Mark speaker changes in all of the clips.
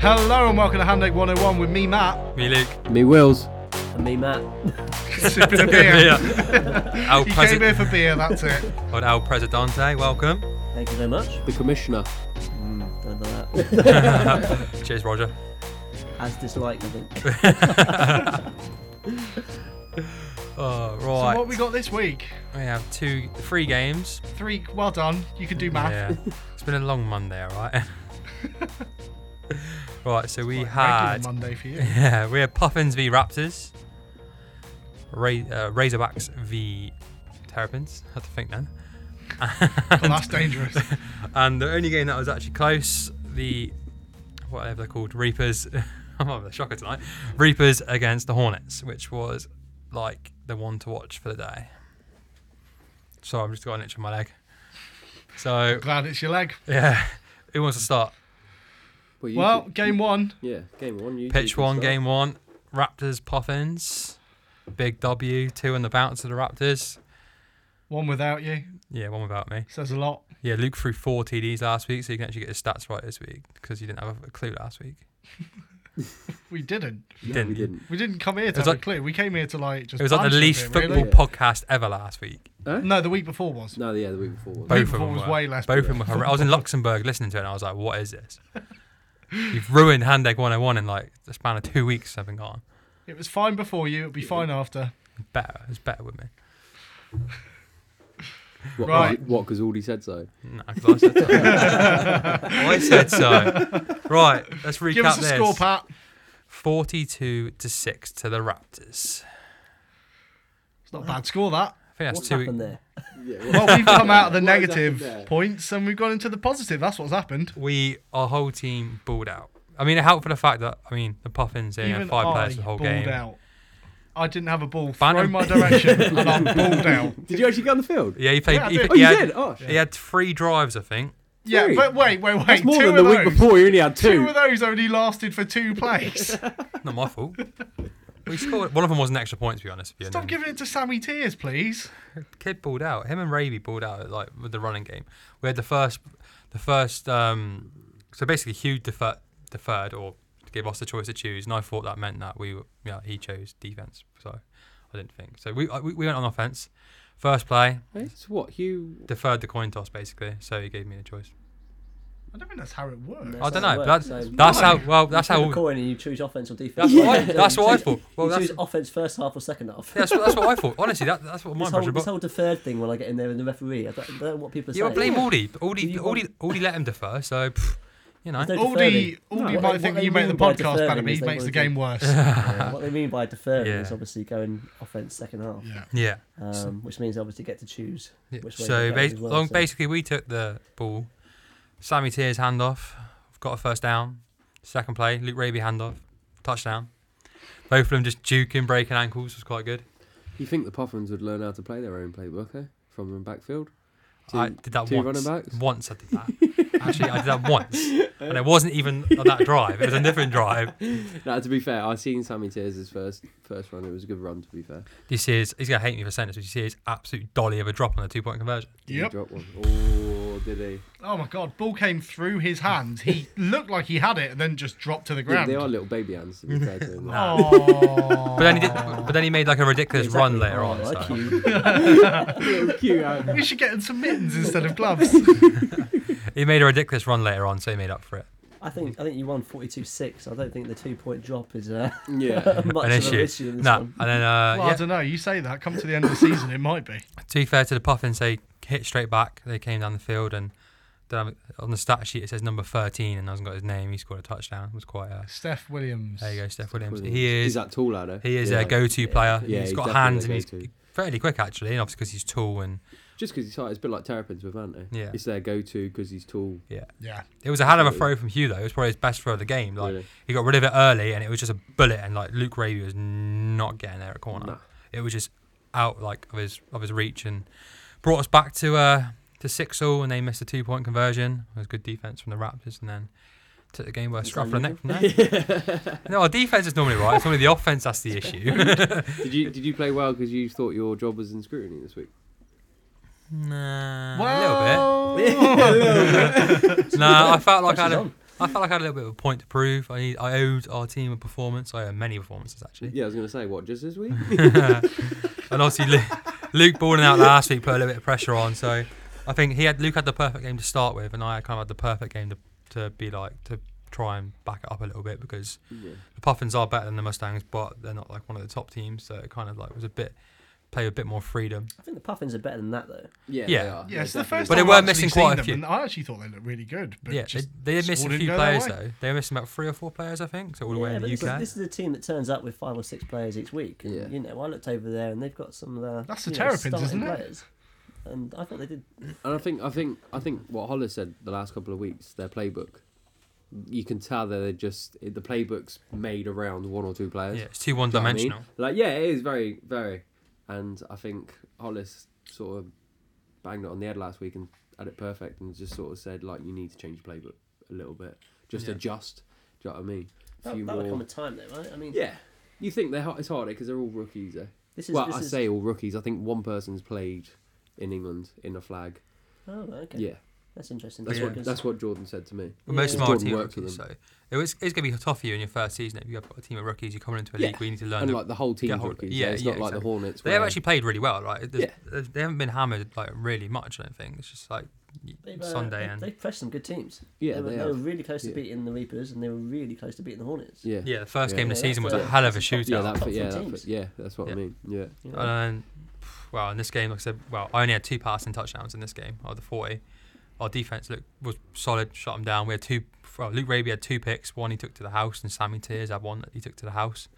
Speaker 1: Hello and welcome to Handshake 101 with me, Matt.
Speaker 2: Me, Luke.
Speaker 3: Me wills.
Speaker 4: And me, Matt.
Speaker 1: It's been a
Speaker 2: Beer.
Speaker 1: beer.
Speaker 2: Al,
Speaker 1: He
Speaker 2: Presi-
Speaker 1: came here for beer, that's it.
Speaker 2: Old Al Presidente, welcome.
Speaker 4: Thank you very much.
Speaker 3: The commissioner.
Speaker 4: Remember that.
Speaker 2: Cheers, Roger.
Speaker 4: As disliked, I think.
Speaker 2: Oh, right.
Speaker 1: So what we got this week?
Speaker 2: we have two, three games.
Speaker 1: Three, well done. You can do math.
Speaker 2: Yeah. it's been a long Monday, all right? right, so we
Speaker 1: Regular
Speaker 2: had.
Speaker 1: Monday for you.
Speaker 2: Yeah, we had Puffins v Raptors. Ra- uh, Razorbacks v Terrapins. had to think then.
Speaker 1: Well, that's dangerous.
Speaker 2: And the only game that was actually close, the whatever they're called, Reapers. I'm having a shocker tonight. Reapers against the Hornets, which was like the one to watch for the day. So I've just got an itch on my leg. So
Speaker 1: Glad it's your leg.
Speaker 2: yeah, who wants to start?
Speaker 3: Well, you
Speaker 1: Well,
Speaker 3: did-
Speaker 1: game one.
Speaker 3: yeah, game one. You
Speaker 2: Pitch
Speaker 3: did
Speaker 2: one,
Speaker 3: start.
Speaker 2: game one. Raptors Puffins. Big W, two on the bounce of the Raptors.
Speaker 1: One without you.
Speaker 2: Yeah, one without me.
Speaker 1: Says a lot.
Speaker 2: Yeah, Luke threw four TDs last week, so you can actually get his stats right this week because you didn't have a clue last week.
Speaker 1: We didn't.
Speaker 2: You
Speaker 3: We didn't.
Speaker 1: We didn't come here to
Speaker 2: was
Speaker 1: have
Speaker 2: like-
Speaker 1: a clue. We came here to like just.
Speaker 2: It was like
Speaker 1: banter
Speaker 2: the
Speaker 1: a
Speaker 2: least
Speaker 1: bit,
Speaker 2: football
Speaker 1: really.
Speaker 3: Yeah.
Speaker 2: podcast ever last week.
Speaker 1: No, the week before was.
Speaker 3: No, yeah, the week before.
Speaker 1: Week
Speaker 3: wasn't
Speaker 2: Both of
Speaker 1: before
Speaker 2: them
Speaker 1: was
Speaker 2: were.
Speaker 1: way less
Speaker 2: Both of them were horrendous. I was in Luxembourg listening to it, and I was like, "What is this? You've ruined Handeg 101 in like the span of two weeks. I've been gone.
Speaker 1: It was fine before you. It'll be fine after.
Speaker 2: Better, it's better with me.
Speaker 3: it? What,
Speaker 1: Right.
Speaker 3: What? Because Aldi said so.
Speaker 2: No, 'cause I said so. I said so. Right, let's recap
Speaker 1: Give us a
Speaker 2: this.
Speaker 1: score, Pat.
Speaker 2: 42 to 6 to the Raptors.
Speaker 1: It's not a bad score that.
Speaker 2: I think that's
Speaker 4: What's
Speaker 2: two.
Speaker 4: happened there?
Speaker 3: Yeah,
Speaker 1: Well, we've come out of the
Speaker 3: What has happened
Speaker 1: negative
Speaker 3: there?
Speaker 1: points and we've gone into the positive. That's what's happened.
Speaker 2: We, our whole team, balled out. I mean, it helped for the fact that, I mean, the Puffins they had
Speaker 1: Even
Speaker 2: five
Speaker 1: I
Speaker 2: players the whole
Speaker 1: balled
Speaker 2: game.
Speaker 1: out. I didn't have a ball
Speaker 2: Ban
Speaker 1: thrown
Speaker 2: him.
Speaker 1: my direction and I balled out.
Speaker 3: did you actually get on the field?
Speaker 2: Yeah, he played.
Speaker 1: Yeah, I
Speaker 2: he,
Speaker 1: did.
Speaker 2: played-
Speaker 3: Oh,
Speaker 2: he
Speaker 3: you
Speaker 2: had,
Speaker 3: did. Oh, shit.
Speaker 2: He had three drives, I think.
Speaker 1: Yeah,
Speaker 3: Three.
Speaker 1: but wait, wait, wait.
Speaker 3: That's more
Speaker 1: two
Speaker 3: than the
Speaker 1: of
Speaker 3: week
Speaker 1: those-
Speaker 3: before. You only had
Speaker 1: Two
Speaker 3: two.
Speaker 1: of those only lasted for two plays.
Speaker 2: Not my fault. We scored. One of them was an extra point, to be honest. With you,
Speaker 1: Stop
Speaker 2: and then
Speaker 1: giving it to Sammy Tears, please.
Speaker 2: Kid balled out. Him and Raby balled out like with the running game. We had the first, the first. um So basically, Hugh defer, deferred or gave us the choice to choose, and I thought that meant that we, were, yeah, he chose defense. So I didn't think. So we I- we we went on offense. First play
Speaker 3: It's what Hugh?
Speaker 2: deferred the coin toss basically, so he gave me the choice.
Speaker 1: I don't think that's how it works.
Speaker 4: No.
Speaker 2: I
Speaker 4: That's
Speaker 2: don't
Speaker 4: how it
Speaker 2: know. That's
Speaker 4: works,
Speaker 2: that's,
Speaker 4: no.
Speaker 2: how well that's
Speaker 4: you
Speaker 2: how
Speaker 4: flip a coin and you choose offense or defense.
Speaker 2: that's what I, that's what I thought. Well,
Speaker 4: you
Speaker 2: that's
Speaker 4: choose offense first half or second half.
Speaker 2: Yeah, that's, what- that's what I thought. Honestly, that, that's what my
Speaker 4: this, whole,
Speaker 2: pressure
Speaker 4: this
Speaker 2: but
Speaker 4: whole deferred thing when I get in there and the referee, I don't, I don't know what people are
Speaker 2: Yeah, I blame
Speaker 4: saying.
Speaker 2: Aldi. but
Speaker 4: Do
Speaker 2: Aldi,
Speaker 4: you
Speaker 2: Aldi, Aldi let him defer, so, pff, you know.
Speaker 4: There's no
Speaker 1: Aldi,
Speaker 4: deferring.
Speaker 1: Aldi
Speaker 4: No,
Speaker 1: might
Speaker 4: what
Speaker 1: think
Speaker 4: they
Speaker 1: you make the
Speaker 4: mean by
Speaker 1: podcast
Speaker 4: deferring
Speaker 1: better, but
Speaker 4: is
Speaker 1: he
Speaker 4: they
Speaker 1: makes the
Speaker 4: wanna
Speaker 1: game worse.
Speaker 4: Uh, what they mean by deferring
Speaker 2: Yeah.
Speaker 4: is obviously going offense second half,
Speaker 1: yeah.
Speaker 2: Yeah.
Speaker 4: um, which means they obviously get to choose
Speaker 2: Yeah.
Speaker 4: which way
Speaker 2: So,
Speaker 4: they go as
Speaker 2: bas-
Speaker 4: well,
Speaker 2: long,
Speaker 4: so-
Speaker 2: basically, we took the ball. Sammy Tears handoff, got a first down. Second play, Luke Raby handoff, touchdown. Both of them just juking, breaking ankles was quite good.
Speaker 3: You think the Puffins would learn how to play their own playbook, eh? From the backfield.
Speaker 2: I
Speaker 3: Two-
Speaker 2: did that
Speaker 3: two
Speaker 2: once.
Speaker 3: running backs?
Speaker 2: Once I did that. Actually, I did that once, and it wasn't even on that drive. It was a different drive.
Speaker 3: Now, to be fair, I seen Sammy Tears' first first run. It was a good run. To be fair,
Speaker 2: This is he's gonna hate me for saying this, but you see his absolute dolly of a drop on the two point conversion.
Speaker 3: Did he
Speaker 1: Yep.
Speaker 3: drop one? Oh, did he?
Speaker 1: Oh my god, ball came through his hand. He looked like he had it and then just dropped to the
Speaker 3: Yeah,
Speaker 1: ground.
Speaker 3: they are little baby hands. To be fair to him.
Speaker 1: Oh.
Speaker 2: But then he did, but then he made like a ridiculous
Speaker 4: Exactly.
Speaker 2: run later
Speaker 4: Oh,
Speaker 2: on.
Speaker 4: I like
Speaker 2: so.
Speaker 4: you.
Speaker 3: Little cute eh? hand.
Speaker 1: we should get him some mittens instead of gloves.
Speaker 2: He made a ridiculous run later on, so he made up for it.
Speaker 4: I think I think you won forty two six. I don't think the two point drop is uh,
Speaker 3: Yeah.
Speaker 4: much
Speaker 2: An
Speaker 4: of an
Speaker 2: issue.
Speaker 4: issue in this
Speaker 2: Nah.
Speaker 4: one.
Speaker 2: And then uh,
Speaker 1: well, I
Speaker 2: yeah,
Speaker 1: don't know. You say that. Come to the end of the season, it might be.
Speaker 2: to be fair to the Puffins, they hit straight back. They came down the field and then on the stat sheet it says number 13 and I hasn't got his name. He scored a touchdown. It was quite a...
Speaker 1: Steph Williams.
Speaker 2: There you go, Steph Williams.
Speaker 3: Williams.
Speaker 2: He
Speaker 3: He's
Speaker 2: is
Speaker 3: that tall lad. eh?
Speaker 2: he is
Speaker 3: yeah.
Speaker 2: a go-to player.
Speaker 3: Yeah,
Speaker 2: he's
Speaker 3: he's
Speaker 2: got
Speaker 3: definitely
Speaker 2: hands and
Speaker 3: their
Speaker 2: he's
Speaker 3: go-to.
Speaker 2: fairly quick actually, and obviously because he's tall and
Speaker 3: Just because he's tight, it's a bit like Terrapins with Ante.
Speaker 2: Yeah.
Speaker 3: It's their go-to because he's tall.
Speaker 2: yeah.
Speaker 1: Yeah.
Speaker 2: It was a hell of a throw from Hugh though. It was probably his best throw of the game. Like
Speaker 3: Really.
Speaker 2: he got rid of it early and it was just a bullet and like Luke Raby was not getting there at corner.
Speaker 3: No.
Speaker 2: It was just out like of his of his reach and brought us back to uh to six all and they missed a two point conversion. It was good defense from the Raptors and then took the game by a scruff of the neck from there. no, our defense is normally right. It's only the offense that's the issue.
Speaker 3: Did you did you play well because you thought your job was in scrutiny this week?
Speaker 2: nah, a little
Speaker 1: Well,
Speaker 2: bit. Nah, I felt like I had
Speaker 4: Pressure's
Speaker 2: a,
Speaker 4: on.
Speaker 2: I felt like I had a little bit of a point to prove. I I owed our team a performance. I owe many performances actually.
Speaker 3: Yeah, I was going to say, what, just this week?
Speaker 2: and obviously Luke, Luke balling out last week put a little bit of pressure on. So I think he had Luke had the perfect game to start with, and I kind of had the perfect game to, to be like to try and back it up a little bit because
Speaker 3: yeah.
Speaker 2: the Puffins are better than the Mustangs, but they're not like one of the top teams. So it kind of like was a bit play with a bit more freedom.
Speaker 4: I think the Puffins are better than that though.
Speaker 3: Yeah,
Speaker 2: Yeah.
Speaker 3: they are.
Speaker 1: Yeah, it's the
Speaker 3: definitely.
Speaker 1: first
Speaker 2: But they
Speaker 1: time
Speaker 2: were
Speaker 1: I've actually
Speaker 2: missing quite
Speaker 1: seen
Speaker 2: a few.
Speaker 1: them, and I actually thought they looked really good. But
Speaker 2: yeah,
Speaker 1: just
Speaker 2: they, they did miss
Speaker 1: sport
Speaker 2: a
Speaker 1: didn't
Speaker 2: few
Speaker 1: go their
Speaker 2: players
Speaker 1: way.
Speaker 2: though. They were missing about three or four players, I think, so all the way
Speaker 4: yeah,
Speaker 2: in
Speaker 4: but
Speaker 2: the
Speaker 4: this,
Speaker 2: UK.
Speaker 4: Is, this is a team that turns up with five or six players each week. And,
Speaker 3: Yeah.
Speaker 4: You know, I looked over there and they've got some of their
Speaker 1: That's the
Speaker 4: you know,
Speaker 1: Terrapins,
Speaker 4: starting
Speaker 1: isn't it?
Speaker 4: players. And I thought they did.
Speaker 3: And I think I think I think what Hollis said the last couple of weeks, their playbook, you can tell that they're just the playbook's made around one or two players.
Speaker 2: yeah, it's too one
Speaker 3: Do you know what I mean?
Speaker 2: dimensional.
Speaker 3: Like yeah, it is very very, and I think Hollis sort of banged it on the head last week and had it perfect and just sort of said like you need to change the playbook a little bit, just
Speaker 2: Yeah.
Speaker 3: adjust. Do you know what I mean?
Speaker 4: That, that would come a time though, right? I mean,
Speaker 3: yeah. You think they're hard, it's harder because they're all rookies, eh?
Speaker 4: this is.
Speaker 3: well,
Speaker 4: this
Speaker 3: I
Speaker 4: is,
Speaker 3: say all rookies. I think one person's played in England in a flag.
Speaker 4: Oh, okay.
Speaker 3: Yeah,
Speaker 4: That's interesting. uh,
Speaker 3: that's
Speaker 2: Yeah.
Speaker 3: what that's what Jordan said to me.
Speaker 2: But most
Speaker 4: Yeah.
Speaker 2: of our
Speaker 3: Jordan
Speaker 2: team are
Speaker 3: worked with
Speaker 2: rookies,
Speaker 3: them.
Speaker 2: so it was, it's going to be tough for you in your first season. If you've got a team of rookies, you're coming into a
Speaker 3: Yeah.
Speaker 2: league where you need to learn.
Speaker 3: and
Speaker 2: the-
Speaker 3: like the whole team
Speaker 2: hold-
Speaker 3: rookies.
Speaker 2: yeah,
Speaker 3: Yeah, it's
Speaker 2: yeah,
Speaker 3: not like
Speaker 2: exactly.
Speaker 3: the Hornets.
Speaker 2: They have
Speaker 4: uh,
Speaker 3: where-
Speaker 2: actually played really well. Like there's- there's- they haven't been hammered like really much. I don't think it's just like y-
Speaker 4: They've, uh,
Speaker 2: Sunday
Speaker 4: they,
Speaker 2: and
Speaker 4: they pressed some good teams.
Speaker 3: Yeah,
Speaker 4: they were,
Speaker 3: they
Speaker 4: were
Speaker 3: have.
Speaker 4: really close to
Speaker 3: Yeah.
Speaker 4: beating the Reapers, and they were really close to beating the Hornets.
Speaker 3: yeah,
Speaker 2: yeah, the first
Speaker 3: Yeah.
Speaker 2: game of the
Speaker 4: Yeah,
Speaker 2: season was
Speaker 4: that's
Speaker 2: a
Speaker 4: a-
Speaker 2: hell of a
Speaker 4: that's a top-
Speaker 2: shootout.
Speaker 3: yeah, that
Speaker 4: top
Speaker 3: fit, yeah,
Speaker 4: three
Speaker 3: that
Speaker 4: teams.
Speaker 3: fit, yeah, that's what
Speaker 2: Yeah.
Speaker 3: I mean. Yeah,
Speaker 4: You know?
Speaker 2: And well, in this game, like I said, well, I only had two passing touchdowns in this game out of the forty. Our defense looked was solid, shut them down. We had two. Well, Luke Raby had two picks. One he took to the house, and Sammy Tears had one that he took to the house.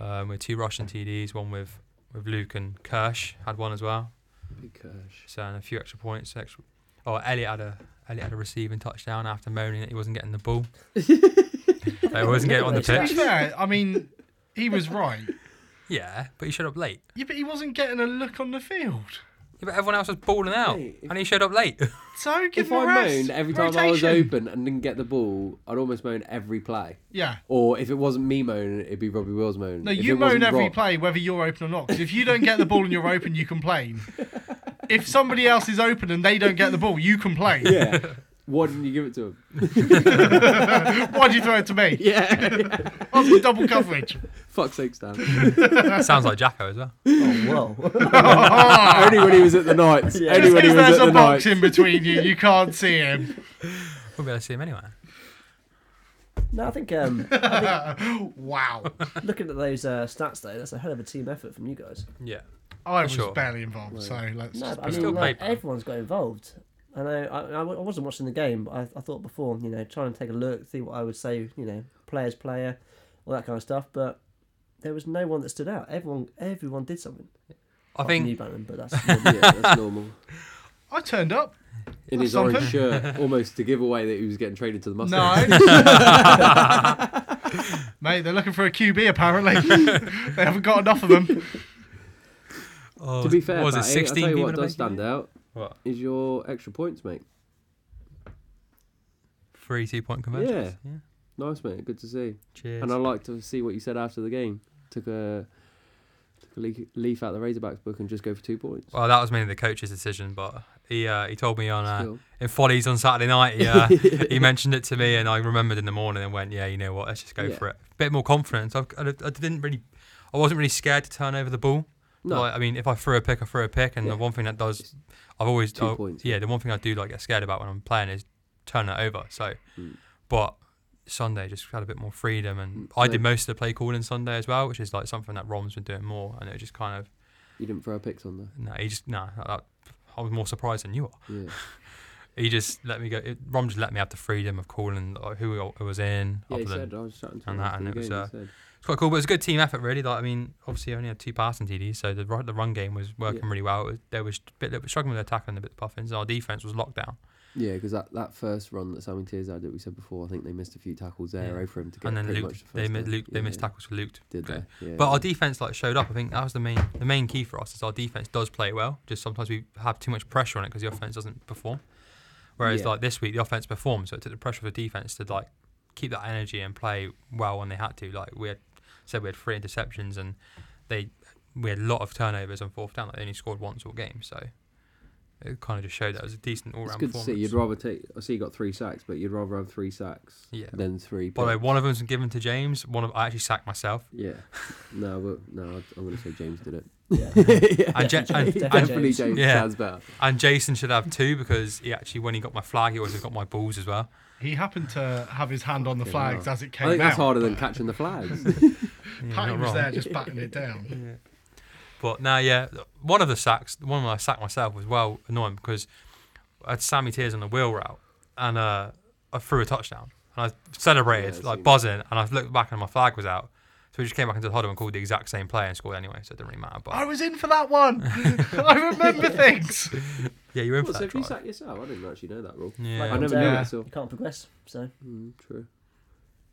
Speaker 2: Um, we had two Russian TDs, one with with Luke and Kirsch had one as well.
Speaker 3: big cash.
Speaker 2: So and a few extra points. Extra. Oh, Elliot had a Elliot had a receiving touchdown after moaning that he wasn't getting the ball. I wasn't getting on the
Speaker 1: to be
Speaker 2: pitch.
Speaker 1: fair, I mean, he was right.
Speaker 2: Yeah, but he showed up late.
Speaker 1: Yeah, but he wasn't getting a look on the field.
Speaker 2: Yeah, but everyone else was balling out,
Speaker 3: Mate, if-
Speaker 2: and he showed up late.
Speaker 1: So give
Speaker 3: If
Speaker 1: him a
Speaker 3: I
Speaker 1: rest.
Speaker 3: moaned every time I was
Speaker 1: Rotation.
Speaker 3: open and didn't get the ball, I'd almost moan every play.
Speaker 1: Yeah.
Speaker 3: Or if it wasn't me moaning, it'd be Robbie Wills moaning.
Speaker 1: No,
Speaker 3: If
Speaker 1: you
Speaker 3: it wasn't
Speaker 1: moan every
Speaker 3: Rob-
Speaker 1: play whether you're open or not. 'cause if you don't get the ball and you're open, you complain. If somebody else is open and they don't get the ball, you complain.
Speaker 3: Yeah. Why didn't you give it to him?
Speaker 1: Why'd you throw it to me?
Speaker 3: Yeah.
Speaker 1: I was in double coverage.
Speaker 3: Fuck's sake, Stan.
Speaker 2: Sounds like Jacko as well.
Speaker 4: Oh, whoa.
Speaker 3: Only when he was at the Knights.
Speaker 4: Yeah.
Speaker 3: Only
Speaker 1: Just
Speaker 3: when he
Speaker 1: because
Speaker 3: was at
Speaker 1: Ah, there's
Speaker 3: the
Speaker 1: a box
Speaker 3: Knights.
Speaker 1: in between you, you can't see him.
Speaker 2: We'll be able to see him anyway.
Speaker 4: no, I think um,
Speaker 1: Wow.
Speaker 4: looking at those uh, stats though, that's a hell of a team effort from you guys.
Speaker 2: Yeah,
Speaker 1: I was
Speaker 2: Sure.
Speaker 1: barely involved, so let's
Speaker 4: No,
Speaker 1: just
Speaker 4: but I
Speaker 2: still
Speaker 4: mean, like,
Speaker 2: paper.
Speaker 4: everyone's got involved. I know. I, I w- I wasn't watching the game, but I, I thought before, you know, trying to take a look, see what I would say, you know, players, player, all that kind of stuff. But there was no one that stood out. Everyone, everyone did something.
Speaker 2: I
Speaker 4: Apart from you,
Speaker 2: think
Speaker 4: Bannon, but that's
Speaker 3: yeah, that's normal.
Speaker 1: I turned up.
Speaker 3: In his
Speaker 1: Something.
Speaker 3: orange shirt, almost to give away that he was getting traded to the Mustangs.
Speaker 1: No. Mate, they're looking for a QB apparently. they haven't got enough of them.
Speaker 2: oh,
Speaker 3: To be fair,
Speaker 2: what was it
Speaker 3: Batty, I'll
Speaker 2: sixteen
Speaker 3: tell you
Speaker 2: people to
Speaker 3: what does
Speaker 2: make it?
Speaker 3: stand out
Speaker 2: What
Speaker 3: is your extra points, mate.
Speaker 2: three two point conversions? Yeah.
Speaker 3: Nice, mate. Good to see.
Speaker 2: Cheers.
Speaker 3: And I like to see what you said after the game. Took a took a leaf, leaf out the Razorbacks book and just go for two points.
Speaker 2: well, that was mainly the coach's decision, but he uh, he told me on uh,
Speaker 3: Still.
Speaker 2: in Follies on Saturday night. He, uh, he mentioned it to me, and I remembered in the morning and went, "Yeah, you know what? Let's just go
Speaker 3: Yeah.
Speaker 2: for it." Bit more confidence. I've, I, I didn't really, I wasn't really scared to turn over the ball.
Speaker 3: No.
Speaker 2: Like, I mean, if I threw a pick, I threw a pick, and
Speaker 3: Yeah.
Speaker 2: the one thing that does, I've always,
Speaker 3: two
Speaker 2: oh,
Speaker 3: points.
Speaker 2: yeah, the one thing I do like get scared about when I'm playing is turn it over. So,
Speaker 3: Mm.
Speaker 2: but Sunday just had a bit more freedom, and
Speaker 3: Mm,
Speaker 2: I
Speaker 3: no.
Speaker 2: did most of the play calling Sunday as well, which is like something that Rom's been doing more, and it just kind of,
Speaker 3: You didn't throw picks on there.
Speaker 2: no, he just, no, I, I was more surprised than you are
Speaker 3: Yeah.
Speaker 2: he just let me go. It, Rom just let me have the freedom of calling like, who I- I was in.
Speaker 3: Yeah,
Speaker 2: other
Speaker 3: he
Speaker 2: than,
Speaker 3: said I was chatting to
Speaker 2: and
Speaker 3: him
Speaker 2: that,
Speaker 3: after
Speaker 2: and
Speaker 3: the
Speaker 2: it was,
Speaker 3: game, he
Speaker 2: uh,
Speaker 3: said.
Speaker 2: it's quite cool, but it was a good team effort, really. Like, I mean, obviously, I only had two passing TDs, so the run, the run game was working
Speaker 3: Yeah.
Speaker 2: really well. It was, they were a bit they were struggling with their tackling, a bit the puffins. and Our defense was locked down,
Speaker 3: Yeah, because that, that first run that Sammy Tears had that we said before, I think they missed a few tackles there
Speaker 2: Yeah.
Speaker 3: over him to get
Speaker 2: and then
Speaker 3: pretty
Speaker 2: Luke,
Speaker 3: much the first
Speaker 2: they mi-
Speaker 3: down.
Speaker 2: Luke, they
Speaker 3: Yeah,
Speaker 2: missed
Speaker 3: yeah.
Speaker 2: tackles for Luke.
Speaker 3: Did
Speaker 2: Okay.
Speaker 3: they? Yeah,
Speaker 2: But our
Speaker 3: yeah.
Speaker 2: defense like showed up. I think that was the main the main key for us is our defense does play well. Just sometimes we have too much pressure on it because the offense doesn't perform. Whereas
Speaker 3: Yeah.
Speaker 2: like this week the offense performed, so it took the pressure of the defense to like keep that energy and play well when they had to. Like we had said, we had three interceptions and they we had a lot of turnovers on fourth down. Like they only scored once all game, so it kind of just showed that it was a decent all
Speaker 3: It's
Speaker 2: round
Speaker 3: good to
Speaker 2: performance.
Speaker 3: see. You'd rather take. I see you got three sacks, but you'd rather have three sacks
Speaker 2: Yeah.
Speaker 3: than three.
Speaker 2: By the way,
Speaker 3: picks.
Speaker 2: one of them's given to James. One of I actually sacked myself.
Speaker 3: Yeah. No, but no, I- I'm going to say James did it.
Speaker 4: Yeah.
Speaker 3: yeah.
Speaker 2: And, Ja- and,
Speaker 4: James.
Speaker 2: and,
Speaker 3: Definitely James
Speaker 2: Yeah.
Speaker 3: sounds better.
Speaker 2: and Jason should have two because he actually, when he got my flag, he always got my balls as well.
Speaker 1: He happened to have his hand on the
Speaker 3: Fucking
Speaker 1: flags
Speaker 3: hell.
Speaker 1: as it
Speaker 3: I
Speaker 1: came
Speaker 3: think
Speaker 1: out.
Speaker 3: that's harder than catching the flags.
Speaker 2: Yeah,
Speaker 1: Patty
Speaker 2: not
Speaker 1: was
Speaker 2: wrong.
Speaker 1: there just batting it down.
Speaker 2: But now, yeah, one of the sacks, one of them I sacked myself was well annoying because I had Sammy Tears on the wheel route and uh, I threw a touchdown and I celebrated
Speaker 3: Yeah, I've
Speaker 2: like
Speaker 3: seen
Speaker 2: buzzing and I looked back and my flag was out. So we just came back into the huddle and called the exact same play and scored anyway, so it didn't really matter.
Speaker 1: I
Speaker 2: But
Speaker 1: was in for that one. I remember things.
Speaker 2: yeah, you were in for
Speaker 3: What, so
Speaker 2: that
Speaker 3: if you
Speaker 2: try.
Speaker 3: sacked yourself, I didn't actually know that rule.
Speaker 2: Yeah,
Speaker 4: Like,
Speaker 3: I never
Speaker 1: Yeah.
Speaker 3: knew it. So
Speaker 4: um, You can't progress, so
Speaker 3: Mm, true.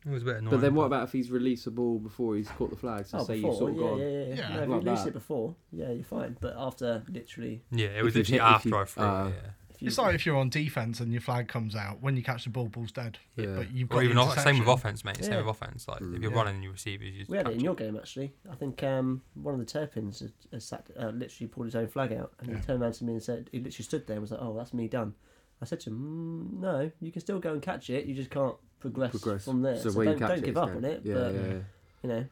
Speaker 2: it was a bit annoying.
Speaker 3: But then what about if he's released the ball before he's caught the flag? So
Speaker 4: oh,
Speaker 3: say
Speaker 4: before,
Speaker 3: you've sort of
Speaker 4: yeah,
Speaker 3: gone.
Speaker 4: yeah, yeah, yeah.
Speaker 1: Yeah,
Speaker 4: No, if
Speaker 3: like
Speaker 4: you lose
Speaker 3: that.
Speaker 4: it before, yeah, you're fine. But after, literally,
Speaker 2: Yeah, it was
Speaker 3: If you
Speaker 2: literally
Speaker 3: hit- if
Speaker 2: after
Speaker 3: you-
Speaker 2: I threw
Speaker 3: uh,
Speaker 2: it. Yeah.
Speaker 4: if you,
Speaker 1: It's like if you're on defense and your flag comes out. When you catch the ball, ball's dead.
Speaker 3: Yeah.
Speaker 1: But you've got
Speaker 2: Or
Speaker 1: the
Speaker 2: even off, same with
Speaker 1: interception.
Speaker 2: offense, mate. Same
Speaker 4: Yeah.
Speaker 2: with offense. Like if you're
Speaker 1: Yeah.
Speaker 2: running, you receive. You just
Speaker 4: we had it in
Speaker 2: catch
Speaker 4: your game actually. I think um, one of the Terpins had, had sacked, uh, literally pulled his own flag out, and
Speaker 1: Yeah.
Speaker 4: he turned around to me and said, he literally stood there and was like, "Oh, that's me done." I said to him, mm, "No, you can still go and catch it. You just can't progress,
Speaker 3: Progress.
Speaker 4: from there.
Speaker 3: So,
Speaker 4: So,
Speaker 3: where
Speaker 4: don't,
Speaker 3: you catch
Speaker 4: don't
Speaker 3: it,
Speaker 4: give
Speaker 3: it's
Speaker 4: up
Speaker 3: going.
Speaker 4: on it."
Speaker 3: Yeah,
Speaker 4: but
Speaker 3: yeah, yeah.
Speaker 4: you know,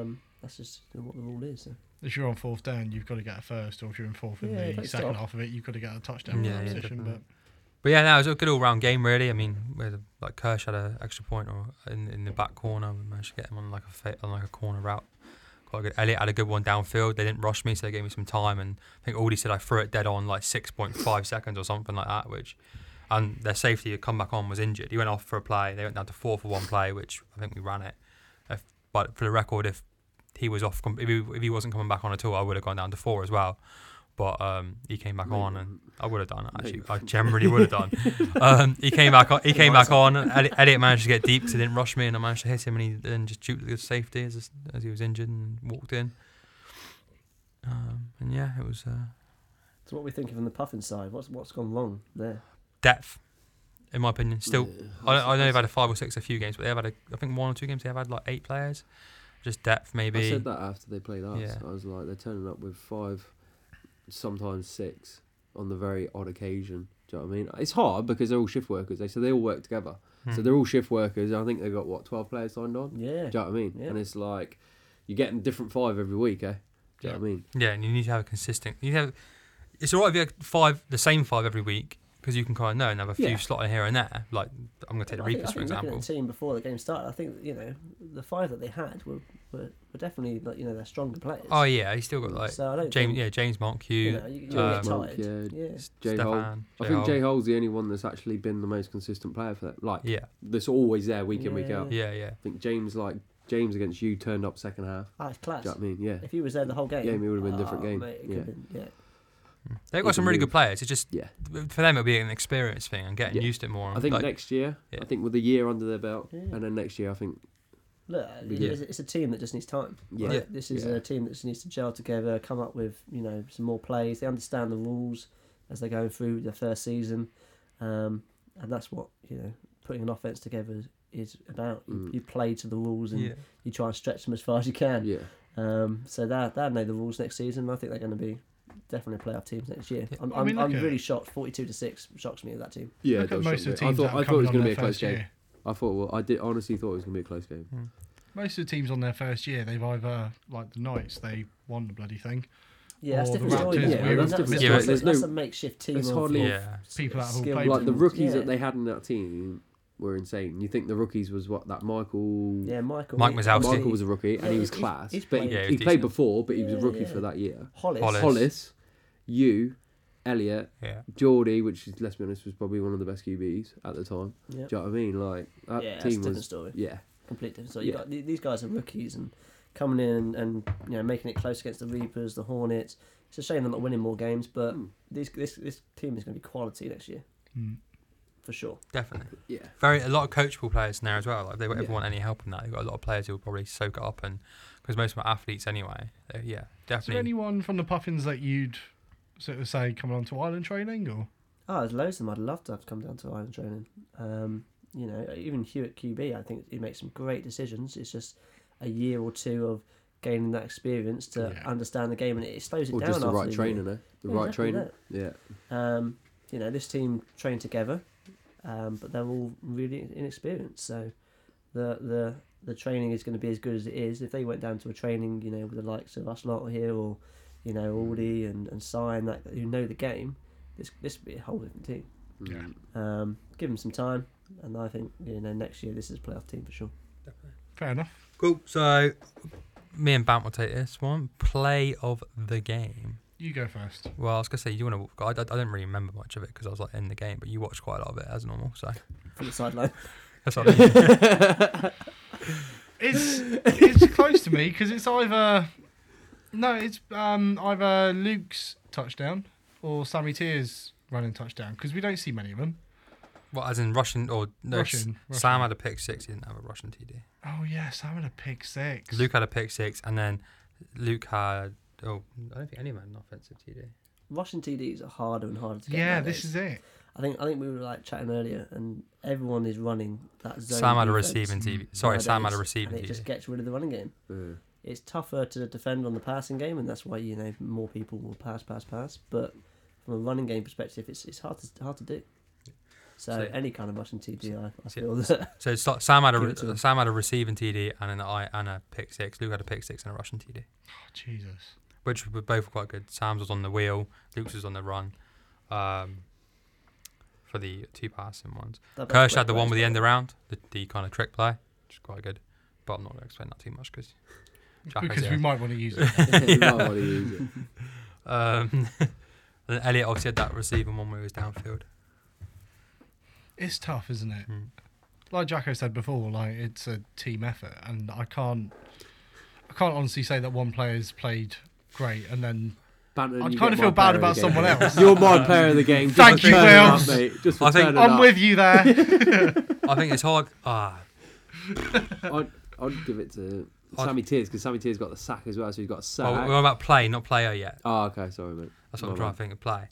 Speaker 4: um, that's just what the rule is. So.
Speaker 1: If you're on fourth down, you've got to get a first, or if you're in fourth in
Speaker 4: Yeah,
Speaker 1: the
Speaker 4: don't
Speaker 1: second
Speaker 4: stop.
Speaker 1: half of it, you've got to get a touchdown
Speaker 2: Yeah,
Speaker 1: in that
Speaker 2: yeah,
Speaker 1: position.
Speaker 2: definitely.
Speaker 1: But
Speaker 2: But yeah, no, it was a good all round game really. I mean, with like Kirsch had an extra point or in, in the back corner, we managed to get him on like a fa- on like a corner route. Quite good. Elliot had a good one downfield. They didn't rush me, so they gave me some time. And I think Aldi said I threw it dead on like six point five seconds or something like that, which. And their safety had come back on was injured. He went off for a play. They went down to four for one play, which I think we ran it. If, but for the record, if he was off, com- if he, if he wasn't coming back on at all, I would have gone down to four as well. But um, he came back
Speaker 3: No, you
Speaker 2: on, and I would have done it. Actually,
Speaker 3: you
Speaker 2: I generally would have done. Um, he came back on. He came back on. and Elliot, Elliot managed to get deep because he didn't rush me, and I managed to hit him, and he then just duped the safety as, as he was injured and walked in. Um, and yeah, it was uh,
Speaker 4: So what are we thinking from the puffin side? What's what's gone wrong there?
Speaker 2: depth, in my opinion. Still,
Speaker 3: Yeah.
Speaker 2: I, don't- I know they've had a five or six a few games, but they've had a, I think one or two games they've had like eight players. Just depth, maybe.
Speaker 3: I said that after they played us.
Speaker 2: Yeah.
Speaker 3: I was like, they're turning up with five, sometimes six, on the very odd occasion. Do you know what I mean? It's hard because they're all shift workers. They so they all work together.
Speaker 2: Hmm.
Speaker 3: So they're all shift workers. and I think they've got what twelve players signed on.
Speaker 4: Yeah,
Speaker 3: Do you know what I mean?
Speaker 4: Yeah.
Speaker 3: And it's like you're getting different five every week, eh? Do you know what I mean?
Speaker 2: Yeah, and you need to have a consistent. You have. It's all right if you have five, the same five every week, because you can kind of know and have a few
Speaker 3: Yeah.
Speaker 2: slotted here and there. Like I'm going to take the
Speaker 4: I think-
Speaker 2: Reapers
Speaker 4: I
Speaker 2: for
Speaker 4: think Looking
Speaker 2: example.
Speaker 4: at the team before the game started, I think you know the five that they had were were, were definitely like you know their stronger players.
Speaker 2: Oh yeah, he's still got like
Speaker 4: So I don't
Speaker 2: James.
Speaker 4: think-
Speaker 2: Yeah, James
Speaker 4: you
Speaker 2: Montague,
Speaker 4: know, you, you
Speaker 2: um,
Speaker 4: get tired.
Speaker 3: Monk,
Speaker 4: yeah.
Speaker 2: S-
Speaker 3: J Hole. I
Speaker 2: Stefan.
Speaker 3: think J
Speaker 2: Hole.
Speaker 3: Hole's the only one that's actually been the most consistent player for that. Like
Speaker 2: Yeah,
Speaker 3: that's always there week in week
Speaker 4: Yeah.
Speaker 3: out.
Speaker 2: yeah, yeah. Mm.
Speaker 3: I think James like James against you turned up second half.
Speaker 4: Alex Ah, Class.
Speaker 3: Do you know what I mean? Yeah.
Speaker 4: If he was there the whole game,
Speaker 3: Game, it would've been a different
Speaker 4: oh,
Speaker 3: game.
Speaker 4: mate, it could've
Speaker 3: Yeah.
Speaker 4: been- yeah.
Speaker 2: They've
Speaker 3: He
Speaker 2: got some
Speaker 3: can
Speaker 2: really good
Speaker 3: move.
Speaker 2: players. It's just
Speaker 3: Yeah.
Speaker 2: for them it'll be an experience thing and getting
Speaker 3: Yeah.
Speaker 2: used to it more.
Speaker 3: I think
Speaker 2: like,
Speaker 3: next year,
Speaker 2: yeah.
Speaker 3: I think with a year under their belt,
Speaker 4: Yeah.
Speaker 3: and then next year, I think
Speaker 4: Look,
Speaker 3: We
Speaker 4: it-
Speaker 3: did.
Speaker 4: it's, it's a team that just needs time.
Speaker 3: Yeah.
Speaker 4: right?
Speaker 2: Yeah.
Speaker 4: This is
Speaker 3: Yeah.
Speaker 4: a team that just needs to gel together, come up with you know some more plays. They understand the rules as they're going through their first season, um, and that's what you know putting an offense together is about. You,
Speaker 3: Mm.
Speaker 4: you play to the rules and
Speaker 2: yeah,
Speaker 4: you try and stretch them as far as you can.
Speaker 3: yeah,
Speaker 4: Um, so that that know the rules next season. I think they're going to be definitely playoff teams next year. I'm,
Speaker 1: I
Speaker 4: I'm,
Speaker 1: mean,
Speaker 4: I'm
Speaker 1: look at-
Speaker 4: really shocked. Forty-two to six shocks me. That team.
Speaker 3: yeah.
Speaker 1: look
Speaker 3: it
Speaker 1: at
Speaker 3: does
Speaker 1: most of the
Speaker 3: shock me.
Speaker 1: teams.
Speaker 3: I
Speaker 1: that
Speaker 3: thought
Speaker 1: are
Speaker 3: I thought it
Speaker 1: coming
Speaker 3: was
Speaker 1: on
Speaker 3: going to
Speaker 1: their
Speaker 3: be a close
Speaker 1: first
Speaker 3: game.
Speaker 1: year.
Speaker 3: I thought well, I did honestly thought it was going to be a close game.
Speaker 1: Most of the teams on their first year, they've either like the Knights, they won the bloody thing.
Speaker 4: Yeah, that's
Speaker 1: Or the
Speaker 4: different story.
Speaker 1: Raptors,
Speaker 4: though.
Speaker 1: we
Speaker 4: I mean,
Speaker 1: were-
Speaker 4: that's,
Speaker 1: Yeah,
Speaker 4: that's,
Speaker 2: but
Speaker 4: that's,
Speaker 3: there's
Speaker 4: that's
Speaker 3: no-
Speaker 4: a makeshift team.
Speaker 3: it's
Speaker 4: of
Speaker 3: hardly-
Speaker 4: s-
Speaker 2: yeah.
Speaker 1: People that have all
Speaker 4: skilled
Speaker 1: played
Speaker 3: Like the
Speaker 4: teams,
Speaker 3: rookies
Speaker 4: yeah.
Speaker 3: that they had in that team were insane. You think the rookies was what that Michael?
Speaker 4: Yeah, Michael.
Speaker 2: Mike Mazowski.
Speaker 3: Michael was a rookie and
Speaker 4: Yeah,
Speaker 3: he was
Speaker 4: he's-
Speaker 3: class,
Speaker 4: he's
Speaker 3: but
Speaker 4: played-
Speaker 2: Yeah, he
Speaker 3: he,
Speaker 2: was
Speaker 3: he played
Speaker 2: decent.
Speaker 3: before, but he was a
Speaker 4: Yeah,
Speaker 3: rookie
Speaker 4: yeah.
Speaker 3: for that year.
Speaker 4: Hollis.
Speaker 2: Hollis.
Speaker 3: Hollis, you, Elliot,
Speaker 2: yeah.
Speaker 3: Geordie, which is, let's be honest, was probably one of the best QBs at the time.
Speaker 4: Yeah,
Speaker 3: Do you know what I mean? Like that
Speaker 4: yeah that's a
Speaker 3: team
Speaker 4: different
Speaker 3: was,
Speaker 4: story.
Speaker 3: yeah,
Speaker 4: Complete different story. You
Speaker 3: Yeah.
Speaker 4: got, th- these guys are rookies and coming in and you know making it close against the Reapers, the Hornets. It's a shame they're not winning more games, but
Speaker 3: Mm.
Speaker 4: these, this this team is going to be quality next year
Speaker 1: Mm.
Speaker 4: for sure.
Speaker 2: Definitely.
Speaker 3: yeah.
Speaker 2: very a lot of coachable players in there as well. Like if they ever
Speaker 3: Yeah.
Speaker 2: want any help in that, they've got a lot of players who will probably soak it up, and because most of them are athletes anyway. So, yeah,
Speaker 1: Is there
Speaker 2: definitely.
Speaker 1: anyone from the Puffins that you'd sort of say coming on to Island training or?
Speaker 4: Oh, there's loads of them. I'd love to have come down to Ireland training. Um, you know, even Hewitt QB, I think he makes some great decisions. It's just a year or two of gaining that experience to
Speaker 1: Yeah.
Speaker 4: understand the game, and it slows it
Speaker 3: Or
Speaker 4: down.
Speaker 3: just the
Speaker 4: after
Speaker 3: right
Speaker 4: the
Speaker 3: training,
Speaker 4: year.
Speaker 3: eh? The
Speaker 4: Yeah,
Speaker 3: right
Speaker 4: exactly
Speaker 3: training. Yeah.
Speaker 4: Um, you know, this team trained together, um, but they're all really inexperienced. So the the the training is going to be as good as it is. If they went down to a training, you know, with the likes of us lot here, or you know,
Speaker 3: Mm.
Speaker 4: Aldi and and Sai and that who know the game, this this would be a whole different team.
Speaker 1: Yeah.
Speaker 4: Um, give them some time, and I think you know next year this is a playoff team for sure.
Speaker 1: Fair enough.
Speaker 2: Cool. So me and Bant will take this one. Play of the game.
Speaker 1: You go first.
Speaker 2: Well, I was gonna say you want to. I, I, I don't really remember much of it because I was like in the game, but you watched quite a lot of it as normal. So
Speaker 4: From the sideline,
Speaker 2: that's what I mean.
Speaker 1: It's it's close to me because it's either no, it's um either Luke's touchdown or Sammy Tears running touchdown because we don't see many of them.
Speaker 2: Well, as in Russian or no? S-
Speaker 1: Russian, Russian.
Speaker 2: Sam had a pick six. He didn't have a Russian TD.
Speaker 1: Oh yeah, Sam had a pick six.
Speaker 2: Luke had a pick six, and then Luke had. Oh, I don't think anyone had an offensive TD.
Speaker 4: Russian TDs are harder and harder to get.
Speaker 1: yeah,
Speaker 4: nowadays.
Speaker 1: this is it.
Speaker 4: I think I think we were like chatting earlier, and everyone is running that zone.
Speaker 2: Sam had a
Speaker 4: defense
Speaker 2: receiving TD. Sorry, Sam had a
Speaker 4: nowadays,
Speaker 2: receiving
Speaker 4: and It just
Speaker 2: TD.
Speaker 4: gets rid of the running game.
Speaker 3: Yeah.
Speaker 4: It's tougher to defend on the passing game, and that's why you know more people will pass, pass, pass. But from a running game perspective, it's it's hard to hard to do. So,
Speaker 2: So-
Speaker 4: any kind of Russian TD, I, I
Speaker 2: so-
Speaker 4: feel that
Speaker 2: So it's like Sam had a
Speaker 4: Give it to him.
Speaker 2: Sam had a receiving TD and an I and a pick six. Luke had a pick six and a Russian TD,
Speaker 1: Oh, Jesus.
Speaker 2: which were both quite good. Sam's was on the wheel. Luke's was on the run. Um, for the two passing ones.
Speaker 4: that-
Speaker 2: Kirsch had the one with the end around, the, the kind of trick play, which is quite good. But I'm not going to explain that too much cause Jack has
Speaker 1: Because
Speaker 2: it.
Speaker 1: we might want to use it.
Speaker 3: You might wanna use it.
Speaker 2: Um, then Elliot obviously had that receiving one where he was downfield.
Speaker 1: It's tough, isn't it?
Speaker 2: Mm.
Speaker 1: Like Jacko said before, like it's a team effort, and I can't, I can't honestly say that one player's played great and then
Speaker 3: Banton,
Speaker 1: I
Speaker 3: you
Speaker 1: kind
Speaker 3: get
Speaker 1: of feel
Speaker 3: my
Speaker 1: bad
Speaker 3: player of
Speaker 1: about
Speaker 3: the game.
Speaker 1: someone else.
Speaker 3: You're my player of the game. Just
Speaker 1: Thank
Speaker 3: for
Speaker 1: you,
Speaker 3: turning it
Speaker 1: Wales.
Speaker 3: Up, mate. Just for
Speaker 2: I think-
Speaker 3: turning
Speaker 1: I'm
Speaker 3: up.
Speaker 1: with you there.
Speaker 2: I think it's hard. Ah,
Speaker 3: I'd, I'd give it to
Speaker 2: I'd-
Speaker 3: Sammy Tears because Sammy Tears got the sack as well, so he's got a sack.
Speaker 2: well, we're on about play, not player yet.
Speaker 3: Oh, okay, sorry, mate.
Speaker 2: That's what
Speaker 3: My
Speaker 2: I'm trying
Speaker 3: bad.
Speaker 2: to think of play.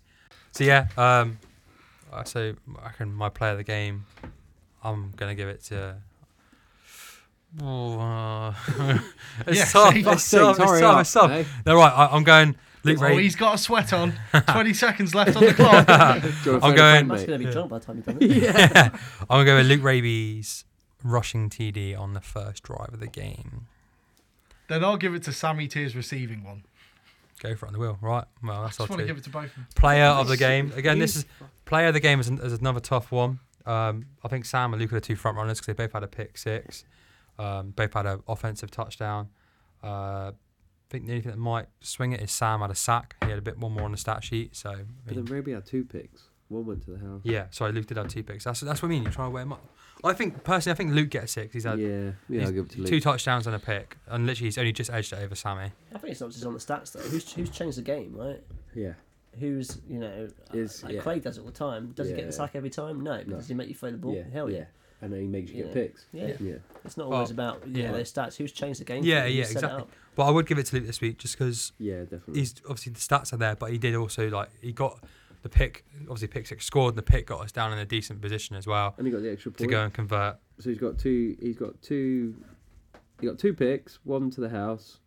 Speaker 2: So yeah, um, I say I reckon my player of the game. I'm gonna give it to. Oh, uh, it's
Speaker 1: Yeah,
Speaker 2: tough.
Speaker 1: see?
Speaker 2: It's tough.
Speaker 3: Fuck's
Speaker 2: It's
Speaker 3: sake,
Speaker 2: tough.
Speaker 3: hurry up,
Speaker 2: It's tough.
Speaker 3: eh?
Speaker 2: No, right. I, I'm going Luke
Speaker 1: oh,
Speaker 2: Ray.
Speaker 1: he's got a sweat on. Twenty seconds left on the clock.
Speaker 3: Joe
Speaker 2: I'm
Speaker 3: Fenner
Speaker 2: going-
Speaker 3: friend,
Speaker 4: Mike's
Speaker 3: mate.
Speaker 4: going to be drunk by the time you've done it.
Speaker 2: I'm gonna go with Luke Raby's rushing TD on the first drive of the game.
Speaker 1: then I'll give it to Sammy Tears receiving one.
Speaker 2: Go for it on the wheel, right? Well,
Speaker 1: I
Speaker 2: that's our
Speaker 1: just want to
Speaker 2: two.
Speaker 1: give it to both. of them.
Speaker 2: Player of the game. Again, this is player of the game is, an, is another tough one. Um, I think Sam and Luke are the two front runners because they both had a pick six, um, both had an offensive touchdown. Uh, I think the only thing that might swing it is Sam had a sack. He had a bit one more on the stat sheet. So I
Speaker 3: But then
Speaker 2: mean,
Speaker 3: Ruby had two picks. One went to the house.
Speaker 2: yeah, sorry, Luke did have two picks. That's that's what I mean. You try to weigh him up. I think personally, I think Luke gets six. He's had
Speaker 3: yeah, yeah,
Speaker 2: he's
Speaker 3: I'll give it to Luke.
Speaker 2: two touchdowns and a pick, and literally he's only just edged it over eh? Sammy.
Speaker 4: I think it's not just on the stats though. Who's who's changed the game, right?
Speaker 3: yeah,
Speaker 4: who's you know
Speaker 3: Is-
Speaker 4: like
Speaker 3: yeah.
Speaker 4: Craig does it all the time. Does he get
Speaker 3: Yeah.
Speaker 4: the sack every time? No.
Speaker 3: No.
Speaker 4: Does he make you throw the ball?
Speaker 3: yeah,
Speaker 4: Hell yeah.
Speaker 3: Oh, yeah. And then he makes you get
Speaker 4: Yeah.
Speaker 3: picks.
Speaker 4: Yeah.
Speaker 3: yeah.
Speaker 4: It's not
Speaker 2: Well,
Speaker 4: always about you
Speaker 2: Oh, yeah.
Speaker 4: know, those stats. Who's changed the game?
Speaker 2: Yeah,
Speaker 4: for you? Who
Speaker 2: yeah,
Speaker 4: set it
Speaker 2: exactly.
Speaker 4: up?
Speaker 2: But I would give it to Luke this week just because
Speaker 3: Yeah, definitely.
Speaker 2: he's obviously the stats are there, but he did also like he got the pick. Obviously, pick six scored, and the pick got us down in a decent position as well
Speaker 3: and he got the extra
Speaker 2: to
Speaker 3: point.
Speaker 2: go and convert.
Speaker 3: So he's got two. He's got two. He got two picks. One to the house.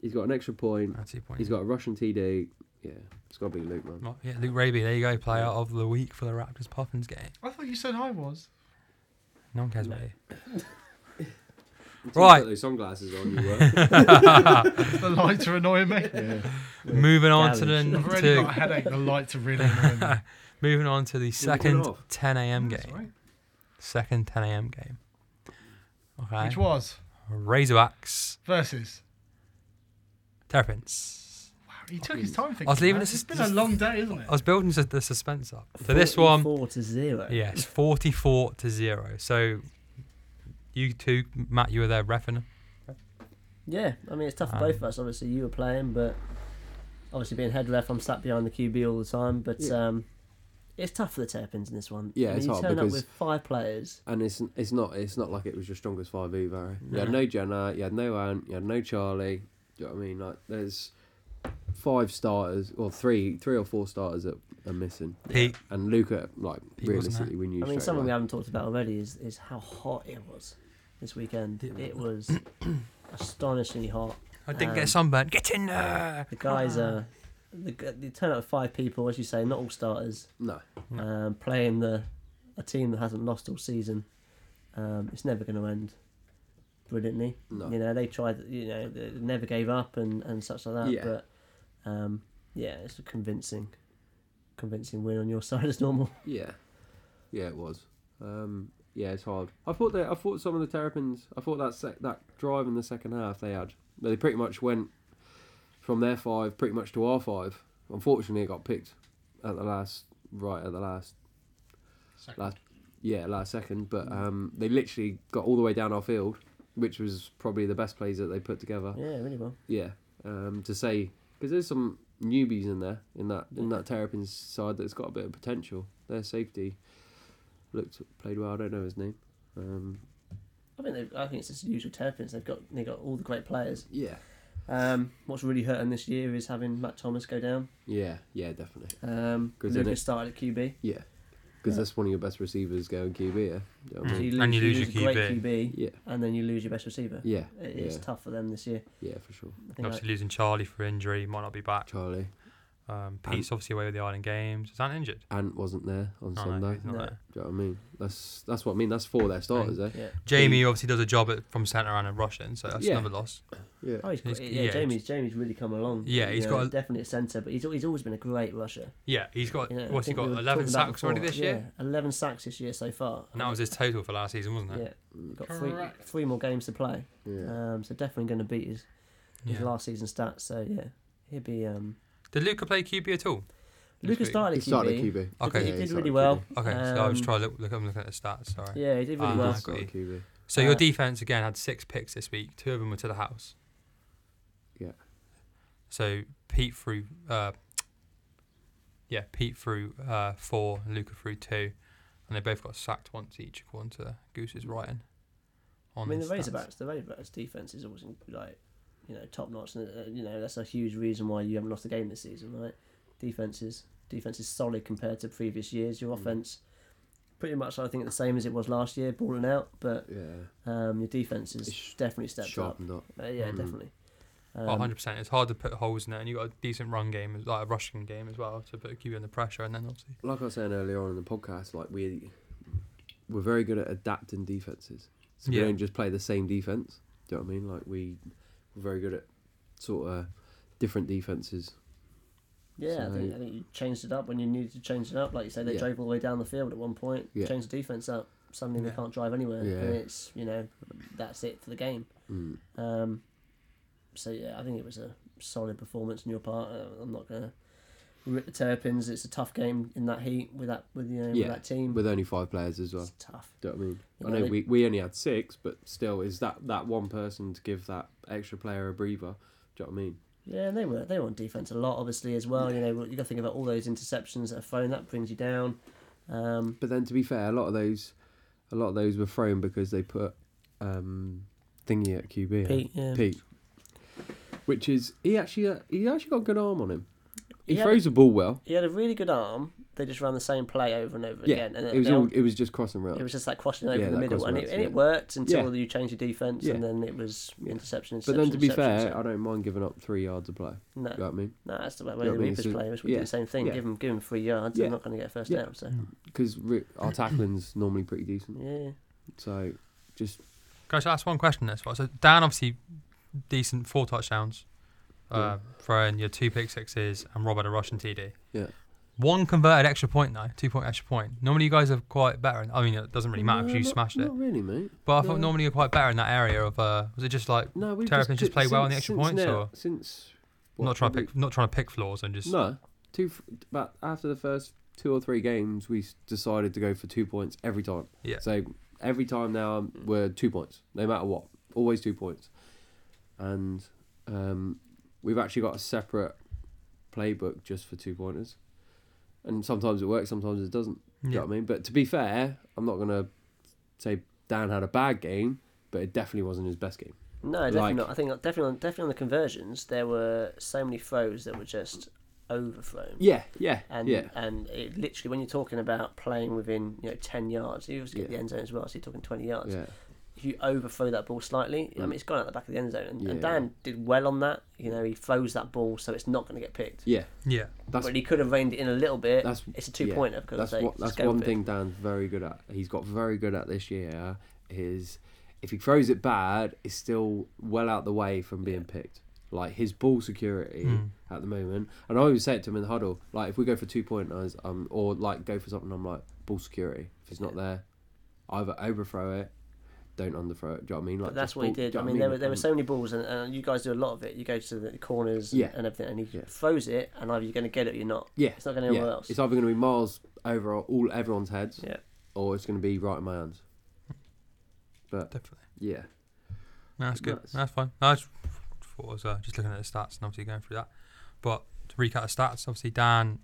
Speaker 3: He's got an extra point.
Speaker 2: That's two points.
Speaker 3: He's got a Russian TD. Yeah, it's got to be Luke, man.
Speaker 2: Right, yeah, Luke Raby. There you go, player of the week for the Raptors Poppins game.
Speaker 1: I thought you said I was.
Speaker 2: No one cares about
Speaker 4: No.
Speaker 2: you.
Speaker 3: Until you
Speaker 2: Right.
Speaker 3: Put those sunglasses on. You were.
Speaker 1: The lights are annoying me.
Speaker 2: Moving on to
Speaker 4: Damage.
Speaker 1: I've
Speaker 2: the
Speaker 1: already got a
Speaker 2: to,
Speaker 1: headache. The lights are really annoying me.
Speaker 2: moving on to the second
Speaker 3: off.
Speaker 2: 10 a.m.
Speaker 1: That's all
Speaker 2: game.
Speaker 1: right.
Speaker 2: Second 10 a.m. game. Okay.
Speaker 1: Which was
Speaker 2: Razorbacks,
Speaker 1: versus.
Speaker 2: Terrapins.
Speaker 1: Wow, he took his time thinking.
Speaker 2: I was leaving
Speaker 1: that.
Speaker 2: this-
Speaker 1: It's been a long day, isn't it?
Speaker 2: I was building sus- the suspense up. So this one,
Speaker 4: four to zero.
Speaker 2: Yes, forty-four to zero. So, you two, Matt, you were there refing.
Speaker 4: Yeah, I mean it's tough for
Speaker 2: Um,
Speaker 4: both of us. Obviously, you were playing, but obviously being head ref, I'm sat behind the QB all the time. But
Speaker 3: Yeah.
Speaker 4: um, it's tough for the Terrapins in this one.
Speaker 3: Yeah,
Speaker 4: I mean,
Speaker 3: it's
Speaker 4: you
Speaker 3: hard
Speaker 4: turn up
Speaker 3: because-
Speaker 4: with five players.
Speaker 3: and it's it's not it's not like it was your strongest five either. eh? You had no Jenna. You had no Ant. You had no Charlie. Do you know what I mean? Like there's five starters or three three or four starters that are missing.
Speaker 2: Pete,
Speaker 3: And Luca, like
Speaker 2: He wasn't
Speaker 3: realistically, we knew.
Speaker 4: I mean,
Speaker 3: straight
Speaker 4: something we
Speaker 3: away.
Speaker 4: haven't talked about already is, is how hot it was this weekend.
Speaker 2: Yeah.
Speaker 4: It was astonishingly hot.
Speaker 2: I didn't
Speaker 4: Um,
Speaker 2: get sunburned. Get in there.
Speaker 4: The guys uh, are. The, g- they turn out five people, as you say, not all starters,
Speaker 3: No.
Speaker 4: um, playing the a team that hasn't lost all season. Um, it's never going to end brilliantly.
Speaker 3: No.
Speaker 4: You know, they tried, you know, they never gave up and, and such like that.
Speaker 3: Yeah.
Speaker 4: But um, yeah, it's a convincing, convincing win on your side as normal.
Speaker 3: Yeah, yeah, it was. Um, yeah, it's hard. I thought they, I thought some of the Terrapins, I thought that sec, that drive in the second half they had, they pretty much went from their five pretty much to our five. Unfortunately, it got picked at the last, right at the last, last, yeah, last second.
Speaker 2: Mm.
Speaker 3: But um, they literally got all the way down our field, which was probably the best plays that they put together.
Speaker 4: Yeah, really well.
Speaker 3: Yeah, um, to say because there's some newbies in there in that in
Speaker 4: Yeah.
Speaker 3: that Terrapins side that's got a bit of potential. Their safety looked played well. I don't know his name. Um,
Speaker 4: I think they've- I think it's just the usual Terrapins. They've got they got all the great players.
Speaker 3: yeah,
Speaker 4: Um, what's really hurting this year is having Matt Thomas go down.
Speaker 3: yeah, yeah, definitely.
Speaker 4: Um,
Speaker 3: Good, isn't
Speaker 4: Lucas
Speaker 3: it?
Speaker 4: started at QB.
Speaker 3: Yeah, because that's one of your best receivers going QB. Yeah, Do you know what I
Speaker 4: So
Speaker 3: mean?
Speaker 4: you lose,
Speaker 2: And you lose
Speaker 4: a
Speaker 2: your
Speaker 4: great QB,
Speaker 3: yeah,
Speaker 4: and then you lose your best receiver.
Speaker 3: yeah,
Speaker 4: It- It's
Speaker 3: yeah,
Speaker 4: tough for them this year.
Speaker 3: yeah, for sure.
Speaker 4: I think
Speaker 2: Obviously losing Charlie for injury, might not be back.
Speaker 3: Charlie
Speaker 2: Um, Pete's obviously away with the Island Games. Is that injured?
Speaker 3: Ant wasn't there on
Speaker 2: Oh, no,
Speaker 3: Sunday.
Speaker 2: he's not
Speaker 4: No.
Speaker 2: there.
Speaker 3: Do you know what I mean? That's that's what I mean. That's four of their starters, eh?
Speaker 4: like- yeah.
Speaker 2: Jamie obviously does a job at, from centre and at Russian, so that's
Speaker 3: Yeah.
Speaker 2: another loss.
Speaker 3: Yeah,
Speaker 4: Oh, he's,
Speaker 2: He's-
Speaker 4: yeah,
Speaker 2: yeah,
Speaker 4: Jamie's Jamie's really come along.
Speaker 2: Yeah,
Speaker 4: he's
Speaker 2: he's got a-
Speaker 4: definitely a centre, but he's al- he's always been a great rusher.
Speaker 2: Yeah, he's got
Speaker 4: You know, I
Speaker 2: what's he
Speaker 4: think we
Speaker 2: got?
Speaker 4: were
Speaker 2: Eleven
Speaker 4: talking about
Speaker 2: sacks already
Speaker 4: before.
Speaker 2: this year,
Speaker 4: Yeah, eleven sacks this year so far.
Speaker 2: and that was his total for last season, wasn't
Speaker 4: yeah.
Speaker 2: it?
Speaker 4: We've got three,
Speaker 1: Correct.
Speaker 4: three more games to play,
Speaker 2: Uh,
Speaker 3: yeah.
Speaker 4: um, so definitely going to beat his, his
Speaker 2: Yeah.
Speaker 4: last season stats. So yeah, he'll be. Um,
Speaker 2: Did Luca play QB at all? This
Speaker 4: Lucas
Speaker 2: week?
Speaker 4: started
Speaker 3: He
Speaker 4: at QB.
Speaker 3: started at QB.
Speaker 2: Okay.
Speaker 4: He
Speaker 3: Yeah,
Speaker 4: did,
Speaker 3: he started
Speaker 4: really
Speaker 3: at
Speaker 4: well.
Speaker 2: Okay, so I was
Speaker 4: Um,
Speaker 2: trying to look. look I'm looking at the stats. Sorry.
Speaker 4: Yeah, he did really
Speaker 2: Ah,
Speaker 4: well.
Speaker 3: He started at QB.
Speaker 2: So your
Speaker 4: Uh,
Speaker 2: defense again had six picks this week. Two of them were to the house.
Speaker 3: Yeah.
Speaker 2: So Pete threw, uh, yeah, Pete threw uh, four, and Luca threw two, and they both got sacked once each, according to Goose's writing.
Speaker 4: I
Speaker 2: On
Speaker 4: mean, the
Speaker 2: his stats.
Speaker 4: Razorbacks, um, the Razorbacks defense is always like, you know, top notch, and uh, you know that's a huge reason why you haven't lost a game this season, right? Defense is defense is solid compared to previous years. Your
Speaker 3: Mm.
Speaker 4: offense, pretty much, I think, the same as it was last year, balling out, but
Speaker 3: Yeah,
Speaker 4: um, your defense is
Speaker 3: It's sh-
Speaker 4: definitely stepped
Speaker 3: sharpened up.
Speaker 4: up. Uh, yeah,
Speaker 3: Mm.
Speaker 4: definitely. Um,
Speaker 2: Oh, 100%. It's hard to put holes in it, and you got a decent run game, like a rushing game as well, to put QB under pressure, and then obviously.
Speaker 3: like I was saying earlier on in the podcast, like we we're very good at adapting defenses. So
Speaker 2: Yeah.
Speaker 3: we don't just play the same defense. Do you know what I mean? Like we we're very good at sort of different defenses.
Speaker 4: Yeah, I, think,
Speaker 3: So-
Speaker 4: I think you changed it up when you needed to change it up. Like you say, they
Speaker 3: Yeah.
Speaker 4: drove all the way down the field at one point,
Speaker 3: Yeah.
Speaker 4: changed the defense up. Suddenly they
Speaker 2: Yeah.
Speaker 4: can't drive anywhere, and
Speaker 3: Yeah.
Speaker 4: it's you know that's it for the game.
Speaker 3: Mm.
Speaker 4: Um, so yeah, I think it was a solid performance on your part. Uh, I'm not gonna rip the Terrapins. It's a tough game in that heat with that with you know,
Speaker 3: Yeah,
Speaker 4: with that team.
Speaker 3: With only five players as well.
Speaker 4: it's tough.
Speaker 3: Do you know what I mean?
Speaker 4: You
Speaker 3: I
Speaker 4: know,
Speaker 3: know
Speaker 4: they-
Speaker 3: we, we only had six, but still, is that that one person to give that extra player a breather? Do you know what I mean?
Speaker 4: Yeah, and they were they were on defense a lot, obviously as well. You know, you got to think about all those interceptions that are thrown. That brings you down. Um,
Speaker 3: But then, to be fair, a lot of those, a lot of those were thrown because they put um, thingy at QB. eh?
Speaker 4: Pete, yeah.
Speaker 3: Pete, which is he actually uh, he actually got a good arm on him. He
Speaker 4: He had-
Speaker 3: throws the ball well.
Speaker 4: he had a really good arm. They just ran the same play over and over
Speaker 3: Yeah,
Speaker 4: again, and
Speaker 3: it was
Speaker 4: they
Speaker 3: all,
Speaker 4: all-
Speaker 3: it was just crossing routes.
Speaker 4: it was just that crossing over
Speaker 3: Yeah,
Speaker 4: the
Speaker 3: that
Speaker 4: middle,
Speaker 3: crossing
Speaker 4: and, it,
Speaker 3: routes,
Speaker 4: and it
Speaker 3: yeah.
Speaker 4: worked until
Speaker 3: Yeah.
Speaker 4: you changed your defense, and
Speaker 3: Yeah.
Speaker 4: then it was interception.
Speaker 3: but then, to be
Speaker 4: interception,
Speaker 3: fair,
Speaker 4: interception.
Speaker 3: I don't mind giving up three yards of play.
Speaker 4: no,
Speaker 3: You know what I mean?
Speaker 4: No, that's the way
Speaker 3: Yeah,
Speaker 4: the
Speaker 3: I mean,
Speaker 4: Reapers
Speaker 3: it's a-
Speaker 4: play. Which we
Speaker 3: yeah,
Speaker 4: do the same thing.
Speaker 3: yeah.
Speaker 4: Give 'em Give them, give them three yards.
Speaker 3: Yeah.
Speaker 4: They're not going to get a first
Speaker 3: Yeah.
Speaker 4: down. So
Speaker 3: Because our tackling's normally pretty decent.
Speaker 4: yeah,
Speaker 3: So just
Speaker 2: Can I just ask one question as well? So Dan obviously decent four touchdowns, uh, throwing your two pick sixes, and Rob had a Russian TD.
Speaker 3: Yeah.
Speaker 2: One converted extra point though, two point extra point. Normally you guys are quite better. In, I mean, it doesn't really matter
Speaker 3: No,
Speaker 2: because you
Speaker 3: not-
Speaker 2: smashed it.
Speaker 3: Not really, mate.
Speaker 2: But I thought
Speaker 3: no.
Speaker 2: normally you're quite better in that area of. Uh, was it just like
Speaker 3: No, we
Speaker 2: Terrapin just play well on the
Speaker 3: since-
Speaker 2: extra
Speaker 3: since
Speaker 2: points,
Speaker 3: now-
Speaker 2: or?
Speaker 3: since
Speaker 2: not trying to
Speaker 3: probably-
Speaker 2: pick, not trying to pick flaws and just
Speaker 3: No, two. f- But after the first two or three games, we s- decided to go for two points every time.
Speaker 2: Yeah.
Speaker 3: So every time now um, we're two points, no matter what, always two points, and um, we've actually got a separate playbook just for two pointers, and sometimes it works, sometimes it doesn't. Do you know
Speaker 2: yeah.
Speaker 3: what I mean? But to be fair, I'm not gonna say Dan had a bad game, but it definitely wasn't his best game.
Speaker 4: no, definitely
Speaker 3: Like-
Speaker 4: not. I think definitely, on, definitely on the conversions, there were so many throws that were just overthrown.
Speaker 3: Yeah, yeah,
Speaker 4: And,
Speaker 3: yeah,
Speaker 4: and it literally, when you're talking about playing within you know ten yards, you obviously get
Speaker 3: Yeah.
Speaker 4: the end zone as well. So you're talking twenty yards.
Speaker 3: yeah.
Speaker 4: if you overthrow that ball slightly, I mean, it's gone out the back of the end zone. And, and
Speaker 3: Mm. Yeah.
Speaker 4: Dan did well on that. You know, he throws that ball so it's not going to get picked.
Speaker 3: Yeah,
Speaker 2: Yeah.
Speaker 3: that's
Speaker 4: but he could have reined it in a little bit.
Speaker 3: That's-
Speaker 4: it's a
Speaker 3: yeah,
Speaker 4: two pointer because
Speaker 3: that's
Speaker 4: they
Speaker 3: what,
Speaker 4: just
Speaker 3: that's
Speaker 4: go
Speaker 3: one
Speaker 4: with it.
Speaker 3: thing Dan's very good at. He's got very good at this year is if he throws it bad, it's still well out the way from being picked. Like his ball security at the moment, and I always say it to him in the huddle. Like if we go for two pointers, um, or like go for something, I'm like ball security. If it's not there, either overthrow it, don't underthrow it. Do you know what I mean? Like
Speaker 4: But that's
Speaker 3: just
Speaker 4: what he
Speaker 3: ball- do you
Speaker 4: did.
Speaker 3: know
Speaker 4: I
Speaker 3: what
Speaker 4: mean, there were there were
Speaker 3: And-
Speaker 4: so many balls, and, and you guys do a lot of it. You go to the corners and,
Speaker 3: Yeah.
Speaker 4: and everything, and he
Speaker 3: Yeah.
Speaker 4: throws it, and either you're going to get it or you're not.
Speaker 3: Yeah,
Speaker 4: It's not going anywhere else.
Speaker 3: It's either going to be miles over all everyone's heads,
Speaker 4: Yeah.
Speaker 3: or it's going to be right in my hands. But
Speaker 2: Definitely.
Speaker 3: yeah,
Speaker 2: No, that's good.
Speaker 3: Nice.
Speaker 2: No, that's fine. No, I just thought it was uh, just looking at the stats and obviously going through that. But to recap the stats, obviously Dan,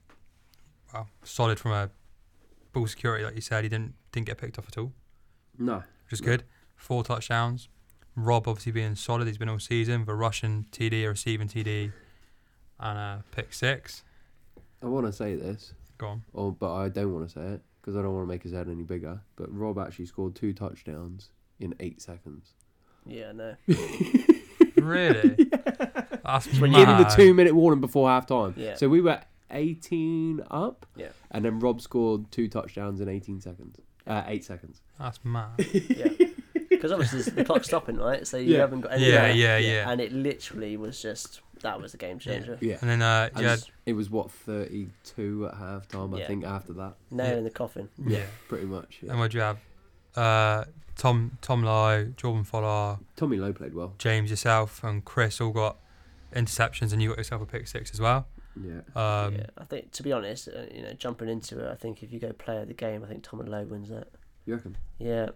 Speaker 2: well, solid from a ball security, like you said, he didn't didn't get picked off at all,
Speaker 3: no,
Speaker 2: which is good. Four touchdowns. Rob obviously being solid, he's been all season with a rushing TD, a receiving TD, and a pick six.
Speaker 3: I want to say this,
Speaker 2: Go on.
Speaker 3: or but I don't want to say it because I don't want to make his head any bigger. But Rob actually scored two touchdowns in eight seconds.
Speaker 4: Yeah, no.
Speaker 2: Really? That's
Speaker 3: Give
Speaker 2: mad.
Speaker 3: him the two-minute warning before half time.
Speaker 4: Yeah.
Speaker 3: So we were 18 up,
Speaker 4: Yeah.
Speaker 3: and then Rob scored two touchdowns in 18 seconds. Uh, eight seconds.
Speaker 2: That's mad.
Speaker 4: Yeah. Because obviously it's- the clock's stopping, right? So you
Speaker 3: Yeah.
Speaker 4: haven't got any.
Speaker 2: Yeah,
Speaker 4: there.
Speaker 2: yeah, yeah.
Speaker 4: And it literally was just that was the game changer.
Speaker 3: Yeah.
Speaker 2: And then uh,
Speaker 3: And
Speaker 2: yeah,
Speaker 3: It was what 32 at half time, I
Speaker 4: Yeah.
Speaker 3: think. After that,
Speaker 4: Nail
Speaker 2: Yeah.
Speaker 4: in the coffin.
Speaker 2: yeah.
Speaker 3: pretty much. yeah.
Speaker 2: And what do you have? Uh, Tom Tom Lowe, Jordan Fuller,
Speaker 3: Tommy Lowe played well.
Speaker 2: James yourself, and Chris all got interceptions, and you got yourself a pick six as well.
Speaker 3: Yeah.
Speaker 2: Um,
Speaker 4: yeah, I think to be honest, uh, you know, jumping into it, I think if you go player of the game, I think Tom and Lowe wins that.
Speaker 3: You reckon?
Speaker 4: Yeah,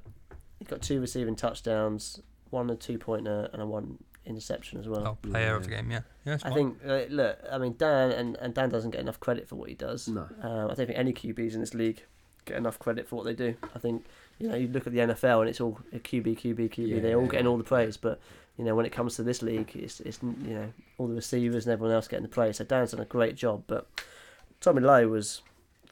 Speaker 4: he got two receiving touchdowns, one a two pointer, and a one interception as well.
Speaker 2: oh, player of the
Speaker 3: Yeah.
Speaker 2: game, yeah, yeah. that's
Speaker 4: I
Speaker 2: fine.
Speaker 4: think uh, look, I mean Dan and, and Dan doesn't get enough credit for what he does.
Speaker 3: No.
Speaker 4: Um, I don't think any QBs in this league get enough credit for what they do. I think you know you look at the NFL and it's all a QB, QB, QB. They're all
Speaker 3: Yeah.
Speaker 4: getting all the praise, but you know when it comes to this league, it's it's you know all the receivers and everyone else getting the praise. So Dan's done a great job, but Tommy Lowe was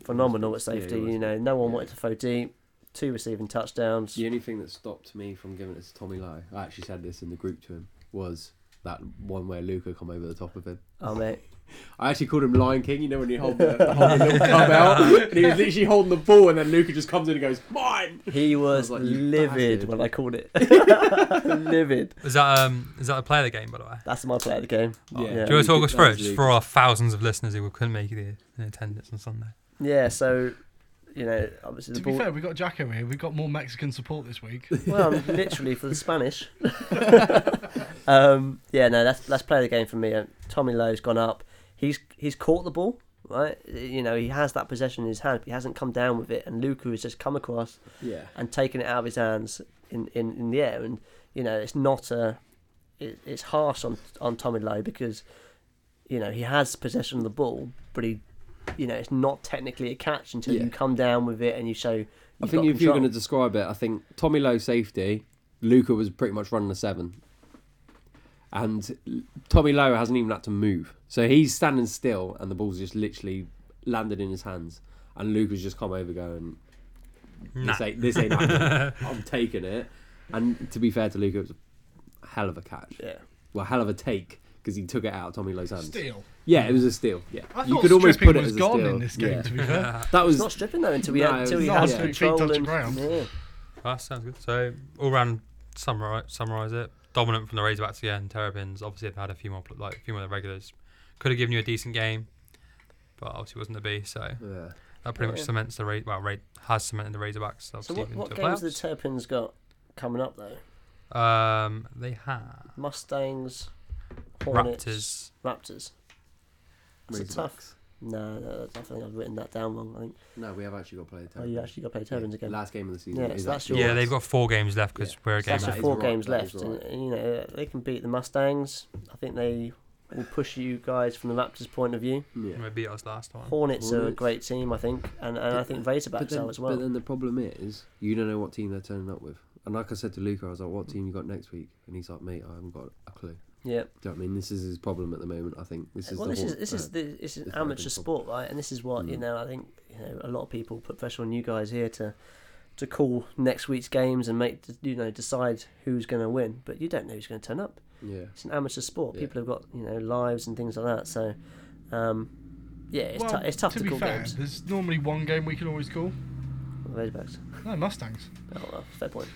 Speaker 4: phenomenal at
Speaker 3: Yeah, he
Speaker 4: safety.
Speaker 3: was
Speaker 4: you know, no one
Speaker 3: Yeah.
Speaker 4: wanted to throw deep. Two receiving touchdowns.
Speaker 3: The only thing that stopped me from giving it to Tommy Lowe, I actually said this in the group to him, was that one where Luca come over the top of him.
Speaker 4: Oh mate,
Speaker 3: I actually called him Lion King, you know, when you hold the, hold the little club out, and he was literally holding the ball, and then Luca just comes in and goes, Mine!
Speaker 4: he was,
Speaker 3: like, "You
Speaker 4: livid
Speaker 3: bastard."
Speaker 4: when I called it. livid.
Speaker 2: Is that um is that the player of the game by the way?
Speaker 4: That's my play of the game. Yeah.
Speaker 2: Oh. Do you want to talk
Speaker 3: That
Speaker 2: us through it
Speaker 3: was
Speaker 2: just
Speaker 3: Luca.
Speaker 2: for our thousands of listeners who couldn't make it in attendance on Sunday?
Speaker 4: Yeah, so you know, obviously the
Speaker 1: To be
Speaker 4: ball.
Speaker 1: fair, we got Jacko here. We've got more Mexican support this week.
Speaker 4: Well, I'm literally for the Spanish. um, yeah, no, that's that's play of the game for me. Uh, Tommy Lowe's gone up. He's he's caught the ball, right? You know, he has that possession in his hand. He hasn't come down with it, and Luku has just come across
Speaker 3: Yeah.
Speaker 4: and taken it out of his hands in, in, in the air. And you know, it's not a it, it's harsh on on Tommy Lowe because you know he has possession of the ball, but he you know it's not technically a catch until
Speaker 3: Yeah.
Speaker 4: you come down with it and you show.
Speaker 3: I
Speaker 4: you've
Speaker 3: think
Speaker 4: got
Speaker 3: if you're
Speaker 4: control.
Speaker 3: going to describe it, I think Tommy Lowe safety, Luca was pretty much running a seven. And l- Tommy Lowe hasn't even had to move. So he's standing still, and the ball's just literally landed in his hands. And Luca's just come over going,
Speaker 2: Nah.
Speaker 3: This ain't, this ain't happening. I'm taking it. And to be fair to Luca, it was a hell of a catch.
Speaker 4: yeah.
Speaker 3: Well, hell of a take because he took it out of Tommy Lowe's hands.
Speaker 1: Steal.
Speaker 3: Yeah, it was a steal. Yeah,
Speaker 1: I thought stripping was gone in this game.
Speaker 3: Yeah.
Speaker 1: To be fair,
Speaker 3: That
Speaker 4: It's
Speaker 3: was
Speaker 4: not stripping though until he,
Speaker 3: No,
Speaker 4: until he
Speaker 3: it's
Speaker 4: has
Speaker 3: not.
Speaker 1: Yeah.
Speaker 4: control
Speaker 1: Feet touch
Speaker 4: and
Speaker 1: ground.
Speaker 4: Yeah.
Speaker 2: Well, that sounds good. So all round summarize summarize it. Dominant from the Razorbacks again. Terrapins obviously have had a few more pl- like a few more regulars. Could have given you a decent game, but obviously wasn't to be. So
Speaker 3: yeah.
Speaker 2: that pretty
Speaker 4: Yeah.
Speaker 2: much cements the Raz. Well, Ra- has cemented the Razorbacks.
Speaker 4: So
Speaker 2: Obviously
Speaker 4: what,
Speaker 2: into
Speaker 4: what
Speaker 2: the
Speaker 4: games the
Speaker 2: playoffs.
Speaker 4: Terpins got coming up though?
Speaker 2: Um, they have
Speaker 4: Mustangs, Hornets,
Speaker 2: Raptors.
Speaker 4: Raptors. That's a tough. No, no, I think I've written that down wrong. I think.
Speaker 3: No, we have actually got to play.
Speaker 4: Oh, you actually got to play
Speaker 3: yeah,
Speaker 4: Terpins again.
Speaker 3: Last game of the season.
Speaker 4: Yeah,
Speaker 3: is
Speaker 4: so that's
Speaker 3: actually-
Speaker 4: yours.
Speaker 2: Yeah, they've got four games left because
Speaker 3: Yeah.
Speaker 2: we're a
Speaker 4: So
Speaker 2: game
Speaker 4: that's
Speaker 3: That
Speaker 4: just
Speaker 2: ahead.
Speaker 3: is
Speaker 4: four
Speaker 3: right,
Speaker 4: games
Speaker 3: that
Speaker 4: left,
Speaker 3: is
Speaker 4: and,
Speaker 3: right.
Speaker 4: and, you know they can beat the Mustangs. I think they will push you guys from the Raptors' point of view.
Speaker 3: Yeah.
Speaker 2: And They beat us last time.
Speaker 4: Hornets, are a
Speaker 3: Hornets.
Speaker 4: great team, I think, and, and I think
Speaker 3: But
Speaker 4: Razorbacks
Speaker 3: then,
Speaker 4: are as well.
Speaker 3: but then the problem is, you don't know what team they're turning up with. And like I said to Luca, I was like, "What team you got next week?" And he's like, "Mate, I haven't got a clue."
Speaker 4: yeah.
Speaker 3: Do you know what I mean? This is his problem at the moment. I think this is
Speaker 4: well,
Speaker 3: the
Speaker 4: this is
Speaker 3: Hawks-
Speaker 4: this
Speaker 3: uh,
Speaker 4: is the, this is
Speaker 3: the
Speaker 4: amateur
Speaker 3: Philippines
Speaker 4: sport, right? And this is what you
Speaker 3: Mm.
Speaker 4: know. I think you know a lot of people put pressure on you guys here to to call next week's games and make you know decide who's going to win. But you don't know who's going to turn up.
Speaker 3: Yeah.
Speaker 4: It's an amateur sport.
Speaker 3: Yeah.
Speaker 4: People have got you know lives and things like that. So, um, yeah, it's,
Speaker 1: well,
Speaker 4: tou- it's tough
Speaker 1: to,
Speaker 4: to,
Speaker 1: be
Speaker 4: call
Speaker 1: fair,
Speaker 4: games.
Speaker 1: there's normally one game we can always call.
Speaker 4: on the Razorbacks.
Speaker 1: No, Mustangs.
Speaker 4: Oh well, fair point.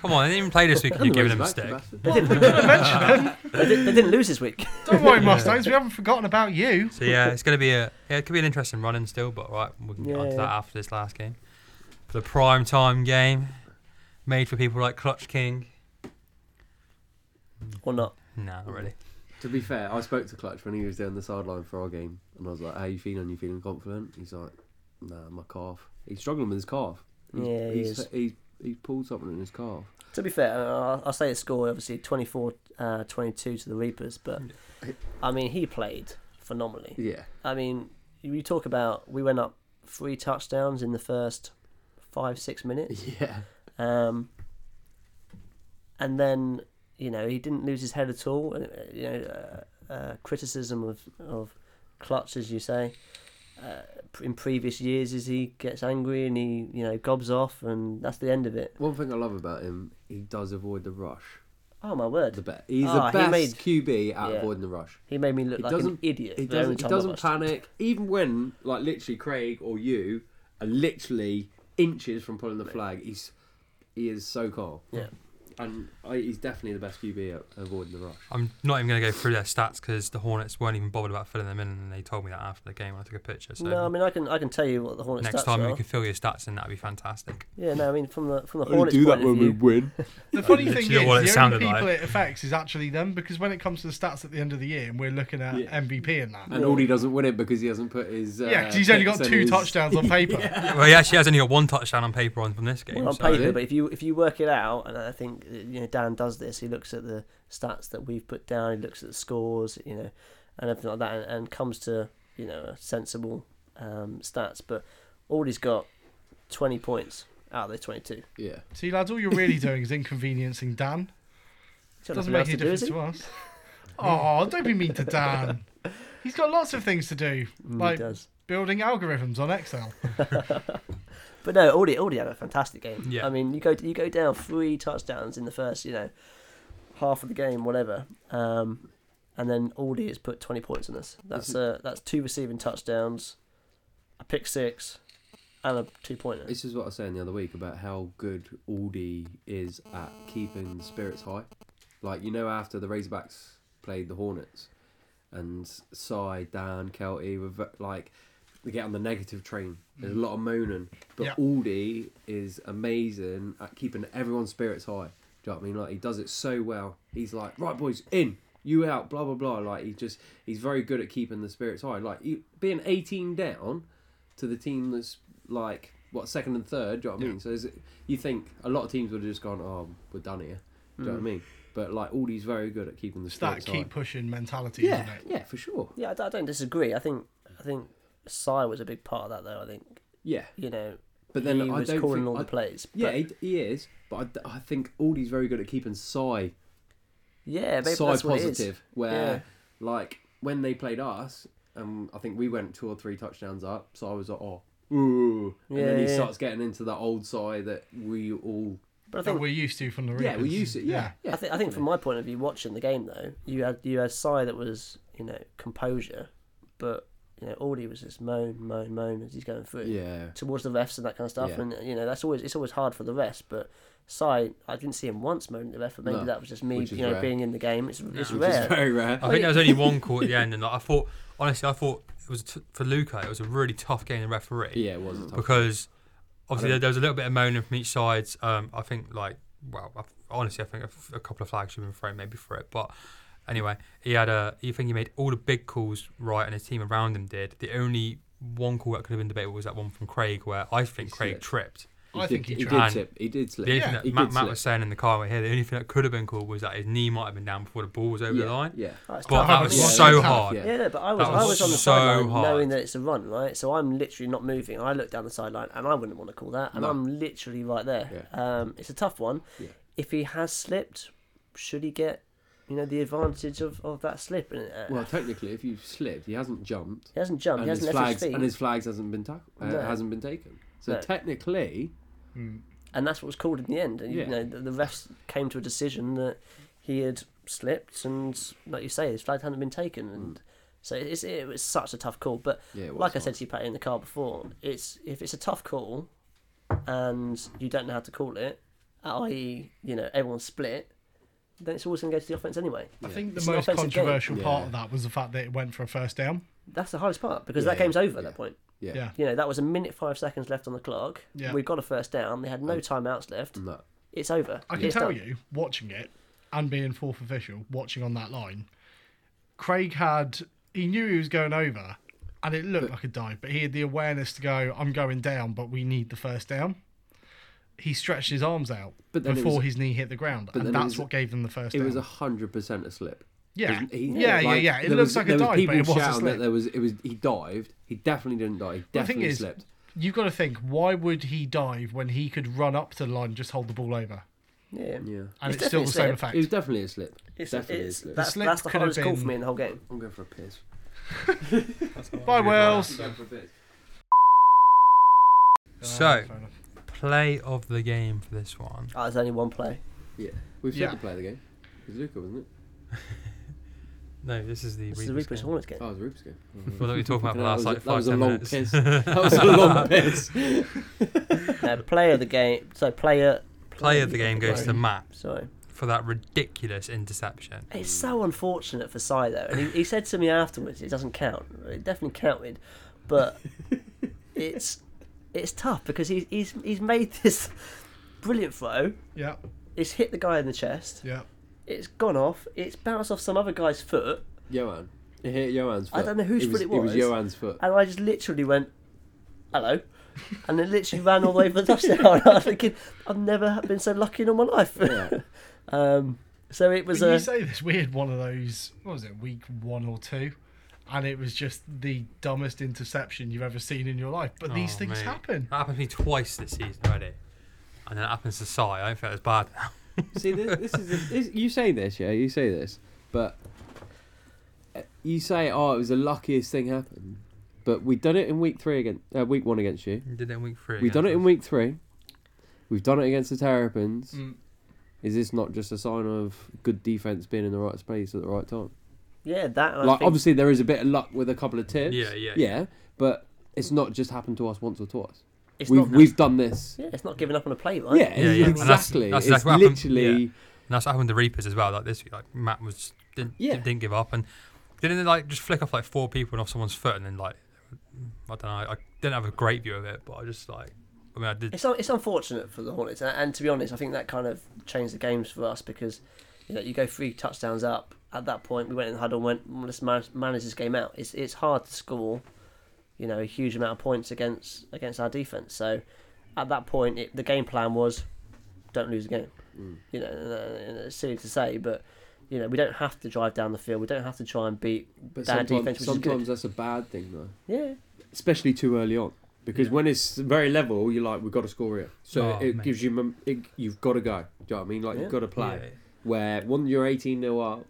Speaker 2: Come on, they didn't even play this week and you're
Speaker 3: And the
Speaker 2: giving them a
Speaker 3: Razorbacks,
Speaker 2: stick.
Speaker 3: the bastard.
Speaker 4: They didn't, they, did, they didn't lose this week.
Speaker 1: Don't worry, Mustangs. We haven't forgotten about you.
Speaker 2: So yeah, it's gonna be a yeah, it could be an interesting running still, but right, we can get onto
Speaker 4: Yeah.
Speaker 2: that after this last game. For the prime time game, made for people like Clutch King.
Speaker 4: or not.
Speaker 2: Nah, not really.
Speaker 3: To be fair, I spoke to Clutch when he was down the sideline for our game, and I was like, "How you feeling? You feeling confident?" He's like, "Nah, my calf. He's struggling with his calf. He's,
Speaker 4: Yeah, he
Speaker 3: he's,
Speaker 4: is.
Speaker 3: he's he's pulled something in his calf.
Speaker 4: To be fair, uh, I'll- I'll say the score obviously 24 uh, 22 to the Reapers, but I mean, he played phenomenally.
Speaker 3: Yeah,
Speaker 4: I mean, you talk about we went up three touchdowns in the first five, six minutes.
Speaker 3: yeah,
Speaker 4: Um, and then you know he didn't lose his head at all. uh, You know, uh, uh, criticism of of clutch, as you say, uh, in previous years, is he gets angry and he you know gobs off, and that's the end of it.
Speaker 3: One thing I love about him, he does avoid the rush.
Speaker 4: Oh my word!
Speaker 3: The bet. He's
Speaker 4: Ah,
Speaker 3: the best
Speaker 4: he made-
Speaker 3: QB at
Speaker 4: yeah.
Speaker 3: avoiding the rush.
Speaker 4: he made me look
Speaker 3: He
Speaker 4: like
Speaker 3: doesn't-
Speaker 4: an idiot.
Speaker 3: He
Speaker 4: the only
Speaker 3: doesn't. He
Speaker 4: time I
Speaker 3: doesn't
Speaker 4: watched.
Speaker 3: panic, even when like literally Craig or you are literally inches from pulling the flag. He's he is so calm.
Speaker 4: Yeah.
Speaker 3: and I, he's definitely the best QB at avoiding the rush.
Speaker 2: I'm not even gonna go through their stats because the Hornets weren't even bothered about filling them in, and they told me that after the game when I took a picture. So
Speaker 4: No, I mean I can I can tell you what the Hornets
Speaker 2: next
Speaker 4: stats
Speaker 2: time
Speaker 4: are.
Speaker 2: you can fill your stats in, that'd be fantastic.
Speaker 4: Yeah, no, I mean from the from the Hornets point of view.
Speaker 3: win.
Speaker 1: The funny thing is,
Speaker 2: literally what it
Speaker 1: the only
Speaker 2: sounded
Speaker 1: people
Speaker 2: like.
Speaker 1: it affects is actually them because when it comes to the stats at the end of the year and we're looking at
Speaker 3: Yeah.
Speaker 1: MVP and that.
Speaker 3: And all he doesn't win it because he hasn't put his. Uh,
Speaker 1: yeah, because he's only
Speaker 3: picks
Speaker 1: got
Speaker 3: and
Speaker 1: two
Speaker 3: his-
Speaker 1: touchdowns on paper.
Speaker 2: well, he actually has only got one touchdown on paper on from this game.
Speaker 4: on
Speaker 2: so-
Speaker 4: paper,
Speaker 3: Yeah.
Speaker 4: but if you if you work it out, and I think uh, you know Dan does this. He looks at the stats that we've put down. He looks at the scores, you know, and everything like that, and, and comes to you know a sensible um, stats. But all he's got twenty points out of the twenty-two.
Speaker 3: Yeah,
Speaker 1: See, lads, all you're really doing is inconveniencing Dan.
Speaker 4: He's got
Speaker 1: Doesn't
Speaker 4: nothing
Speaker 1: make
Speaker 4: else
Speaker 1: any
Speaker 4: to do, has
Speaker 1: difference to us. Oh, don't be mean to Dan. He's got lots of things to do,
Speaker 4: he? Mm,
Speaker 1: like
Speaker 4: he does.
Speaker 1: building algorithms on Excel.
Speaker 4: But no, Aldi Aldi had a fantastic game.
Speaker 2: Yeah.
Speaker 4: I mean, you go you go down three touchdowns in the first, you know, half of the game, whatever. Um, and then Aldi has put twenty points on us. That's uh, that's two receiving touchdowns, a pick six, and a two pointer.
Speaker 3: this is what I was saying the other week about how good Aldi is at keeping the spirits high. Like you know, after the Razorbacks played the Hornets, and Cy, Dan, Kelty were ve- like they get on the negative train. There's a lot of moaning, but
Speaker 1: Mm. Yeah.
Speaker 3: Aldi is amazing at keeping everyone's spirits high. Do you know what I mean? Like he does it so well. He's like, right, boys, in, you out, blah blah blah. Like he just, he's very good at keeping the spirits high. Like you, being 18 down to the team that's like what second and third. Do you know what I mean? So is it, you think a lot of teams would have just gone, oh, we're done here. Do you know what I mean? But like Aldi's very good at keeping the
Speaker 1: Mm. It's that
Speaker 3: spirits high.
Speaker 1: keep pushing mentality,
Speaker 3: Yeah,
Speaker 1: isn't it?
Speaker 3: yeah, for sure.
Speaker 4: Yeah, I, d- I don't disagree. I think I think Sai was a big part of that, though. I think
Speaker 3: Yeah,
Speaker 4: you know,
Speaker 3: but then
Speaker 4: he
Speaker 3: I
Speaker 4: was
Speaker 3: don't
Speaker 4: calling
Speaker 3: think,
Speaker 4: all
Speaker 3: I-
Speaker 4: the plays.
Speaker 3: Yeah,
Speaker 4: but-
Speaker 3: he, he is, but I d- I, think Aldi's very good at keeping Psy,
Speaker 4: yeah, maybe
Speaker 3: Psy
Speaker 4: that's what it is.
Speaker 3: positive. Where, like, when they played us, um, I think we went two or three touchdowns up, so I was like, oh, ooh. And then he
Speaker 4: Yeah, yeah.
Speaker 3: starts getting into that old Psy that we all.
Speaker 4: But I
Speaker 1: That
Speaker 4: think
Speaker 1: we're used to from the
Speaker 3: Yeah, we
Speaker 1: Reapers.
Speaker 3: used to. Yeah. yeah.
Speaker 4: I think, I think from my point of view, watching the game though, you had you had Sai that was you know composure, but you know Aldi was just moan, moan, moan as he's going through
Speaker 3: Yeah.
Speaker 4: towards the refs and that kind of stuff,
Speaker 3: Yeah.
Speaker 4: and you know that's always it's always hard for the refs. But Sai, I didn't see him once moan at the ref, but maybe
Speaker 3: No,
Speaker 4: that was just me,
Speaker 3: which is
Speaker 4: you know,
Speaker 3: rare.
Speaker 4: being in the game. It's it's
Speaker 3: Which
Speaker 4: rare.
Speaker 3: is very rare.
Speaker 2: I think there was only one call at the end, and like, I thought, honestly, I thought it was t- for Luca. It was a really tough game to referee
Speaker 3: yeah, it was a tough.
Speaker 2: because obviously there, there was a little bit of moaning from each side. Um, I think like well, I, honestly, I think a, f- a couple of flags should have been thrown maybe for it, but anyway, he had a. You think he made all the big calls right, and his team around him did. The only one call that could have been debatable was that one from Craig, where I think
Speaker 3: He
Speaker 2: Craig
Speaker 3: slipped.
Speaker 2: tripped.
Speaker 1: I think he
Speaker 3: did, he
Speaker 1: tried.
Speaker 3: did tip. He did slip.
Speaker 2: The only
Speaker 1: Yeah,
Speaker 2: thing
Speaker 3: he
Speaker 2: that Matt,
Speaker 3: did
Speaker 2: Matt
Speaker 3: slip.
Speaker 2: was saying in the car right here, the only thing that could have been called was that his knee might have been down before the ball was over
Speaker 3: yeah,
Speaker 2: the line.
Speaker 3: Yeah.
Speaker 4: Oh, it's
Speaker 2: But
Speaker 4: tough.
Speaker 2: that was
Speaker 1: Yeah.
Speaker 2: so
Speaker 1: Yeah.
Speaker 2: hard.
Speaker 3: Yeah.
Speaker 4: Yeah, no, but I was,
Speaker 2: That
Speaker 4: I
Speaker 2: was
Speaker 4: was on the
Speaker 2: so
Speaker 4: sideline
Speaker 2: hard.
Speaker 4: knowing that it's a run, right? So I'm literally not moving. I look down the sideline and I wouldn't want to call that, and
Speaker 3: No.
Speaker 4: I'm literally right there. Um, it's a tough one.
Speaker 3: Yeah.
Speaker 4: If he has slipped, should he get, you know, the advantage of, of that slip? And, uh,
Speaker 3: Well, technically, if you've slipped, he hasn't jumped.
Speaker 4: he hasn't jumped.
Speaker 3: and
Speaker 4: He
Speaker 3: his
Speaker 4: hasn't left
Speaker 3: flags
Speaker 4: his feet.
Speaker 3: and his flags hasn't been tac- uh,
Speaker 4: No.
Speaker 3: hasn't been taken. So
Speaker 4: No.
Speaker 3: technically,
Speaker 4: and that's what was called in the end. And, You
Speaker 3: Yeah.
Speaker 4: know, the, the refs came to a decision that he had slipped, and like you say, his flag hadn't been taken, and so it's, it was such a tough call. But
Speaker 3: Mm. Yeah, it was
Speaker 4: like I
Speaker 3: hard.
Speaker 4: said to you, Patty, in the car before, it's if it's a tough call, and you don't know how to call it, i.e., you know, everyone's split, then it's always going to go to the offense anyway.
Speaker 1: I think the
Speaker 4: It's an
Speaker 1: most
Speaker 4: offensive game.
Speaker 1: controversial part
Speaker 3: Yeah.
Speaker 1: of that was the fact that it went for a first down.
Speaker 4: That's the hardest part because that
Speaker 3: Yeah,
Speaker 4: game's over at
Speaker 3: yeah.
Speaker 4: that point.
Speaker 3: Yeah.
Speaker 1: Yeah.
Speaker 4: You know, that was a minute five seconds left on the clock.
Speaker 1: Yeah.
Speaker 4: We've got a first down. They had no timeouts left.
Speaker 3: Mm. No.
Speaker 4: It's over.
Speaker 1: I can
Speaker 4: It's
Speaker 1: tell
Speaker 4: done.
Speaker 1: you, watching it and being fourth official, watching on that line, Craig had he knew he was going over, and it looked like a dive, but he had the awareness to go, "I'm going down, but we need the first down." He stretched his arms out
Speaker 3: But then it
Speaker 1: before
Speaker 3: was-
Speaker 1: his knee hit the ground,
Speaker 3: then
Speaker 1: and
Speaker 3: it
Speaker 1: that's
Speaker 3: was-
Speaker 1: what gave them the first
Speaker 3: It
Speaker 1: down.
Speaker 3: was hundred percent a slip.
Speaker 1: yeah.
Speaker 3: He-
Speaker 1: yeah, yeah,
Speaker 3: like,
Speaker 1: yeah. It
Speaker 3: there
Speaker 1: looks
Speaker 3: was-
Speaker 1: like
Speaker 3: there
Speaker 1: a
Speaker 3: was
Speaker 1: dive,
Speaker 3: people
Speaker 1: but it was a
Speaker 3: shouting
Speaker 1: slip.
Speaker 3: that there was it was he dived. He definitely didn't dive. He
Speaker 1: the thing
Speaker 3: definitely
Speaker 1: is-
Speaker 3: slipped.
Speaker 1: You've got to think, why would he dive when he could run up to the line and just hold the ball over?
Speaker 4: Yeah.
Speaker 3: Yeah,
Speaker 1: And
Speaker 4: It's
Speaker 1: it's, still
Speaker 4: definitely
Speaker 1: the
Speaker 4: a
Speaker 1: same
Speaker 4: slip.
Speaker 1: effect.
Speaker 3: it was definitely a slip.
Speaker 4: It's,
Speaker 3: definitely
Speaker 4: it's,
Speaker 3: a slip.
Speaker 4: that's,
Speaker 1: slip
Speaker 4: that's the
Speaker 1: could have
Speaker 4: hardest call for
Speaker 1: been-
Speaker 4: me in the whole game.
Speaker 3: I'm going for a piss.
Speaker 1: Bye, Wales.
Speaker 3: Going for a piss.
Speaker 2: So-
Speaker 1: Ah, fair enough.
Speaker 2: Play of the game for this one.
Speaker 4: Oh, there's only one play.
Speaker 3: We've said
Speaker 1: Yeah.
Speaker 3: to play the game. It was Luca, wasn't it?
Speaker 2: No, this is the.
Speaker 4: This is the
Speaker 2: Reapers
Speaker 4: Reapers
Speaker 2: game.
Speaker 4: Hornets game.
Speaker 3: Oh, it was Rupes game.
Speaker 2: Well, that we talking about for the last like
Speaker 3: That
Speaker 2: five
Speaker 3: was a-
Speaker 2: ten
Speaker 3: that
Speaker 2: minutes.
Speaker 3: was a That was a long piss.
Speaker 4: No, player of the game. So player.
Speaker 2: Play Oh. of the game goes to
Speaker 4: Sorry.
Speaker 2: Matt
Speaker 4: Sorry.
Speaker 2: for that ridiculous interception.
Speaker 4: It's so unfortunate for Si though, and he, he said to me afterwards, it doesn't count. It definitely counted, but it's it's tough because he's he's he's made this brilliant throw.
Speaker 1: yeah,
Speaker 4: It's hit the guy in the chest.
Speaker 1: yeah.
Speaker 4: It's gone off. It's bounced off some other guy's foot,
Speaker 3: Johan. It hit Johan's foot.
Speaker 4: I don't know whose
Speaker 3: it was,
Speaker 4: foot it was.
Speaker 3: It was Johan's foot.
Speaker 4: and I just literally went, "Hello," and it literally ran all the way for the touchdown. I was thinking, I've never been so lucky in all my life.
Speaker 3: Yeah.
Speaker 4: um, so it was
Speaker 1: But
Speaker 4: a
Speaker 1: you say this, we had one of those. What was it, week one or two? And it was just the dumbest interception you've ever seen in your life. But these
Speaker 2: Oh,
Speaker 1: things
Speaker 2: mate.
Speaker 1: happen.
Speaker 2: That happened to me twice this season already, and then it happens to Si. I don't think it's bad now.
Speaker 3: See, this, this is the- this, you say this, yeah, you say this, but uh, you say, oh, it was the luckiest thing happened. But we done it in week three against uh, week one against you.
Speaker 2: We did it in week three.
Speaker 3: We've done it in
Speaker 2: against
Speaker 3: week three. We've done it against the Terrapins.
Speaker 1: Mm.
Speaker 3: Is this not just a sign of good defense being in the right space at the right time?
Speaker 4: yeah that. and I
Speaker 3: like,
Speaker 4: think-
Speaker 3: obviously, there is a bit of luck with a couple of tips.
Speaker 2: Yeah, yeah, yeah.
Speaker 3: yeah. But it's not just happened to us once or twice.
Speaker 4: it's
Speaker 3: we've
Speaker 4: not,
Speaker 3: we've done this.
Speaker 4: yeah, it's not giving up on a play, right?
Speaker 3: Yeah,
Speaker 2: Yeah, yeah. And that's-
Speaker 3: exactly.
Speaker 2: that's
Speaker 3: it's
Speaker 2: exactly what happened.
Speaker 3: literally.
Speaker 2: Yeah. And that's what happened to Reapers as well. Like this, week, like Matt was didn't
Speaker 3: Yeah.
Speaker 2: didn't give up, and didn't they like just flick off like four people and off someone's foot, and then like I don't know. I didn't have a great view of it, but I just like I mean I did.
Speaker 4: It's un- it's unfortunate for the Hornets, and, and to be honest, I think that kind of changed the games for us because you know you go three touchdowns up at that point. We went in the huddle, and went "Mm, let's manage, manage this game out. It's it's hard to score, you know, a huge amount of points against against our defense. So at that point, it, the game plan was don't lose the game.
Speaker 3: Mm.
Speaker 4: You know, and, uh, and it's silly to say, but you know we don't have to drive down the field. We don't have to try and beat
Speaker 3: But
Speaker 4: bad
Speaker 3: sometimes,
Speaker 4: defense, which is
Speaker 3: sometimes
Speaker 4: good.
Speaker 3: that's a bad thing, though.
Speaker 4: Yeah,
Speaker 3: especially too early on. Because when it's very level, you're like, we've got to score here. So
Speaker 2: Oh,
Speaker 3: it
Speaker 2: mate.
Speaker 3: gives you, mom- it, you've got to go. Do you know what I mean? Like,
Speaker 4: Yeah.
Speaker 3: you've got to play. Where when you're 18 0 up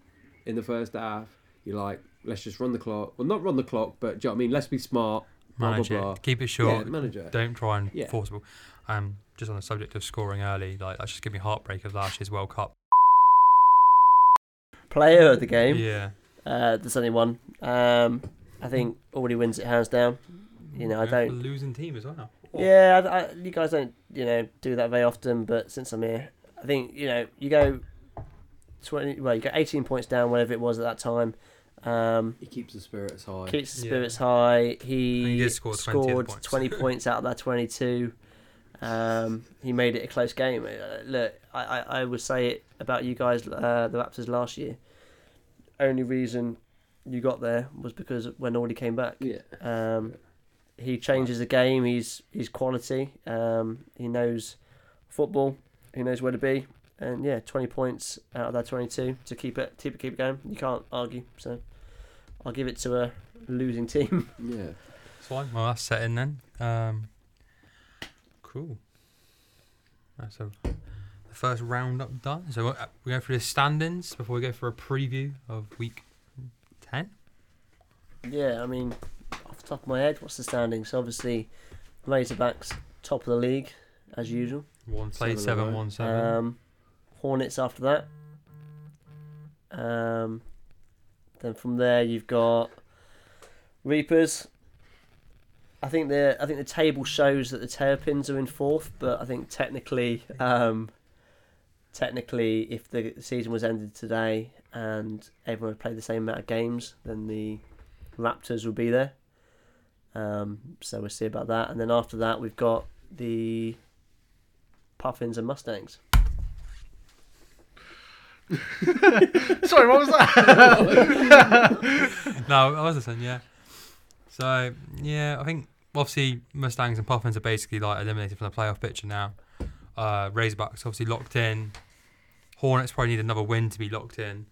Speaker 3: in the first half, you're like, let's just run the clock. Well, not run the clock, but do you know what I mean? Let's be smart. Blah,
Speaker 2: manage
Speaker 3: blah, blah.
Speaker 2: it, keep it short.
Speaker 3: Yeah, manage it.
Speaker 2: Don't try and
Speaker 3: Yeah.
Speaker 2: forcible. Um, just on the subject of scoring early, like that's just giving me heartbreak of last year's World Cup.
Speaker 4: player of the game.
Speaker 2: Yeah,
Speaker 4: Uh, there's only one. Um, I think already wins it hands down. You know, I
Speaker 2: Going for
Speaker 4: don't-
Speaker 2: the losing team as well.
Speaker 4: Yeah, I, I, you guys don't, you know, do that very often. But since I'm here, I think you know you go twenty. Well, you go eighteen points down, whatever it was at that time. Um,
Speaker 3: It keeps the spirits high.
Speaker 4: keeps the
Speaker 2: Yeah.
Speaker 4: spirits high. He,
Speaker 2: And he did score 20 other
Speaker 4: scored
Speaker 2: points.
Speaker 4: twenty points out of that twenty-two. Um, he made it a close game. Uh, look, I, I, I would say it about you guys, uh, the Raptors last year. Only reason you got there was because when Audi came back.
Speaker 3: yeah.
Speaker 4: Um, he changes the game. He's he's quality. Um, he knows football. He knows where to be. And yeah, twenty points out of that twenty-two to keep it keep it keep it going. You can't argue. So I'll give it to a losing team.
Speaker 3: Yeah.
Speaker 2: It's fine. Well, that's set in then. Um, cool. That's a, the first roundup done. So uh, we go through the standings before we go for a preview of week 10.
Speaker 4: yeah, I mean, off the top of my head, what's the standings? So obviously, Razorbacks top of the league as usual.
Speaker 2: One played
Speaker 3: Seven,
Speaker 2: seven,
Speaker 3: right?
Speaker 2: one seven.
Speaker 4: Um, Hornets after that. Um, then from there you've got Reapers. I think the I think the table shows that the Terrapins are in fourth, but I think technically, um, technically, if the season was ended today and everyone had played the same amount of games, then the Raptors would be there. Um, so we'll see about that. And then after that, we've got the Puffins and Mustangs.
Speaker 1: Sorry, what was that?
Speaker 2: no, I was listening, yeah. So, yeah, I think obviously Mustangs and Puffins are basically like eliminated from the playoff picture now. Uh, Razorbacks obviously locked in. Hornets probably need another win to be locked in.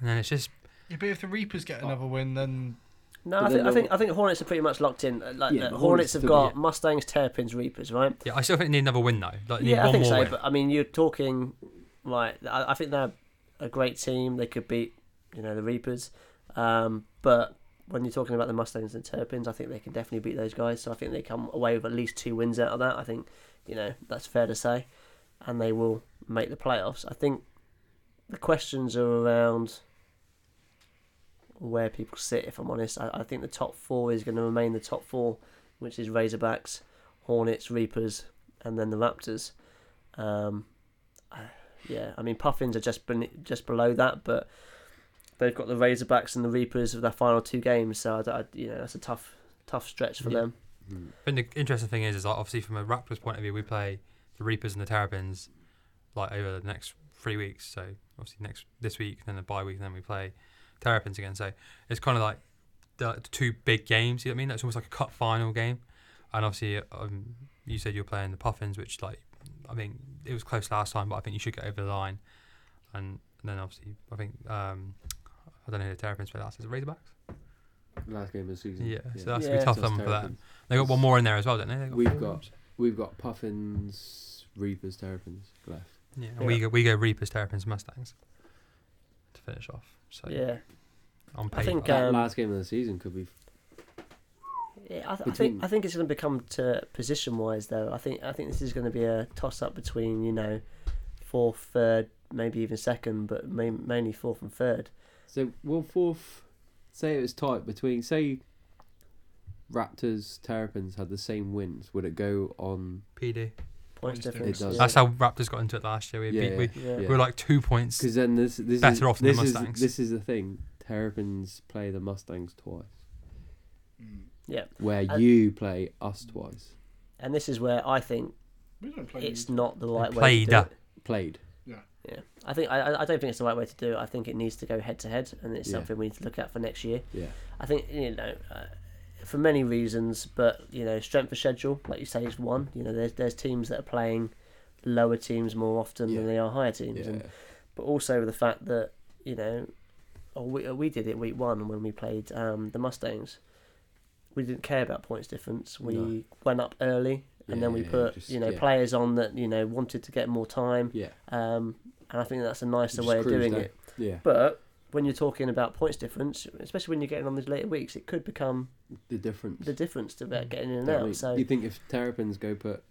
Speaker 2: And then it's just
Speaker 1: yeah, but if the Reapers get another win, then
Speaker 4: No,
Speaker 3: But
Speaker 4: I
Speaker 3: then
Speaker 4: think, I
Speaker 3: they'll-
Speaker 4: think I think Hornets are pretty much locked in. Uh, Like
Speaker 3: Yeah,
Speaker 4: uh,
Speaker 3: but
Speaker 4: Hornets
Speaker 3: Hornets
Speaker 4: have
Speaker 3: still-
Speaker 4: got
Speaker 3: yeah.
Speaker 4: Mustangs, Terrapins, Reapers, right?
Speaker 2: yeah, I still think they need another win though. Like they need
Speaker 4: Yeah,
Speaker 2: one
Speaker 4: I think
Speaker 2: more
Speaker 4: so.
Speaker 2: win.
Speaker 4: But I mean, you're talking like I, I think they're a great team. They could beat you know the Reapers, um, but when you're talking about the Mustangs and Terrapins, I think they can definitely beat those guys. So I think they come away with at least two wins out of that. I think you know that's fair to say, and they will make the playoffs. I think the questions are around where people sit. If I'm honest, I, I think the top four is going to remain the top four, which is Razorbacks, Hornets, Reapers, and then the Raptors. Um, I- yeah, I mean Puffins are just ben- just below that, but they've got the Razorbacks and the Reapers of their final two games, so I, d- I- you know that's a tough tough stretch for
Speaker 2: Yeah.
Speaker 4: them.
Speaker 2: I think the interesting thing is, is like obviously from a Raptors point of view, we play the Reapers and the Terrapins like over the next three weeks. So obviously next this week, then the bye week, and then we play Terrapins again. So it's kind of like the, the two big games. You know what I mean? That's almost like a cup final game. And obviously, um, you said you were playing the Puffins, which like I mean it was close last time, but I think you should get over the line. And then obviously, I think um, I don't know who the Terrapins play last. Is it Razorbacks?
Speaker 3: Last game of the season.
Speaker 2: Yeah, so that's gonna
Speaker 4: Yeah.
Speaker 2: be tough
Speaker 3: So that's
Speaker 2: them for them.
Speaker 3: Terrapins.
Speaker 2: They got one more in there as well, don't they? They
Speaker 3: We've
Speaker 2: four
Speaker 3: got-
Speaker 2: games.
Speaker 3: We've got Puffins, Reapers, Terrapins left.
Speaker 2: Yeah, and we
Speaker 4: Yeah.
Speaker 2: go we go Reapers, Terrapins, Mustangs to finish off. So
Speaker 4: Yeah,
Speaker 2: on
Speaker 4: I
Speaker 2: paper,
Speaker 4: think, uh,
Speaker 3: That
Speaker 4: Um,
Speaker 3: last game of the season could be.
Speaker 4: yeah I, th- I
Speaker 3: Between-
Speaker 4: think I think it's going to become to position wise though. I think I think this is going to be a toss up between you know fourth, third, maybe even second, but ma- mainly fourth and third.
Speaker 3: So, well, fourth. Say it was tight between. Say Raptors, Terrapins had the same wins. Would it go on?
Speaker 2: PD.
Speaker 4: Points
Speaker 1: Points
Speaker 4: difference.
Speaker 3: difference.
Speaker 4: yeah.
Speaker 2: That's how Raptors got into it last year. We
Speaker 3: Yeah,
Speaker 2: beat we,
Speaker 4: yeah.
Speaker 2: we were like two points.
Speaker 3: Because then this this is
Speaker 2: Better off than the
Speaker 3: this is
Speaker 2: Mustangs.
Speaker 3: this is the thing. Terrapins play the Mustangs twice,
Speaker 4: Uh, Yeah.
Speaker 3: where
Speaker 4: And-
Speaker 3: you play us twice.
Speaker 4: and this is where I think
Speaker 1: we don't play.
Speaker 4: it's not the right way.
Speaker 2: played
Speaker 4: To do
Speaker 2: up.
Speaker 4: it.
Speaker 3: Played.
Speaker 4: Yeah, I think I, I- I don't think it's the right way to do it. I think it needs to go head to head, and it's
Speaker 3: Yeah.
Speaker 4: something we need to look at for next year.
Speaker 3: Yeah.
Speaker 4: I think you know, uh, for many reasons, but you know, strength of schedule, like you say, is one. You know, there's there's teams that are playing lower teams more often than
Speaker 3: Yeah.
Speaker 4: they are higher teams,
Speaker 3: Yeah.
Speaker 4: and but also the fact that you know, oh, we oh, we did it week one when we played um, the Mustangs. We didn't care about points difference. We
Speaker 3: No.
Speaker 4: went up early, and
Speaker 3: Yeah,
Speaker 4: then we
Speaker 3: yeah,
Speaker 4: put
Speaker 3: just-
Speaker 4: you know
Speaker 3: yeah.
Speaker 4: players on that you know wanted to get more time.
Speaker 3: Yeah.
Speaker 4: Um, and I think that's a nicer
Speaker 3: Just
Speaker 4: way of
Speaker 3: cruise
Speaker 4: doing
Speaker 3: down.
Speaker 4: it.
Speaker 3: Yeah.
Speaker 4: But when you're talking about points difference, especially when you're getting on these later weeks, it could become
Speaker 3: The difference.
Speaker 4: the difference to about getting in and
Speaker 3: Don't
Speaker 4: out.
Speaker 3: we-
Speaker 4: So
Speaker 3: Mm. you think if Terrapins go put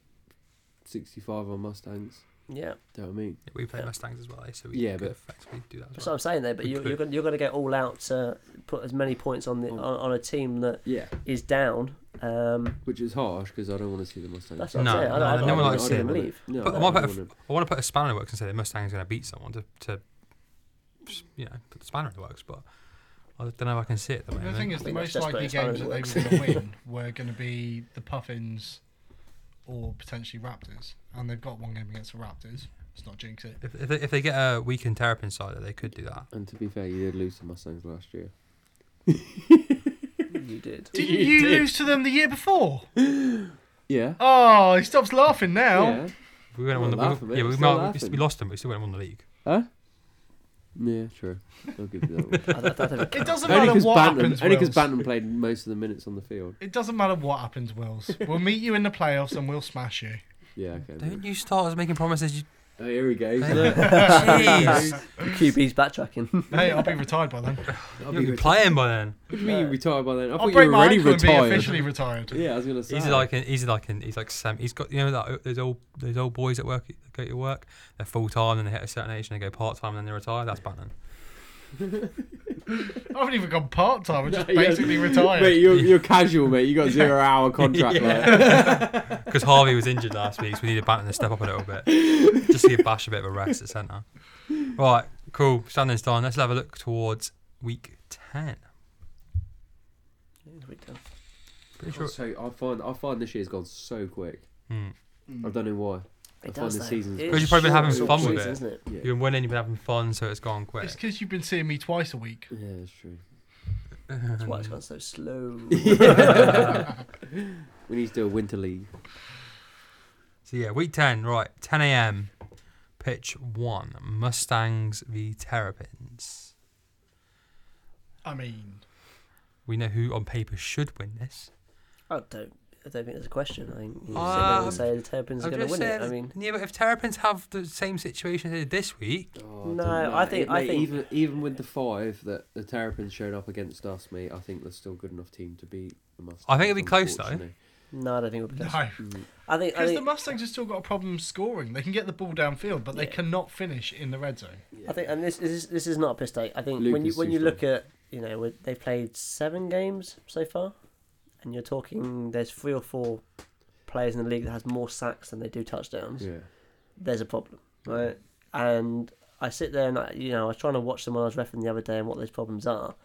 Speaker 3: sixty-five on Mustangs,
Speaker 4: yeah,
Speaker 3: don't I mean?
Speaker 2: We play
Speaker 4: Yeah.
Speaker 2: Mustangs as well, eh, so we
Speaker 3: Yeah,
Speaker 2: could
Speaker 3: but-
Speaker 2: effectively do that.
Speaker 4: that's
Speaker 2: As
Speaker 4: what
Speaker 2: well.
Speaker 4: I'm saying there. But
Speaker 2: We
Speaker 4: you,
Speaker 2: could.
Speaker 4: you're gonna, you're going to get all out to put as many points on the on,
Speaker 3: On-
Speaker 4: on a team that
Speaker 3: Yeah,
Speaker 4: is down. Um,
Speaker 3: which is harsh because I don't want to see the Mustangs.
Speaker 4: that's what
Speaker 2: No,
Speaker 4: I'm saying. I,
Speaker 2: no,
Speaker 4: I,
Speaker 2: no
Speaker 4: I,
Speaker 2: one
Speaker 4: I,
Speaker 2: likes
Speaker 4: see
Speaker 2: it.
Speaker 4: them leave.
Speaker 3: No,
Speaker 2: But
Speaker 3: I
Speaker 2: am I
Speaker 3: don't
Speaker 2: better
Speaker 3: want to-
Speaker 2: I want to put a spanner in the works and say the Mustangs going to beat someone to, to you know put the spanner in the works, but I don't know if I can see it. At the,
Speaker 1: The
Speaker 2: moment.
Speaker 1: thing is,
Speaker 4: I
Speaker 1: the
Speaker 4: think that's
Speaker 1: most
Speaker 4: desperate
Speaker 1: likely
Speaker 4: as far
Speaker 1: games
Speaker 4: as it
Speaker 1: that they were going
Speaker 4: works.
Speaker 1: to win were going to be the Puffins or potentially Raptors, and they've got one game against the Raptors. Let's not jinx it.
Speaker 2: if, if, they, if they get a weakened Terrapin side, they could do that.
Speaker 3: And to be fair, you did lose to Mustangs last year.
Speaker 4: You did.
Speaker 1: Didn't you lose to them the year before?
Speaker 3: Yeah.
Speaker 1: Oh, he stops laughing now.
Speaker 3: Yeah.
Speaker 2: We went
Speaker 3: I'm
Speaker 2: on the
Speaker 3: not laughing,
Speaker 2: we,
Speaker 3: mate.
Speaker 2: yeah, we,
Speaker 3: I'm
Speaker 2: might-
Speaker 3: still
Speaker 2: we, we
Speaker 3: laughing.
Speaker 2: lost them, but we still went on the league.
Speaker 3: Yeah, true. I'll give you that one.
Speaker 4: I, don't- I don't think-
Speaker 1: It doesn't
Speaker 3: only
Speaker 1: matter
Speaker 3: because
Speaker 1: what
Speaker 3: Bantam,
Speaker 1: happens.
Speaker 3: only 'cause
Speaker 1: Wills.
Speaker 3: Bantam played most of the minutes on the field.
Speaker 1: It doesn't matter what happens, Wills. We'll meet you in the playoffs and we'll smash you.
Speaker 3: Yeah, okay.
Speaker 2: Don't you start making promises you
Speaker 3: Oh, here he goes.
Speaker 2: Hey.
Speaker 3: Look,
Speaker 2: Jeez.
Speaker 4: QB's backtracking.
Speaker 1: Hey, I'll be retired by then.
Speaker 3: I'll
Speaker 2: You'll be
Speaker 3: reti-
Speaker 2: playing by then.
Speaker 3: What do you mean you're retired by then? I
Speaker 1: I'll
Speaker 3: thought you
Speaker 1: break
Speaker 3: were
Speaker 1: my
Speaker 3: already
Speaker 1: ankle and be
Speaker 3: retired.
Speaker 1: officially retired.
Speaker 3: Yeah, I was gonna say.
Speaker 2: He's like an, he's like an, he's like Sam. He's got you know that those old those old boys that work that go to work. They're full time and they hit a certain age and they go part time and then they retire. That's Bannon.
Speaker 1: I haven't even gone part time. I'm just
Speaker 3: Yeah.
Speaker 1: basically retired.
Speaker 3: Mate, you're, you're casual, mate. You got zero hour contract. Like.
Speaker 2: Because Harvey was injured last week, so we needed Banton to step up a little bit, just to give Bash a bit of a rest at centre. Right, cool. Standings time. Let's have a look towards week ten. Pretty sure.
Speaker 3: So I find I find this year's gone so quick.
Speaker 2: Hmm.
Speaker 3: I don't know why. I find the season's- Because
Speaker 2: you've probably been having
Speaker 3: fun
Speaker 2: with it.
Speaker 4: Isn't it?
Speaker 3: Yeah,
Speaker 2: You've been winning. You've been having fun, so it's gone quick.
Speaker 1: It's because you've been seeing me twice a week.
Speaker 3: yeah, that's true.
Speaker 4: That's why it's gone
Speaker 2: Mm.
Speaker 4: so slow.
Speaker 3: We need to do a winter league.
Speaker 2: So yeah, week ten, right, ten a.m. Pitch one, Mustangs v Terrapins.
Speaker 1: I mean,
Speaker 2: We know who on paper should win this.
Speaker 4: I don't. I don't think there's a question. I think you sit there
Speaker 2: Ah,
Speaker 1: Um,
Speaker 4: and say the Terrapins are
Speaker 2: I'm
Speaker 4: going to
Speaker 2: just
Speaker 4: win it. I
Speaker 2: saying,
Speaker 4: mean,
Speaker 2: yeah, but if Terrapins have the same situation they did this week,
Speaker 3: Oh,
Speaker 4: No,
Speaker 3: don't know.
Speaker 4: I think-
Speaker 3: Mate,
Speaker 4: I think-
Speaker 3: even even with the five that the Terrapins showed up against us, mate, I think they're still good enough team to beat the Mustangs.
Speaker 2: I think it'll be close, though.
Speaker 3: unfortunately.
Speaker 4: no, I don't think it'll be
Speaker 1: no.
Speaker 4: close. I think. I
Speaker 1: Because
Speaker 4: think,
Speaker 1: the Mustangs have still got a problem scoring. They can get the ball downfield, but they
Speaker 4: Yeah.
Speaker 1: cannot finish in the red zone.
Speaker 4: I think, and this is this is not a piss take. I think when you
Speaker 3: Lucas
Speaker 4: when you
Speaker 3: Sousa.
Speaker 4: look at you know with- they played seven games so far, and you're talking there's three or four players in the league that has more sacks than they do touchdowns.
Speaker 3: Yeah.
Speaker 4: There's a problem, right? And I sit there and I, you know I was trying to watch them when I was refing the other day and what those problems are,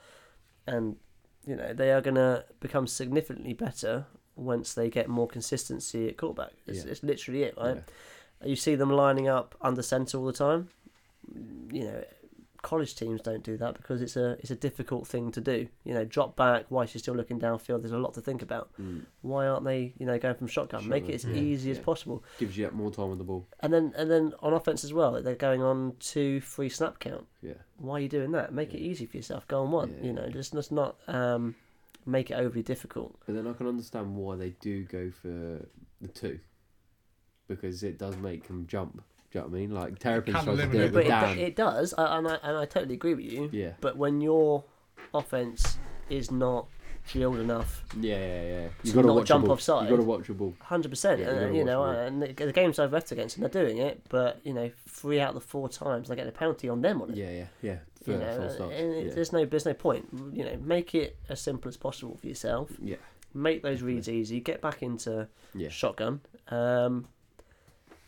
Speaker 4: and you know they are going to become significantly better once they get more consistency at quarterback. It's,
Speaker 3: Yeah.
Speaker 4: it's literally it, right?
Speaker 3: yeah.
Speaker 4: You see them lining up under centre all the time. You know, college teams don't do that because it's a it's a difficult thing to do. You know, drop back whilst you're still looking downfield. There's a lot to think about.
Speaker 3: Mm.
Speaker 4: Why aren't they you know going from shotgun? Make it as
Speaker 2: Shotgun, yeah,
Speaker 4: easy as
Speaker 3: yeah.
Speaker 4: possible.
Speaker 3: Gives you more time on the ball.
Speaker 4: And then and then on offense as well, they're going on two free snap count.
Speaker 3: Yeah.
Speaker 4: Why are you doing that? Make it easy for yourself. Go on one.
Speaker 3: Yeah.
Speaker 4: You know, just let's not um, make it overly difficult.
Speaker 3: But then I can understand why they do go for the two, because it does make them jump. Do you know what I mean? Like Terrapins
Speaker 1: can
Speaker 3: tries to do
Speaker 1: eliminate
Speaker 3: it
Speaker 1: the
Speaker 4: But
Speaker 3: with
Speaker 4: it,
Speaker 3: Dan.
Speaker 4: it does, I- and I and I totally agree with you.
Speaker 3: yeah.
Speaker 4: But when your offense is not drilled enough,
Speaker 3: Yeah, yeah, yeah.
Speaker 4: To
Speaker 3: You got to
Speaker 4: not
Speaker 3: watch
Speaker 4: jump
Speaker 3: a ball.
Speaker 4: offside.
Speaker 3: You got to watch a ball.
Speaker 4: hundred percent,
Speaker 3: Yeah, you gotta
Speaker 4: and you know,
Speaker 3: watch
Speaker 4: and the, the games I've left against, and they're doing it. But you know, three out of the four times they get a penalty on them on it.
Speaker 3: Yeah, yeah, yeah. For,
Speaker 4: you
Speaker 3: full
Speaker 4: know,
Speaker 3: stop.
Speaker 4: and it-
Speaker 3: Yeah.
Speaker 4: there's no there's no point. You know, make it as simple as possible for yourself.
Speaker 3: yeah,
Speaker 4: Make those reads easy. Get back into
Speaker 3: yeah,
Speaker 4: shotgun, um,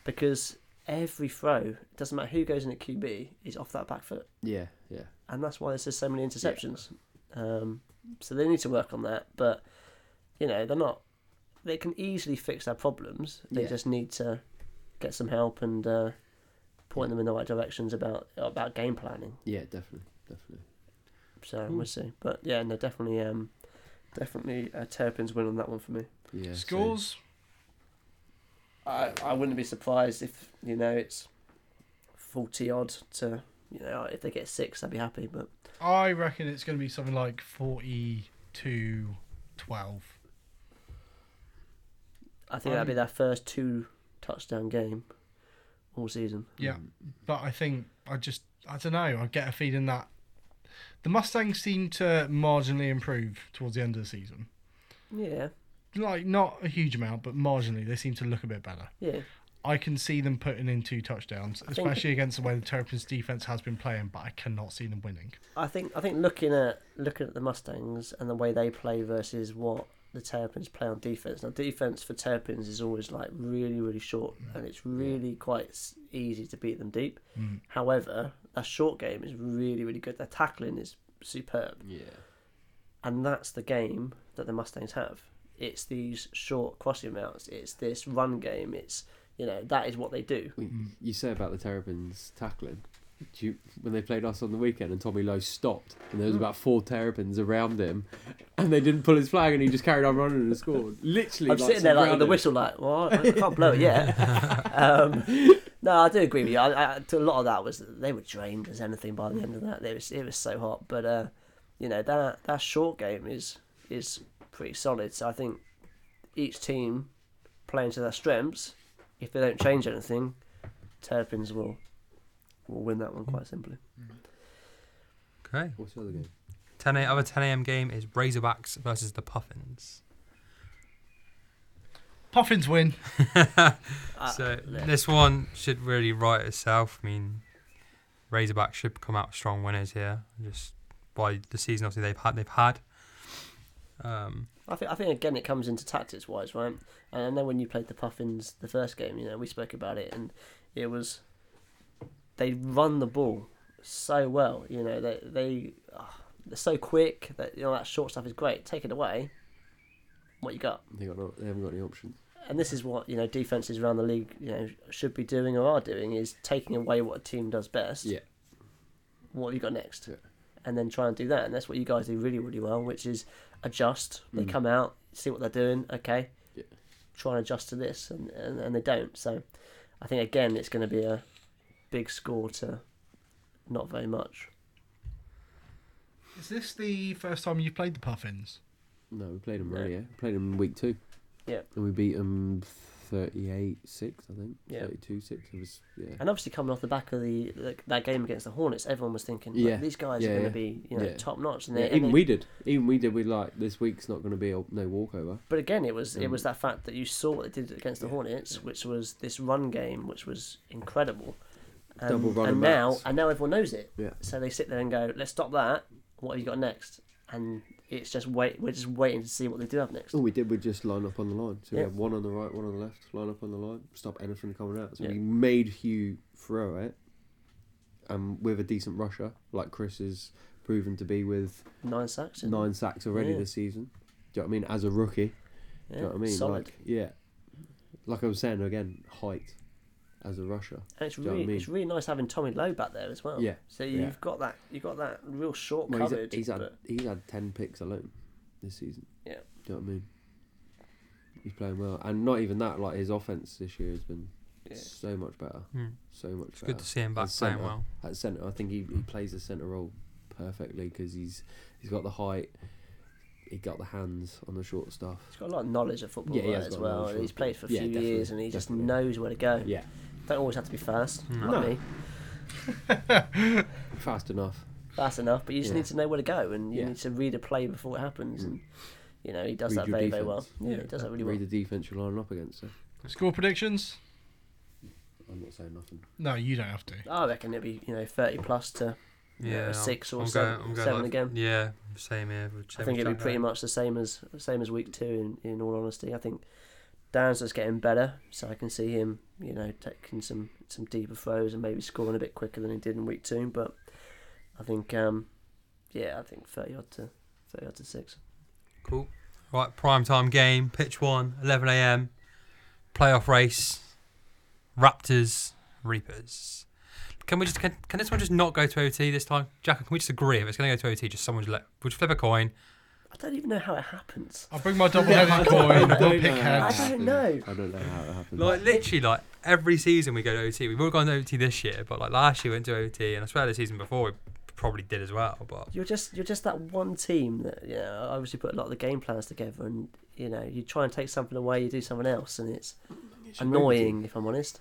Speaker 4: because every throw doesn't matter who goes in at QB is off that back foot.
Speaker 3: yeah, yeah.
Speaker 4: and that's why there's just so many interceptions. Um, so they need to work on that, but you know they're not. They can easily fix their problems. They
Speaker 3: Yeah.
Speaker 4: just need to get some help and uh, point them in the right directions about about game planning.
Speaker 3: Yeah, definitely, definitely.
Speaker 4: So
Speaker 3: Hmm.
Speaker 4: we'll see. But yeah, no, definitely, um, definitely uh, Terrapins win on that one for me.
Speaker 3: Yeah. so-
Speaker 1: Scores?
Speaker 4: I I wouldn't be surprised if you know it's forty odd to you know if they get six, I'd be happy. But
Speaker 1: I reckon it's going to be something like 42 12.
Speaker 4: I think that'd be their first two touchdown game all season.
Speaker 1: Yeah. But I think, I just, I don't know. I get a feeling that the Mustangs seem to marginally improve towards the end of the season.
Speaker 4: Yeah,
Speaker 1: Like, not a huge amount, but marginally. They seem to look a bit better.
Speaker 4: yeah.
Speaker 1: I can see them putting in two touchdowns,
Speaker 4: think-
Speaker 1: especially against the way the Terrapins' defense has been playing, but I cannot see them winning.
Speaker 4: I think I think looking at looking at the Mustangs and the way they play versus what the Terrapins play on defense. Now, defense for Terrapins is always like really really short, and it's really quite s- easy to beat them deep. However, their short game is really really good. Their tackling is superb,
Speaker 3: Yeah.
Speaker 4: and that's the game that the Mustangs have. It's these short crossing routes. It's this run game. It's you know that is what they do.
Speaker 3: We, You say about the Terrapins tackling. Do you, when they played us on the weekend and Tommy Lowe stopped and there was about four Terrapins around him and they didn't pull his flag and he just carried on running and scored. Literally,
Speaker 4: I'm
Speaker 3: like
Speaker 4: sitting there like with the
Speaker 3: surrounded.
Speaker 4: whistle, like, well, I, I can't blow it yet. um, no, I do agree with you. I, I, to a lot of that was they were drained as anything by the end of that. It was it was so hot, but uh, you know that that short game is is pretty solid. So I think each team playing to their strengths. If they don't change anything, Terrapins will will win that one quite simply.
Speaker 2: Okay.
Speaker 3: What's the other game?
Speaker 2: 10 a, other 10 a.m. game is Razorbacks versus the Puffins.
Speaker 1: Puffins win.
Speaker 4: Uh,
Speaker 2: so
Speaker 4: yeah.
Speaker 2: this one should really write itself. I mean, Razorbacks should come out strong winners here, just by the season obviously they've had. They've had. Um,
Speaker 4: I think I think again it comes into tactics wise, right? And I know when you played the Puffins the first game, you know we spoke about it, and it was they run the ball so well. You know they they ah, they're so quick that you know that short stuff is great. Take it away, what you got?
Speaker 3: They, got no, they haven't got any options.
Speaker 4: And this is what you know defenses around the league you know should be doing or are doing is taking away what a team does best.
Speaker 3: Yeah.
Speaker 4: What have you got next?
Speaker 3: Yeah.
Speaker 4: And then try and do that, and that's what you guys do really really well, which is adjust. They
Speaker 3: Mm.
Speaker 4: come out, see what they're doing. Okay,
Speaker 3: Yeah.
Speaker 4: try and adjust to this, and, and, and they don't. So I think, again, it's going to be a big score to not very much.
Speaker 1: Is this the first time you played the Puffins?
Speaker 3: No, we played them
Speaker 4: No.
Speaker 3: earlier. We played them week two.
Speaker 4: Yeah.
Speaker 3: And we beat them 38 6, I think.
Speaker 4: Yeah.
Speaker 3: 32 6. It was, yeah.
Speaker 4: And obviously, coming off the back of the, the that game against the Hornets, everyone was thinking, like,
Speaker 3: Yeah.
Speaker 4: these guys
Speaker 3: Yeah,
Speaker 4: are going
Speaker 3: yeah.
Speaker 4: to be you know
Speaker 3: Yeah.
Speaker 4: top notch. And
Speaker 3: Yeah,
Speaker 4: they, and
Speaker 3: even
Speaker 4: they-
Speaker 3: we did. Even we did. We like this week's not going to be a no walkover.
Speaker 4: But again, it was it
Speaker 3: Mm.
Speaker 4: was that fact that you saw what they did against the Hornets, which was this run game, which was incredible. Um,
Speaker 3: Double run
Speaker 4: and
Speaker 3: and
Speaker 4: now
Speaker 3: backs.
Speaker 4: and now everyone knows it.
Speaker 3: Yeah.
Speaker 4: So they sit there and go, "Let's stop that. What have you got next?" And it's just wait. We're just waiting to see what they do have next.
Speaker 3: All we did was just line up on the line. So we
Speaker 4: Yeah.
Speaker 3: had one on the right, one on the left, line up on the line, stop anything coming out. So
Speaker 4: Yeah.
Speaker 3: we made Hugh throw it, um, with a decent rusher like Chris has proven to be with
Speaker 4: Nine sacks. in-
Speaker 3: nine sacks already
Speaker 4: Yeah.
Speaker 3: this season. Do you know what I mean? As a rookie,
Speaker 4: Yeah,
Speaker 3: do you know what I mean?
Speaker 4: Solid.
Speaker 3: Like yeah, like I was saying again, height as a rusher.
Speaker 4: and it's
Speaker 3: do you know what
Speaker 4: really,
Speaker 3: I mean?
Speaker 4: it's really nice having Tommy Lowe back there as well.
Speaker 3: Yeah,
Speaker 4: So you've
Speaker 3: yeah.
Speaker 4: got that, you've got that real short
Speaker 3: Well, he's,
Speaker 4: coverage.
Speaker 3: he's had
Speaker 4: but
Speaker 3: he's had ten picks alone this season.
Speaker 4: Yeah.
Speaker 3: Do you know what I mean? He's playing well, and not even that. Like his offense this year has been
Speaker 4: yeah.
Speaker 3: so much better,
Speaker 2: mm,
Speaker 3: so much
Speaker 2: it's
Speaker 3: better.
Speaker 2: good to see him back
Speaker 3: That's
Speaker 2: playing
Speaker 3: centre.
Speaker 2: well.
Speaker 3: At centre, I think he, he plays the centre role perfectly because he's he's got the height, he got the hands on the short stuff.
Speaker 4: he's got a lot of knowledge of football
Speaker 3: Yeah, he
Speaker 4: right,
Speaker 3: has
Speaker 4: as
Speaker 3: got a lot of
Speaker 4: well.
Speaker 3: knowledge of
Speaker 4: He's
Speaker 3: football.
Speaker 4: played for a
Speaker 3: Yeah,
Speaker 4: few
Speaker 3: definitely,
Speaker 4: years, and he just
Speaker 3: definitely.
Speaker 4: knows where to go.
Speaker 3: Yeah,
Speaker 4: Don't always have to be fast.
Speaker 2: No.
Speaker 4: Like me.
Speaker 3: fast enough.
Speaker 4: That's enough. But you just
Speaker 3: Yeah.
Speaker 4: need to know where to go, and you
Speaker 3: Yeah. Mm.
Speaker 4: need to read a play before it happens. And you know he does
Speaker 3: Read
Speaker 4: that
Speaker 3: your
Speaker 4: very very well.
Speaker 3: defence.
Speaker 4: Yeah, he does that really well.
Speaker 3: Read the defense you're lining up against. So
Speaker 1: Score predictions?
Speaker 3: I'm not saying nothing.
Speaker 1: No, you don't have to.
Speaker 4: I reckon it'll be you know thirty plus to you know,
Speaker 2: Yeah,
Speaker 4: a six or
Speaker 2: I'm
Speaker 4: seven,
Speaker 2: going- I'm going
Speaker 4: seven
Speaker 2: like-
Speaker 4: again.
Speaker 2: Yeah, same here. with-
Speaker 4: I
Speaker 2: same
Speaker 4: think
Speaker 2: with
Speaker 4: it'll be
Speaker 2: Jack
Speaker 4: pretty
Speaker 2: there.
Speaker 4: much the same as same as week two. In, in all honesty, I think Dan's just getting better, so I can see him, you know, taking some some deeper throws and maybe scoring a bit quicker than he did in week two. But I think, um, yeah, I think thirty odd to thirty odd to six.
Speaker 2: Cool. Right, prime time game, pitch one, 11 a.m. Playoff race, Raptors, Reapers. Can we just can, can this one just not go to OT this time, Jack? Can we just agree if it's going to go to OT? Just someone just let we just flip a coin.
Speaker 4: I don't even know how it happens.
Speaker 1: I'll bring my double-headed coin. We'll pick
Speaker 4: I
Speaker 1: heads.
Speaker 4: don't know.
Speaker 3: I don't know how it happened.
Speaker 2: Like literally, like every season we go to OT. We've all gone to OT this year, but like last year we went to OT, and I swear the season before we probably did as well. But
Speaker 4: You're just you're just that one team that you know obviously put a lot of the game plans together, and you know you try and take something away, you do something else, and it's annoying if I'm honest.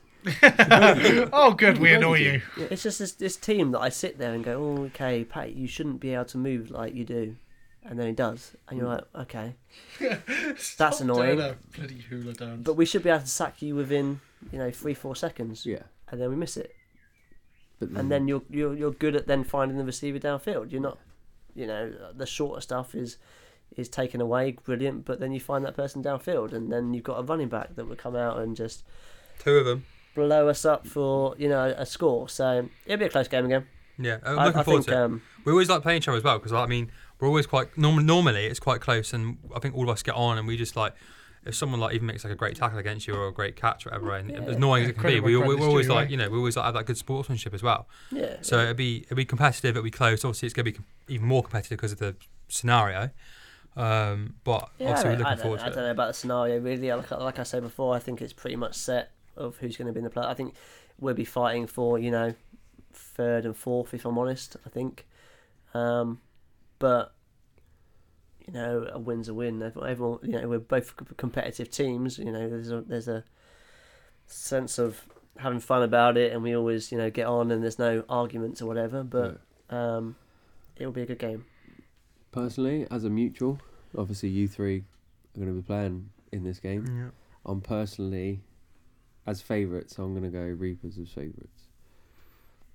Speaker 1: Oh, good, we annoy you.
Speaker 4: It's just this, this team that I sit there and go, oh, okay, Pat, you shouldn't be able to move like you do. And then he does. And you're like, okay.
Speaker 1: Stop doing
Speaker 4: annoying.
Speaker 1: that Bloody hula dance.
Speaker 4: But we should be able to sack you within, you know, three, four seconds.
Speaker 3: Yeah,
Speaker 4: And then we miss it.
Speaker 3: but
Speaker 4: And then you're, you're, you're good at then finding the receiver downfield. You're not, you know, the shorter stuff is is taken away, brilliant. But then you find that person downfield. And then you've got a running back that will come out and just
Speaker 2: two of them,
Speaker 4: blow us up for, you know, a score. So it'll be a close game again.
Speaker 2: yeah. I'm
Speaker 4: I-
Speaker 2: looking
Speaker 4: I
Speaker 2: forward
Speaker 4: think,
Speaker 2: to it.
Speaker 4: um,
Speaker 2: We always like playing each other as well because I mean we're always quite norm- normally it's quite close and I think all of us get on and we just like if someone like even makes like a great tackle against you or a great catch or whatever and as annoying as it can be
Speaker 1: Credit
Speaker 2: we,
Speaker 1: where
Speaker 2: we,
Speaker 1: credit's
Speaker 2: we're always
Speaker 1: due,
Speaker 2: like
Speaker 1: eh?
Speaker 2: you know we always like have that good sportsmanship as well
Speaker 4: yeah.
Speaker 2: so it'd be it'd be competitive it'd be close obviously it's gonna be com- even more competitive because of the scenario um, but obviously
Speaker 4: Yeah, I,
Speaker 2: we're
Speaker 4: don't, I,
Speaker 2: looking
Speaker 4: don't,
Speaker 2: forward
Speaker 4: I don't
Speaker 2: to it
Speaker 4: know about the scenario really. Like, like I said before, I think it's pretty much set of who's going to be in the play. I think we'll be fighting for you know third and fourth, if I'm honest. I think, um, but you know, a win's a win. Ev- Everyone, you know, we're both c- competitive teams. You know, there's a there's a sense of having fun about it, and we always, you know, get on, and there's no arguments or whatever. But um, it will be a good game.
Speaker 3: Personally, as a mutual, obviously you three are going to be playing in this game.
Speaker 2: Yeah.
Speaker 3: I'm personally, as favourites, I'm going to go Reapers as favourites.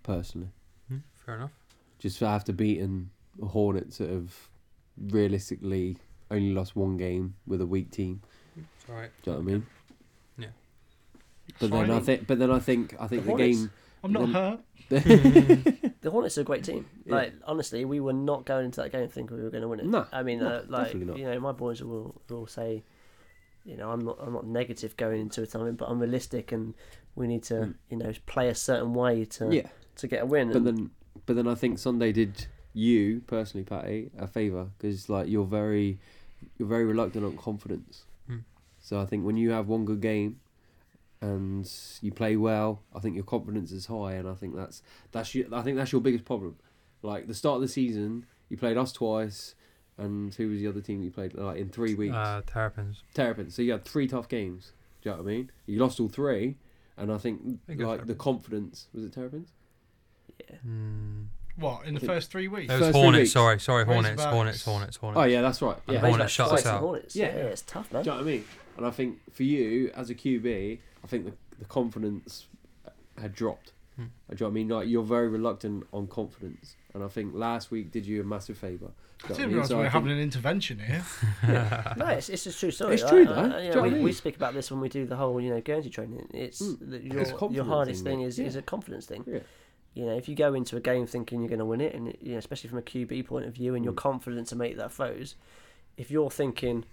Speaker 3: Personally.
Speaker 2: Hmm, Fair enough.
Speaker 3: Just after beating the Hornets that have realistically only lost one game with a weak team.
Speaker 2: It's all right.
Speaker 3: Do you know what I mean?
Speaker 2: Yeah.
Speaker 3: But then I think, but then I think, I think
Speaker 4: The
Speaker 3: the, game.
Speaker 1: I'm not
Speaker 3: Then-
Speaker 1: hurt.
Speaker 4: The Hornets are a great team.
Speaker 3: Yeah.
Speaker 4: Like honestly, we were not going into that game thinking we were going to win it.
Speaker 3: No,
Speaker 4: I mean,
Speaker 3: no,
Speaker 4: uh, like
Speaker 3: definitely not.
Speaker 4: you know, my boys will will say, you know, I'm not I'm not negative going into a tournament, but I'm realistic, and we need to
Speaker 3: Mm.
Speaker 4: you know play a certain way to
Speaker 3: Yeah.
Speaker 4: to get a win.
Speaker 3: But
Speaker 4: And
Speaker 3: then, but then I think Sunday did you personally, Patty, a favour because like you're very, you're very reluctant on confidence.
Speaker 2: Hmm.
Speaker 3: So I think when you have one good game, and you play well, I think your confidence is high, and I think that's that's your, I think that's your biggest problem. Like the start of the season, you played us twice, and who was the other team you played like in three weeks?
Speaker 2: Uh, Terrapins.
Speaker 3: Terrapin. So you had three tough games. Do you know what I mean? You lost all three, and I think
Speaker 2: I think it was
Speaker 3: like the
Speaker 2: Terrapins.
Speaker 3: confidence was it Terrapins?
Speaker 2: Mm.
Speaker 1: What in the
Speaker 3: It-
Speaker 1: first three weeks?
Speaker 2: It
Speaker 3: First
Speaker 2: was
Speaker 3: three
Speaker 2: Hornets.
Speaker 3: weeks.
Speaker 2: Sorry, sorry, Hornets,
Speaker 1: Razorbacks.
Speaker 2: Hornets, Hornets, Hornets.
Speaker 3: Oh yeah, that's right.
Speaker 2: And
Speaker 3: Yeah,
Speaker 4: Razorbacks
Speaker 2: Hornets shut us
Speaker 4: twice to
Speaker 2: out.
Speaker 4: Hornets. Yeah.
Speaker 3: Yeah.
Speaker 4: it's tough, man.
Speaker 3: Do you know what I mean? And I think for you as a QB, I think the, the confidence had dropped.
Speaker 2: Hmm.
Speaker 3: Do you know what I mean? Like you're very reluctant on confidence, and I think last week did you a massive favour.
Speaker 1: I
Speaker 3: Do you know what
Speaker 1: didn't
Speaker 3: mean?
Speaker 1: realise
Speaker 3: So
Speaker 1: we
Speaker 3: I
Speaker 1: were
Speaker 3: think-
Speaker 1: having an intervention here.
Speaker 4: No, it's, it's a true story.
Speaker 3: It's true,
Speaker 4: I- I-
Speaker 3: though.
Speaker 4: you
Speaker 3: Do you know
Speaker 4: know, we,
Speaker 3: what I
Speaker 4: we
Speaker 3: mean?
Speaker 4: speak about this when we do the whole, you know, Guernsey training. It's
Speaker 3: Mm.
Speaker 4: that
Speaker 3: It's
Speaker 4: your, your
Speaker 3: confidence,
Speaker 4: hardest
Speaker 3: isn't
Speaker 4: thing
Speaker 3: it?
Speaker 4: is,
Speaker 3: Yeah.
Speaker 4: is a confidence thing.
Speaker 3: Yeah.
Speaker 4: You know, if you go into a game thinking you're going to win it, and you know, especially from a QB point of view, and you're
Speaker 3: Mm.
Speaker 4: confident to make that throws, if you're thinking,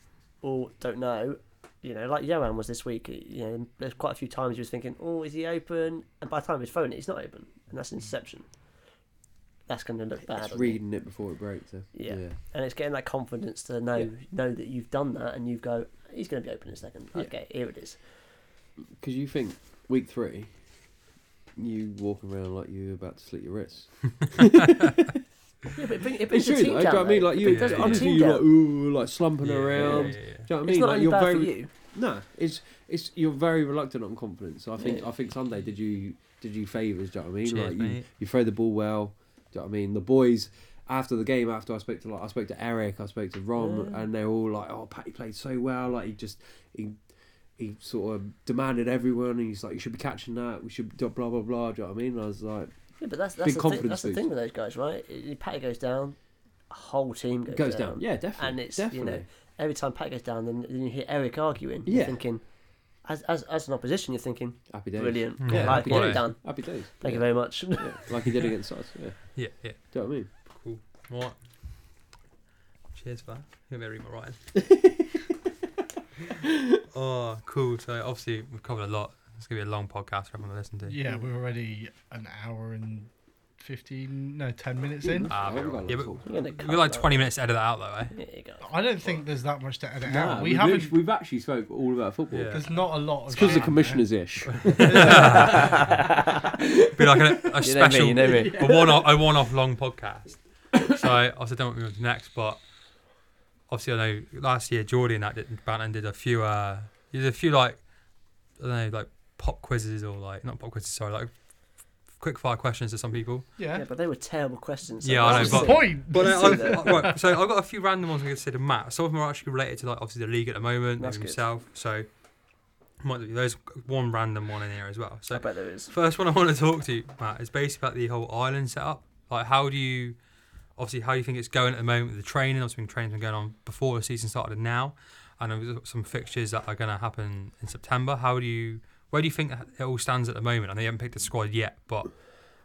Speaker 4: "Oh, don't know," you know, like Johan was this week. You know, there's quite a few times he was thinking, "Oh, is he open?" And by the time he's thrown it, he's not open, and that's an
Speaker 3: Mm.
Speaker 4: interception. That's going to look bad.
Speaker 3: it's
Speaker 4: on you
Speaker 3: reading it before it breaks. eh?
Speaker 4: Yeah. and it's getting that confidence to know
Speaker 3: Yeah.
Speaker 4: know that you've done that, and you go, he's going to be open in a second.
Speaker 3: Yeah.
Speaker 4: Okay, here it is.
Speaker 3: Because you think week three, you walk around like you're about to slit your wrists.
Speaker 4: Yeah, but it, bring, it
Speaker 3: It's
Speaker 4: brings
Speaker 3: true,
Speaker 4: the
Speaker 3: though.
Speaker 4: team
Speaker 3: Do you know
Speaker 4: down.
Speaker 3: what I mean?
Speaker 4: though.
Speaker 3: Like
Speaker 4: It
Speaker 3: you,
Speaker 2: Yeah,
Speaker 4: brings
Speaker 2: yeah,
Speaker 4: the
Speaker 2: yeah.
Speaker 4: team
Speaker 3: honestly, you're
Speaker 4: down.
Speaker 3: like ooh, like slumping
Speaker 2: Yeah, yeah,
Speaker 3: around.
Speaker 2: yeah, yeah.
Speaker 3: Do you know what I mean?
Speaker 4: It's not
Speaker 3: like
Speaker 4: only
Speaker 3: you're
Speaker 4: bad
Speaker 3: very
Speaker 4: for you.
Speaker 3: No, it's it's you're very reluctant on confidence. So I think
Speaker 4: Yeah.
Speaker 3: I think Sunday did you did you favours. Do you know what I mean?
Speaker 2: Cheers,
Speaker 3: like you,
Speaker 2: mate.
Speaker 3: you throw the ball well. Do you know what I mean? The boys after the game, after I spoke to like I spoke to Eric, I spoke to Rom,
Speaker 4: Yeah.
Speaker 3: and they're all like, "Oh, Patty played so well. Like he just he he sort of demanded everyone, and he's like, you should be catching that. We should do blah blah blah. Do you know what I mean? And I was like,
Speaker 4: Yeah, but that's
Speaker 3: Big
Speaker 4: that's, the thing,
Speaker 3: confidence
Speaker 4: that's the
Speaker 3: boost.
Speaker 4: thing with those guys, right? It- Patty goes down, a whole team goes,
Speaker 3: goes, down. Yeah, definitely.
Speaker 4: and it's
Speaker 3: definitely.
Speaker 4: you know every time Pat goes down, then, then you hear Eric arguing.
Speaker 3: Yeah.
Speaker 4: You're thinking, as, as as an opposition, you're thinking,
Speaker 3: happy days.
Speaker 4: brilliant,
Speaker 2: Yeah,
Speaker 4: like
Speaker 2: happy
Speaker 4: well
Speaker 2: days.
Speaker 4: done,
Speaker 3: Happy days.
Speaker 4: thank
Speaker 3: yeah.
Speaker 4: you very much.
Speaker 3: yeah. Like he did against us. Yeah.
Speaker 2: Yeah, yeah.
Speaker 3: Do you know what I mean?
Speaker 2: What? Cheers for that. You're very right. oh, cool. So obviously we've covered a lot. It's gonna be a long podcast for everyone to listen to.
Speaker 1: Yeah, we're already an hour and fifteen, no, ten minutes in.
Speaker 2: Ah,
Speaker 3: I haven't got a lot
Speaker 2: yeah,
Speaker 3: to
Speaker 2: but
Speaker 3: talk
Speaker 4: You're gonna
Speaker 2: we got
Speaker 4: cut
Speaker 2: like
Speaker 4: that.
Speaker 2: 20 minutes to edit that out though, eh?
Speaker 4: Yeah, you go.
Speaker 1: I don't think there's that much to edit
Speaker 3: Nah,
Speaker 1: out. We
Speaker 3: we've
Speaker 1: haven't.
Speaker 3: lit- We've actually spoke all about football.
Speaker 2: Yeah.
Speaker 1: There's not a lot.
Speaker 3: It's
Speaker 1: of
Speaker 3: because
Speaker 1: shit
Speaker 3: the
Speaker 1: in
Speaker 3: commissioner's ish.
Speaker 2: Be like a, a
Speaker 4: You know
Speaker 2: special,
Speaker 4: me, you know me.
Speaker 2: a one-off, a one-off long podcast. So I obviously don't know what we're going to next, but obviously I know last year Geordie and that did, Banton did a few, uh, he did a few like, I don't know, like pop quizzes or like not pop quizzes, sorry, like quick fire questions to some people.
Speaker 1: there. Yeah,
Speaker 4: Yeah, but they were terrible questions.
Speaker 2: Yeah, I know,
Speaker 1: that's
Speaker 4: honestly.
Speaker 1: the
Speaker 2: but-
Speaker 1: point.
Speaker 2: But
Speaker 3: uh,
Speaker 2: I,
Speaker 4: So
Speaker 2: I've,
Speaker 4: the-
Speaker 2: I- right, so I've got a few random ones I considered Matt. Some of them are actually related to like obviously the league at the moment,
Speaker 4: That's
Speaker 2: maybe
Speaker 4: good.
Speaker 2: himself. So might be those one random one in here as well. So
Speaker 4: I bet there is.
Speaker 2: First one I want to talk to you, Matt, is basically about the whole island setup. Like, how do you, obviously, how do you think it's going at the moment with the training? Obviously, training's been going on before the season started and now, and there's some fixtures that are going to happen in September. How do you, where do you think it all stands at the moment? I know you haven't picked a squad yet, but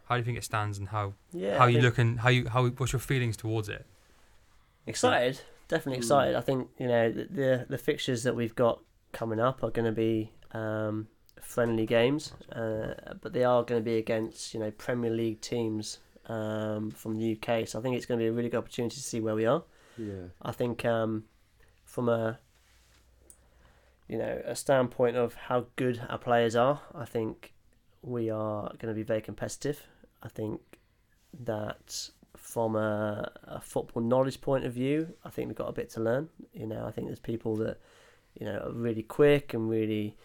Speaker 2: how do you think it stands and how
Speaker 4: Yeah.
Speaker 2: how
Speaker 4: I
Speaker 2: you
Speaker 4: think-
Speaker 2: looking? How you how what's your feelings towards it?
Speaker 4: Excited, definitely
Speaker 3: Mm.
Speaker 4: excited. I think you know the, the the fixtures that we've got coming up are going to be um, friendly games, uh, but they are going to be against you know Premier League teams um, from the UK. So I think it's going to be a really good opportunity to see where we are.
Speaker 3: Yeah.
Speaker 4: I think um, from a you know a standpoint of how good our players are, I think we are going to be very competitive. I think that from a, a football knowledge point of view, I think we've got a bit to learn. You know, I think there's people that you know are really quick and really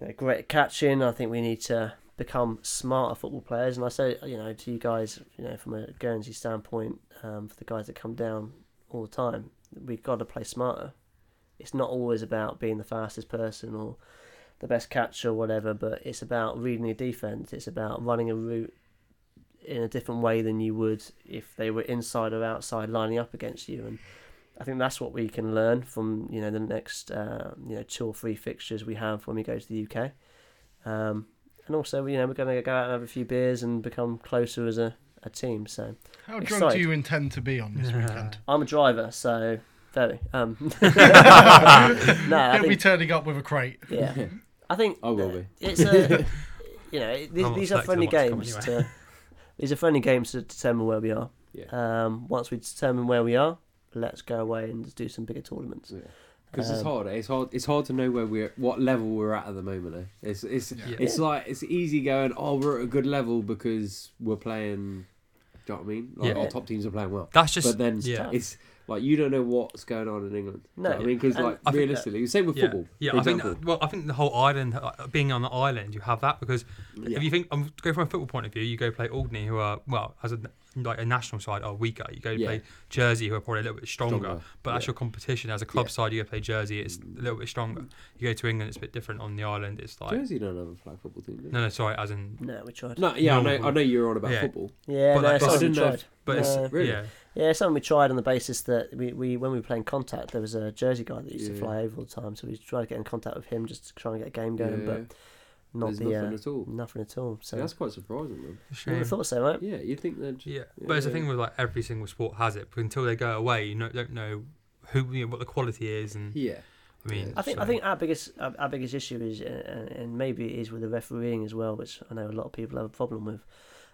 Speaker 4: you know, great at catching. I think we need to become smarter football players. And I say, you know, to you guys, you know, from a Guernsey standpoint, um, for the guys that come down all the time, we've got to play smarter. It's not always about being the fastest person or the best catcher or whatever, but it's about reading your defense. It's about running a route in a different way than you would if they were inside or outside lining up against you. And I think that's what we can learn from you know the next uh, you know two or three fixtures we have when we go to the UK. Um, and also, you know, we're going to go out and have a few beers and become closer as a, a team. So
Speaker 1: How drunk
Speaker 4: Excited.
Speaker 1: do you intend to be on this weekend?
Speaker 4: I'm a driver, so very. Um, no, I
Speaker 1: He'll be
Speaker 4: think,
Speaker 1: turning up with a crate.
Speaker 4: yeah, I think
Speaker 3: I will be.
Speaker 4: it's a you know it- these,
Speaker 2: I'm not
Speaker 4: these are
Speaker 2: expecting
Speaker 4: friendly
Speaker 2: much from
Speaker 4: games
Speaker 2: anyway.
Speaker 4: to these are friendly games to determine where we are.
Speaker 3: Yeah.
Speaker 4: Um, once we determine where we are, let's go away and do some bigger tournaments.
Speaker 3: Because it's
Speaker 4: Um,
Speaker 3: hard. eh? It's hard. It's hard to know where we're, what level we're at at the moment. Eh? It's it's
Speaker 2: Yeah.
Speaker 3: it's like it's easy going. Oh, we're at a good level because we're playing. Do you know what I mean? Like,
Speaker 2: Yeah.
Speaker 3: Our top teams are playing well.
Speaker 2: That's just
Speaker 3: but then
Speaker 2: yeah.
Speaker 3: it's like you don't know what's going on in England. Do you
Speaker 4: No.
Speaker 3: know what I mean, because
Speaker 4: And
Speaker 3: like
Speaker 4: I think that-
Speaker 3: realistically, same with
Speaker 2: Yeah,
Speaker 3: football.
Speaker 2: yeah.
Speaker 3: for
Speaker 2: I think
Speaker 3: example.
Speaker 2: that- well, I think the whole island, uh, being on the island, you have that because
Speaker 3: Yeah.
Speaker 2: if you think, um, go from a football point of view, you go play Alderney, who are well as a like a national side are weaker. You go
Speaker 3: Yeah.
Speaker 2: play Jersey, who are probably a little bit stronger.
Speaker 3: Stronger,
Speaker 2: But that's
Speaker 3: yeah.
Speaker 2: your competition as a club
Speaker 3: Yeah. Mm.
Speaker 2: side. You go play Jersey, it's a little bit stronger. You go to England, it's a bit different. On the island, it's like
Speaker 3: Jersey don't have a flag football team. Do they?
Speaker 2: no, no, sorry, as in.
Speaker 4: No, we tried.
Speaker 3: No, yeah, I know.
Speaker 2: Normal.
Speaker 3: I know you're on about
Speaker 2: Yeah.
Speaker 3: football.
Speaker 4: Yeah,
Speaker 2: But
Speaker 4: no,
Speaker 2: that-
Speaker 4: it's
Speaker 2: but I
Speaker 4: something we
Speaker 3: didn't know if-
Speaker 4: tried.
Speaker 2: But
Speaker 4: No.
Speaker 2: it's
Speaker 3: Really?
Speaker 2: yeah,
Speaker 4: Yeah, it's something we tried on the basis that we, we when we were playing contact, there was a Jersey guy that used
Speaker 3: Yeah.
Speaker 4: to fly over all the time, so we tried to get in contact with him just to try and get a game
Speaker 3: Yeah,
Speaker 4: going, but not
Speaker 3: there's
Speaker 4: the
Speaker 3: nothing
Speaker 4: uh,
Speaker 3: at all.
Speaker 4: nothing at all. So
Speaker 3: Yeah, that's quite surprising. Though.
Speaker 2: It's a
Speaker 4: I
Speaker 2: shame.
Speaker 4: thought so, right?
Speaker 3: Yeah, you'd think that.
Speaker 2: Yeah, but it's the thing with like every single sport has it. But until they go away, you don't, don't know who you know, what the quality is, and
Speaker 3: Yeah,
Speaker 2: I mean,
Speaker 4: I think I
Speaker 2: so-
Speaker 4: think our biggest our, our biggest issue is, uh, and maybe it is with the refereeing as well, which I know a lot of people have a problem with.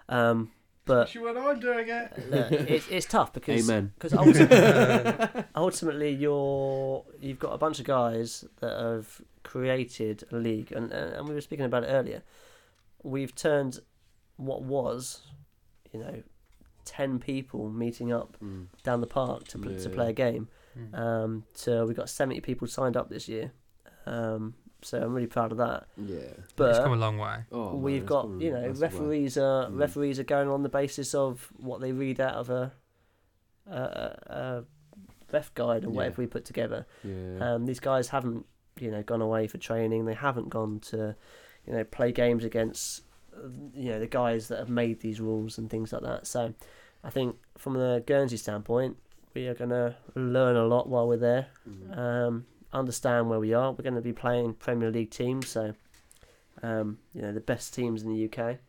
Speaker 4: Um, but
Speaker 1: Especially when I'm doing it.
Speaker 4: look, it's, it's tough because
Speaker 3: amen.
Speaker 4: because ultimately, ultimately you're you've got a bunch of guys that have created a league and and we were speaking about it earlier we've turned what was you know 10 people meeting up
Speaker 3: Mm.
Speaker 4: down the park to, pl- to
Speaker 3: Yeah.
Speaker 4: play a game
Speaker 2: Mm.
Speaker 4: um so we've got 70 people signed up this year um so i'm really proud of that
Speaker 3: Yeah.
Speaker 4: but
Speaker 2: it's come a long way.
Speaker 3: Oh, man,
Speaker 4: we've
Speaker 3: that's
Speaker 4: got
Speaker 3: probably-
Speaker 4: you know
Speaker 3: that's the way.
Speaker 4: referees are
Speaker 3: Mm.
Speaker 4: referees are going on the basis of what they read out of a a, a, a ref guide or
Speaker 3: Yeah.
Speaker 4: whatever we put together.
Speaker 3: Yeah.
Speaker 4: Um, these guys haven't you know gone away for training. They haven't gone to you know play games against uh, you know the guys that have made these rules and things like that. So I think from the Guernsey standpoint, we are going to learn a lot while we're there
Speaker 3: Mm.
Speaker 4: um, understand where we are. We're going to be playing Premier League teams, so um, you know the best teams in the UK.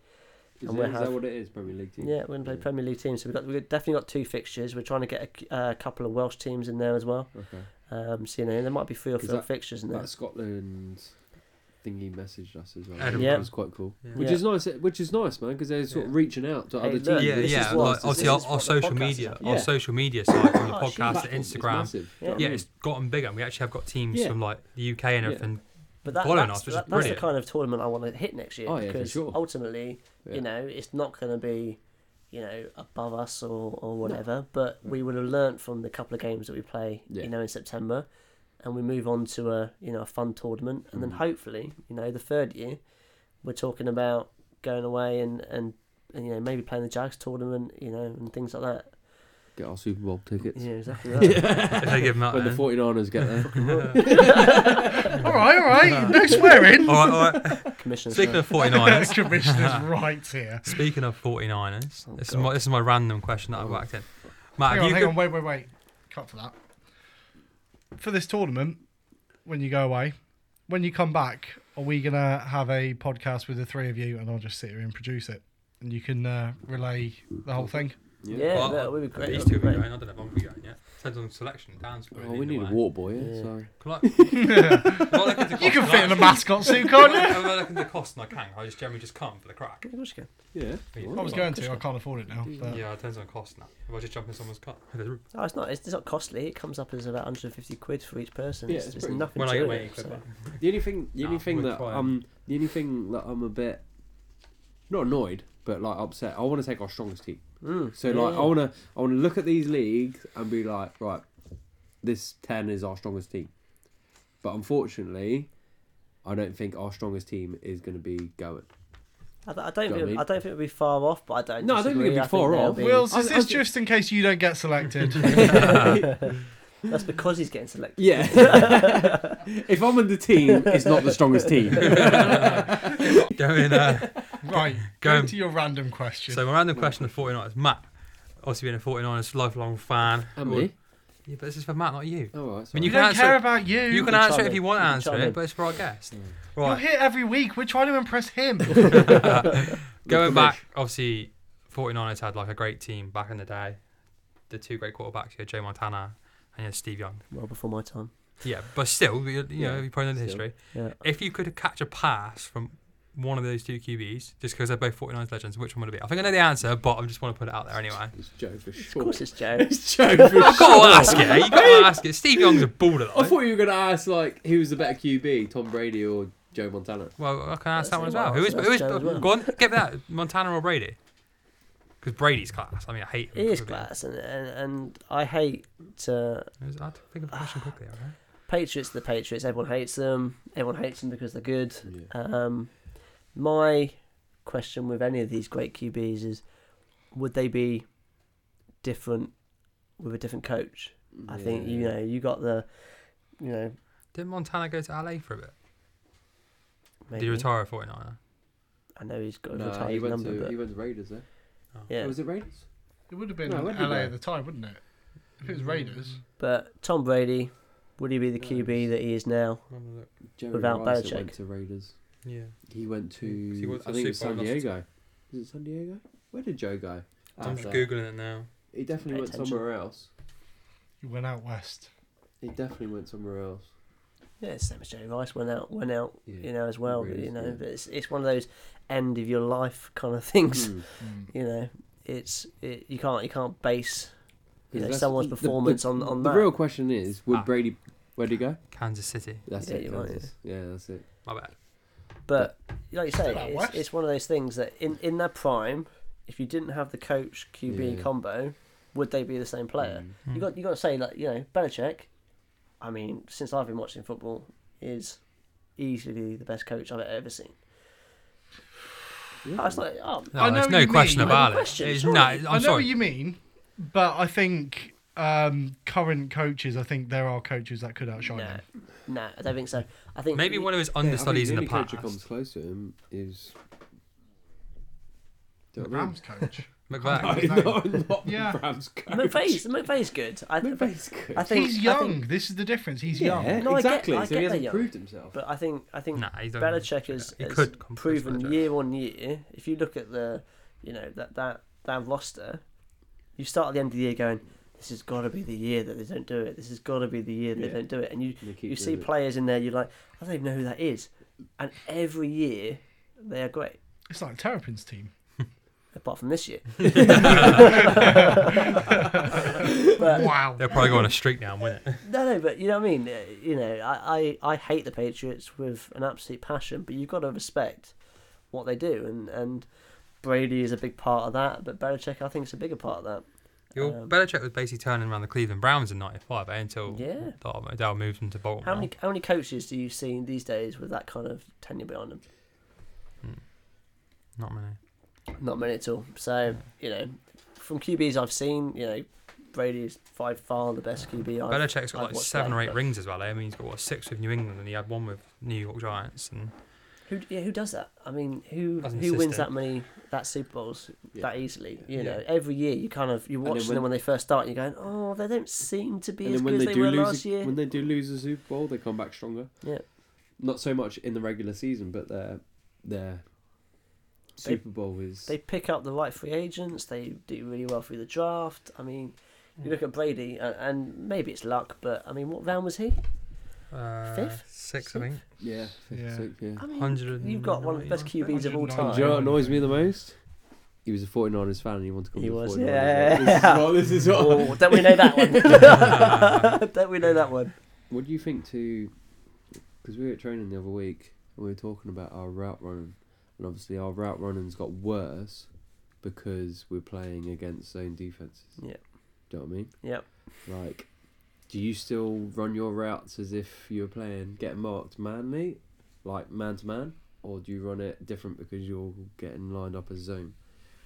Speaker 3: Is,
Speaker 4: and
Speaker 3: it,
Speaker 4: we'll
Speaker 3: is that
Speaker 4: have-
Speaker 3: what it is? Premier League team.
Speaker 4: Yeah, we're going to play
Speaker 3: Yeah.
Speaker 4: Premier League teams. So we've got we've definitely got two fixtures. We're trying to get a, a couple of Welsh teams in there as well.
Speaker 3: Okay.
Speaker 4: Um, so you know there might be three or
Speaker 3: Is
Speaker 4: four
Speaker 3: that-
Speaker 4: fixtures in there.
Speaker 3: That Scotland thingy messaged us as well.
Speaker 2: Edinburgh.
Speaker 4: Yeah.
Speaker 3: It was quite cool.
Speaker 2: Yeah.
Speaker 3: Which is nice. Which is nice, man, because they're sort of
Speaker 2: Yeah.
Speaker 3: reaching out to
Speaker 4: Hey,
Speaker 3: other
Speaker 4: look,
Speaker 3: teams.
Speaker 2: Yeah,
Speaker 3: This is
Speaker 2: yeah.
Speaker 3: what-
Speaker 2: Like,
Speaker 4: this is
Speaker 2: obviously, our,
Speaker 4: what
Speaker 2: our
Speaker 4: the
Speaker 2: social
Speaker 4: podcast is
Speaker 2: media,
Speaker 4: about.
Speaker 2: our
Speaker 3: Yeah.
Speaker 2: social media site on the
Speaker 4: Oh, shit.
Speaker 2: podcast, the
Speaker 3: It's
Speaker 2: Instagram.
Speaker 3: massive.
Speaker 4: Yeah.
Speaker 2: Yeah, it's gotten bigger. and We actually have got teams
Speaker 3: Yeah.
Speaker 2: from like the UK and
Speaker 3: Yeah.
Speaker 2: everything.
Speaker 4: But that,
Speaker 2: following
Speaker 4: that's,
Speaker 2: us, which is
Speaker 4: that- that's the
Speaker 2: brilliant.
Speaker 4: kind of tournament I want to hit next year
Speaker 3: Oh, yeah, for
Speaker 4: because
Speaker 3: sure.
Speaker 4: ultimately,
Speaker 3: Yeah.
Speaker 4: you know, it's not going to be, you know, above us or, or whatever. But we would have learnt from the couple of games that we play,
Speaker 3: Yeah.
Speaker 4: you know, in September, and we move on to a you know a fun tournament, and then
Speaker 3: Mhm.
Speaker 4: hopefully, you know, the third year, we're talking about going away and and. And, you know, maybe playing the Jags tournament, you know, and things like that.
Speaker 3: Get our Super Bowl tickets.
Speaker 4: Yeah, exactly. That.
Speaker 2: If they give them out,
Speaker 3: When the
Speaker 2: then.
Speaker 3: 49ers get there.
Speaker 1: All right, all right. No swearing.
Speaker 2: all right, all right.
Speaker 4: Commissioner's
Speaker 2: Speaking
Speaker 4: note.
Speaker 2: of 49ers,
Speaker 1: Commissioner's right here.
Speaker 2: speaking of 49ers, this is
Speaker 4: Oh, God. Mm.
Speaker 2: my this is my random question that I whacked in. Matt,
Speaker 1: Hang
Speaker 2: have
Speaker 1: on,
Speaker 2: you
Speaker 1: hang
Speaker 2: could-
Speaker 1: on, wait, wait, wait. Cut for that. For this tournament, when you go away, when you come back, are we gonna have a podcast with the three of you, and I'll just sit here and produce it, and you can uh, relay the whole thing?
Speaker 4: Yeah,
Speaker 2: Well,
Speaker 4: that would be great.
Speaker 2: These
Speaker 4: that'd
Speaker 2: two
Speaker 4: be
Speaker 2: will be
Speaker 4: great.
Speaker 2: going. I don't know if I'm be going yet. Depends on selection. Dan's probably
Speaker 3: Oh, we need
Speaker 2: leading
Speaker 3: a
Speaker 2: the way.
Speaker 3: water boy. Yeah.
Speaker 4: Yeah.
Speaker 3: Sorry.
Speaker 2: Can I- Not looking to
Speaker 1: You can
Speaker 2: cost,
Speaker 1: fit in a mascot suit, can't you?
Speaker 2: I'm not looking to cost and I can. I just generally just come for the crack.
Speaker 4: Yeah, of course you can.
Speaker 3: Yeah.
Speaker 2: Yeah.
Speaker 1: I was going to. I can't afford it now. But
Speaker 2: Yeah, it depends on cost now. If I just jump in someone's car,
Speaker 4: Oh, it's not. It's, it's not costly. It comes up as about 150 quid for each person.
Speaker 3: Yeah,
Speaker 4: it's,
Speaker 3: it's
Speaker 4: it's
Speaker 3: pretty-
Speaker 4: nothing.
Speaker 2: when I
Speaker 4: to
Speaker 2: get
Speaker 4: it,
Speaker 2: my eight
Speaker 4: so-
Speaker 2: quid back.
Speaker 3: The only thing, the only
Speaker 2: Nah,
Speaker 3: thing
Speaker 2: we'll
Speaker 3: that
Speaker 2: try
Speaker 3: um, the only thing that I'm a bit not annoyed, but like upset. I want to take our strongest team.
Speaker 4: Mm,
Speaker 3: So
Speaker 4: yeah,
Speaker 3: like,
Speaker 4: yeah.
Speaker 3: I want to, I want to look at these leagues and be like, right, this ten is our strongest team. But unfortunately, I don't think our strongest team is going to be going.
Speaker 4: I, I don't
Speaker 3: what I
Speaker 4: think
Speaker 3: mean?
Speaker 4: I don't think it'd be far off, but I don't.
Speaker 3: No, I don't think
Speaker 4: disagree.
Speaker 3: it'd be far
Speaker 4: they'll
Speaker 3: off.
Speaker 4: be-
Speaker 1: Wills,
Speaker 3: I-
Speaker 1: is
Speaker 3: I
Speaker 1: this
Speaker 3: thi-
Speaker 1: just in case you don't get selected?
Speaker 4: That's because he's getting selected.
Speaker 3: Yeah. if I'm on the team, it's not the strongest team.
Speaker 2: Going, uh,
Speaker 1: right,
Speaker 2: Go-
Speaker 1: go to your random question.
Speaker 2: so, my random question of 49ers. Matt, obviously being a 49ers lifelong fan.
Speaker 3: And me.
Speaker 2: Yeah, but this is for Matt, not you.
Speaker 3: All right.
Speaker 2: mean,
Speaker 1: we
Speaker 2: you
Speaker 1: don't
Speaker 2: can answer
Speaker 1: care
Speaker 2: it.
Speaker 1: about you.
Speaker 2: You can
Speaker 4: can
Speaker 2: answer
Speaker 4: chime
Speaker 2: it if
Speaker 4: in.
Speaker 2: you want to
Speaker 4: You can
Speaker 2: answer
Speaker 4: chime
Speaker 2: it,
Speaker 4: in.
Speaker 2: but it's for our guest.
Speaker 1: You're
Speaker 2: Right.
Speaker 1: here every week. We're trying to impress him.
Speaker 2: Going back, obviously, 49ers had like a great team back in the day. The two great quarterbacks, you had Joe Montana and you had Steve Young.
Speaker 4: Well before my time.
Speaker 2: Yeah, but still, you, you know,
Speaker 3: Yeah,
Speaker 2: you probably know the
Speaker 3: still.
Speaker 2: history.
Speaker 4: Yeah.
Speaker 2: If you could catch a pass from one of those two QBs, just because they're both 49ers legends, which one would it be? I think I know the answer, but I just want to put it out there anyway.
Speaker 3: It's Joe for
Speaker 4: Of
Speaker 3: sure.
Speaker 4: course, it's Joe.
Speaker 3: It's Joe for sure.
Speaker 2: Gotta ask it. eh? You gotta ask it. Steve Young's a baller.
Speaker 3: I thought you were going to ask, like, who was the better QB, Tom Brady or Joe Montana?
Speaker 2: well, I can ask
Speaker 4: That's
Speaker 2: that one as
Speaker 4: a
Speaker 2: well.
Speaker 4: lot.
Speaker 2: Who is?
Speaker 4: That's
Speaker 2: Who is?
Speaker 4: Joe as well.
Speaker 2: Go on, get that Montana or Brady? Because Brady's class. I mean, I hate.
Speaker 4: He
Speaker 2: him
Speaker 4: is
Speaker 2: because of
Speaker 4: class, and, and and I hate uh,
Speaker 2: it. I had to think of a
Speaker 4: Ah.
Speaker 2: question quickly. all right?
Speaker 4: Patriots. are The Patriots. Everyone hates them. Everyone hates them because they're good.
Speaker 3: Yeah.
Speaker 4: Um, my question with any of these great QBs is, would they be different with a different coach? I think you know you got the, you know,
Speaker 2: Didn't Montana go to LA for a bit? Did
Speaker 4: maybe,
Speaker 2: he retire a 49er?
Speaker 4: I know he's got a
Speaker 3: Nah,
Speaker 4: retired
Speaker 3: he went,
Speaker 4: number,
Speaker 3: to,
Speaker 4: but
Speaker 3: he went to Raiders, eh?
Speaker 4: yeah.
Speaker 3: Was it Raiders?
Speaker 1: It would have been
Speaker 3: No,
Speaker 1: LA
Speaker 3: where'd we go?
Speaker 1: at the time, wouldn't it? If it was Raiders.
Speaker 2: Mm,
Speaker 4: But Tom Brady, would he be the
Speaker 3: Nice.
Speaker 4: QB that he is now?
Speaker 3: Jerry
Speaker 4: Without
Speaker 3: Rice that
Speaker 4: Belichick.
Speaker 3: went to Raiders.
Speaker 2: Yeah.
Speaker 3: He went to,
Speaker 2: He went to
Speaker 3: I think it
Speaker 2: Super
Speaker 3: was San
Speaker 2: Bowl last
Speaker 3: Diego. Is it San Diego? Where did Joe go?
Speaker 2: I'm just
Speaker 3: After.
Speaker 2: googling it now.
Speaker 3: He definitely
Speaker 4: Pay
Speaker 3: went
Speaker 4: attention.
Speaker 3: somewhere else.
Speaker 1: You went out west.
Speaker 3: He definitely went somewhere else.
Speaker 4: Yeah, it's the same as Jerry Rice went out, went out,
Speaker 3: Yeah,
Speaker 4: you know, as well.
Speaker 3: really
Speaker 4: you
Speaker 3: is,
Speaker 4: know,
Speaker 3: yeah.
Speaker 4: but it's it's one of those end of your life kind of things.
Speaker 3: Hmm.
Speaker 1: Mm.
Speaker 4: You know, it's it, you can't you can't base you know
Speaker 3: That's-
Speaker 4: someone's
Speaker 3: the- the-
Speaker 4: performance on on
Speaker 3: The
Speaker 4: that.
Speaker 3: real question is, would
Speaker 2: Ah.
Speaker 3: Brady? Where'd he go?
Speaker 2: Kansas City.
Speaker 3: That's
Speaker 4: Yeah,
Speaker 3: it.
Speaker 4: you're right,
Speaker 3: Kansas. Yeah, that's it.
Speaker 2: My bad.
Speaker 4: But like you say,
Speaker 1: Still out
Speaker 4: it's,
Speaker 1: west.
Speaker 4: it's one of those things that in in their prime, if you didn't have the coach QB
Speaker 3: Yeah.
Speaker 4: combo, would they be the same player?
Speaker 3: Mm.
Speaker 4: You got you got to say like you know Belichick. I mean, since I've been watching football, is easily the best coach I've ever seen. I was like, oh,
Speaker 2: No,
Speaker 1: I know
Speaker 2: there's
Speaker 1: what
Speaker 2: no
Speaker 1: you
Speaker 2: question
Speaker 1: mean.
Speaker 2: about
Speaker 4: No
Speaker 2: it.
Speaker 4: question,
Speaker 2: It's
Speaker 4: surely.
Speaker 2: not,
Speaker 1: i know
Speaker 2: I'm
Speaker 1: what
Speaker 2: sorry.
Speaker 1: you mean, but I think um, current coaches, I think there are coaches that could outshine
Speaker 4: no,
Speaker 1: him.
Speaker 4: no, I don't think so. I think
Speaker 2: Maybe
Speaker 4: you-
Speaker 2: one of his
Speaker 3: Yeah, I think
Speaker 2: understudies
Speaker 3: the
Speaker 2: in
Speaker 3: only
Speaker 2: the past.
Speaker 3: coach that comes close to him is. Do you
Speaker 1: The
Speaker 3: know what I mean?
Speaker 1: Rams coach.
Speaker 2: McVeigh.
Speaker 1: Rams.
Speaker 3: No, no, not
Speaker 1: Yeah.
Speaker 3: the Rams coach.
Speaker 4: McVay's McVay's good. I,
Speaker 3: McVay's good.
Speaker 4: I think
Speaker 1: He's
Speaker 4: I
Speaker 1: young.
Speaker 4: think-
Speaker 1: This is the difference. He's
Speaker 3: yeah,
Speaker 1: young.
Speaker 4: No, I get-
Speaker 3: exactly.
Speaker 4: I
Speaker 3: so
Speaker 4: get
Speaker 3: he
Speaker 4: they're
Speaker 3: hasn't
Speaker 4: young.
Speaker 3: proved himself.
Speaker 4: but I think I think
Speaker 2: Nah, he's done-
Speaker 4: Belichick has,
Speaker 2: He
Speaker 4: has
Speaker 2: could come close,
Speaker 4: proven
Speaker 2: Belichick.
Speaker 4: year on year. If you look at the you know that that that roster, you start at the end of the year going, this has got to be the year that they don't do it. This has got to be the year they
Speaker 3: Yeah.
Speaker 4: don't do it. And you
Speaker 3: They keep
Speaker 4: you see
Speaker 3: doing it.
Speaker 4: players in there, you're like, I don't even know who that is. And every year they are great,
Speaker 1: It's like Terrapin's team.
Speaker 4: apart from this year.
Speaker 1: wow.
Speaker 2: They'll probably go on a streak now and win it.
Speaker 4: No, no, but you know what I mean. uh, You know, I, I, I hate the Patriots with an absolute passion, but you've got to respect what they do, and and Brady is a big part of that. But Belichick, I think, is a bigger part of that.
Speaker 2: Your
Speaker 4: Um,
Speaker 2: Belichick was basically turning around the Cleveland Browns in '95 eh, until
Speaker 4: Yeah.
Speaker 2: Dar- Odell moved them to Baltimore.
Speaker 4: How many how many coaches do you see these days with that kind of tenure behind them?
Speaker 2: Not many.
Speaker 4: Not many at all. So you know, from QBs I've seen, you know, Brady is by far the best QB. I've,
Speaker 2: Belichick's got
Speaker 4: I've
Speaker 2: like
Speaker 4: watched
Speaker 2: seven
Speaker 4: play,
Speaker 2: or eight
Speaker 4: but
Speaker 2: rings as well. eh? I mean, he's got what six with New England, and he had one with New York Giants. And
Speaker 4: Who yeah, who does that? I mean, who
Speaker 2: As an
Speaker 4: who wins
Speaker 2: assistant.
Speaker 4: that many that Super Bowls
Speaker 3: Yeah.
Speaker 4: that easily? You
Speaker 3: Yeah.
Speaker 4: know, every year you kind of you
Speaker 3: then
Speaker 4: watch
Speaker 3: when-
Speaker 4: them when they first start, and you're going, oh, they don't seem to be
Speaker 3: And
Speaker 4: as
Speaker 3: then
Speaker 4: good
Speaker 3: when
Speaker 4: as
Speaker 3: they,
Speaker 4: they
Speaker 3: do
Speaker 4: were
Speaker 3: lose,
Speaker 4: last
Speaker 3: the-
Speaker 4: year.
Speaker 3: when they do lose the Super Bowl, they come back stronger.
Speaker 4: Yeah,
Speaker 3: Not so much in the regular season, but their their
Speaker 4: They-
Speaker 3: Super Bowl is.
Speaker 4: they pick up the right free agents. They do really well through the draft. I mean, you look at Brady, and, and maybe it's luck, but I mean, what round was he?
Speaker 2: uh,
Speaker 4: Fifth?
Speaker 2: six, I
Speaker 4: Sixth?
Speaker 2: think.
Speaker 3: yeah,
Speaker 1: Yeah.
Speaker 3: so- yeah.
Speaker 4: I mean,
Speaker 2: 100
Speaker 4: you've got one of the best QBs of all
Speaker 3: Do you know
Speaker 4: time.
Speaker 3: what annoys me the most? He was a 49ers fan and he wanted to come
Speaker 4: He
Speaker 3: to
Speaker 4: was,
Speaker 3: 49ers.
Speaker 4: yeah.
Speaker 3: This is what. This is what
Speaker 4: Oh, don't we know that one? don't we know that one?
Speaker 3: what do you think to. Because we were at training the other week and we were talking about our route running. And obviously, our route running's got worse because we're playing against zone defenses.
Speaker 4: Yeah.
Speaker 3: Do you know what I mean?
Speaker 4: Yep.
Speaker 3: Like, do you still run your routes as if you were playing, getting marked manly? Like, man to man? or do you run it different because you're getting lined up as zone?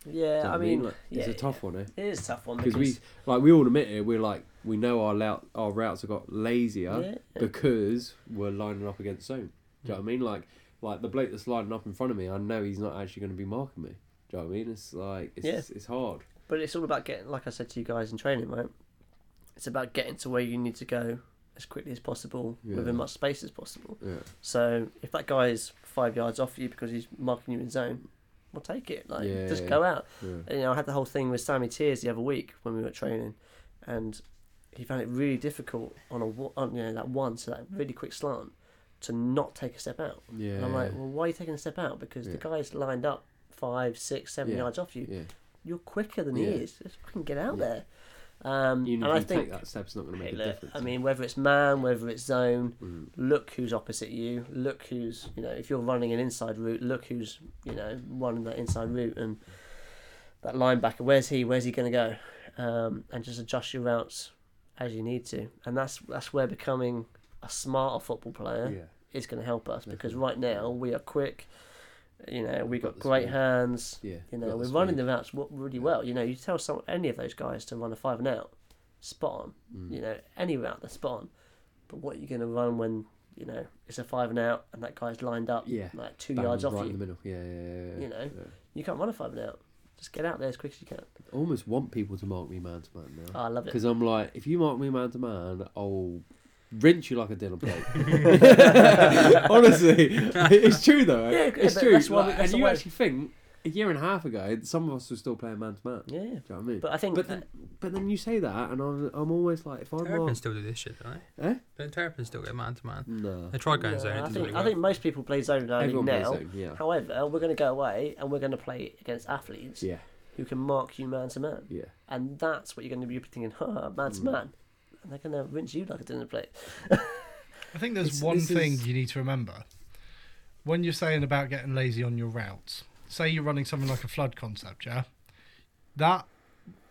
Speaker 3: Do you
Speaker 4: Yeah,
Speaker 3: know
Speaker 4: I
Speaker 3: what I mean,
Speaker 4: mean,
Speaker 3: like, it's a tough one, eh?
Speaker 4: It is a tough one
Speaker 3: Because we like we all admit it. We're like we know our lou- our routes have got lazier
Speaker 4: Yeah.
Speaker 3: because we're lining up against zone. Do
Speaker 4: Mm.
Speaker 3: you know what I mean? Like like the bloke that's lining up in front of me, I know he's not actually going to be marking me. Do you know what I mean? It's like it's
Speaker 4: Yeah.
Speaker 3: it's, hard.
Speaker 4: But it's all about getting, like I said to you guys in training, right? It's about getting to where you need to go as quickly as possible
Speaker 3: Yeah.
Speaker 4: within much space as possible.
Speaker 3: Yeah,
Speaker 4: So if that guy is five yards off you because he's marking you in zone, well, take it. Like,
Speaker 3: Yeah,
Speaker 4: just
Speaker 3: yeah,
Speaker 4: go out.
Speaker 3: yeah.
Speaker 4: You know, I had the whole thing with Sammy Tears the other week when we were training, and he found it really difficult on a wa- on you know that one, so that really quick slant, to not take a step out.
Speaker 3: Yeah.
Speaker 4: And I'm like, well, why are you taking a step out? Because
Speaker 3: Yeah.
Speaker 4: the guy's lined up five, six, seven
Speaker 3: Yeah.
Speaker 4: yards off you.
Speaker 3: yeah.
Speaker 4: You're quicker than
Speaker 3: Yeah.
Speaker 4: he is. Just fucking get out
Speaker 3: Yeah.
Speaker 4: there. Um,
Speaker 3: Even
Speaker 4: and
Speaker 3: if
Speaker 4: I
Speaker 3: you
Speaker 4: think,
Speaker 3: take that step's not going to
Speaker 4: hey,
Speaker 3: make a
Speaker 4: look,
Speaker 3: difference.
Speaker 4: I mean, whether it's man, whether it's zone,
Speaker 3: Mm.
Speaker 4: look who's opposite you. Look who's you know, if you're running an inside route, look who's you know running that inside route and that linebacker. Where's he? Where's he going to go? Um, and just adjust your routes as you need to. And that's that's where becoming a smarter football player
Speaker 3: yeah.
Speaker 4: is going to help us because
Speaker 3: Definitely.
Speaker 4: right now we are quick. You know, we
Speaker 3: We've
Speaker 4: got,
Speaker 3: got the
Speaker 4: great
Speaker 3: speed.
Speaker 4: hands.
Speaker 3: Yeah.
Speaker 4: You
Speaker 3: got
Speaker 4: know,
Speaker 3: the
Speaker 4: we're running
Speaker 3: speed.
Speaker 4: the routes w- really well. You know, you tell some any of those guys to run a five and out, spot on.
Speaker 3: Mm.
Speaker 4: You know, any route they're spot on. But what are you going to run when you know it's a five and out and that guy's lined up
Speaker 3: Yeah.
Speaker 4: like two
Speaker 3: Bang,
Speaker 4: yards off
Speaker 3: right in
Speaker 4: you?
Speaker 3: the middle. Yeah, yeah, yeah, yeah.
Speaker 4: You know.
Speaker 3: yeah.
Speaker 4: You can't run a five and out. Just get out there as quick as you can.
Speaker 3: I almost want people to mark me man to man now.
Speaker 4: Oh, I love it.
Speaker 3: Because I'm like, if you mark me man to man, I'll rinse you like a dinner plate. Honestly, it's true though.
Speaker 4: Yeah,
Speaker 3: it's
Speaker 4: but
Speaker 3: true.
Speaker 4: that's why we-
Speaker 3: Like,
Speaker 4: that's
Speaker 3: and
Speaker 4: the
Speaker 3: you
Speaker 4: way-
Speaker 3: actually think a year and a half ago, some of us were still playing man to man. Do
Speaker 4: Yeah.
Speaker 3: you know what I mean?
Speaker 4: But I think
Speaker 3: but then, but then you say that, and I'm, I'm always like, if I mark,
Speaker 2: Terrapins still do this shit, don't they?
Speaker 3: Eh?
Speaker 2: Don't Terrapins still get man to man?
Speaker 3: no,
Speaker 2: They tried going
Speaker 4: No,
Speaker 2: zone. It
Speaker 4: I
Speaker 2: doesn't
Speaker 4: think,
Speaker 2: really
Speaker 4: I
Speaker 2: work.
Speaker 4: think most people play zone only
Speaker 3: everyone plays
Speaker 4: now.
Speaker 3: zone. Yeah,
Speaker 4: However, we're going to go away and we're going to play against athletes
Speaker 3: yeah,
Speaker 4: who can mark you man to man.
Speaker 3: yeah.
Speaker 4: And that's what you're going to be thinking, huh, man's
Speaker 3: Mm.
Speaker 4: man. And they're going to rinse you like a dinner plate.
Speaker 1: I think there's
Speaker 3: It's-
Speaker 1: one
Speaker 3: this
Speaker 1: thing
Speaker 3: is-
Speaker 1: you need to remember when you're saying about getting lazy on your routes. Say you're running something like a flood concept, yeah. That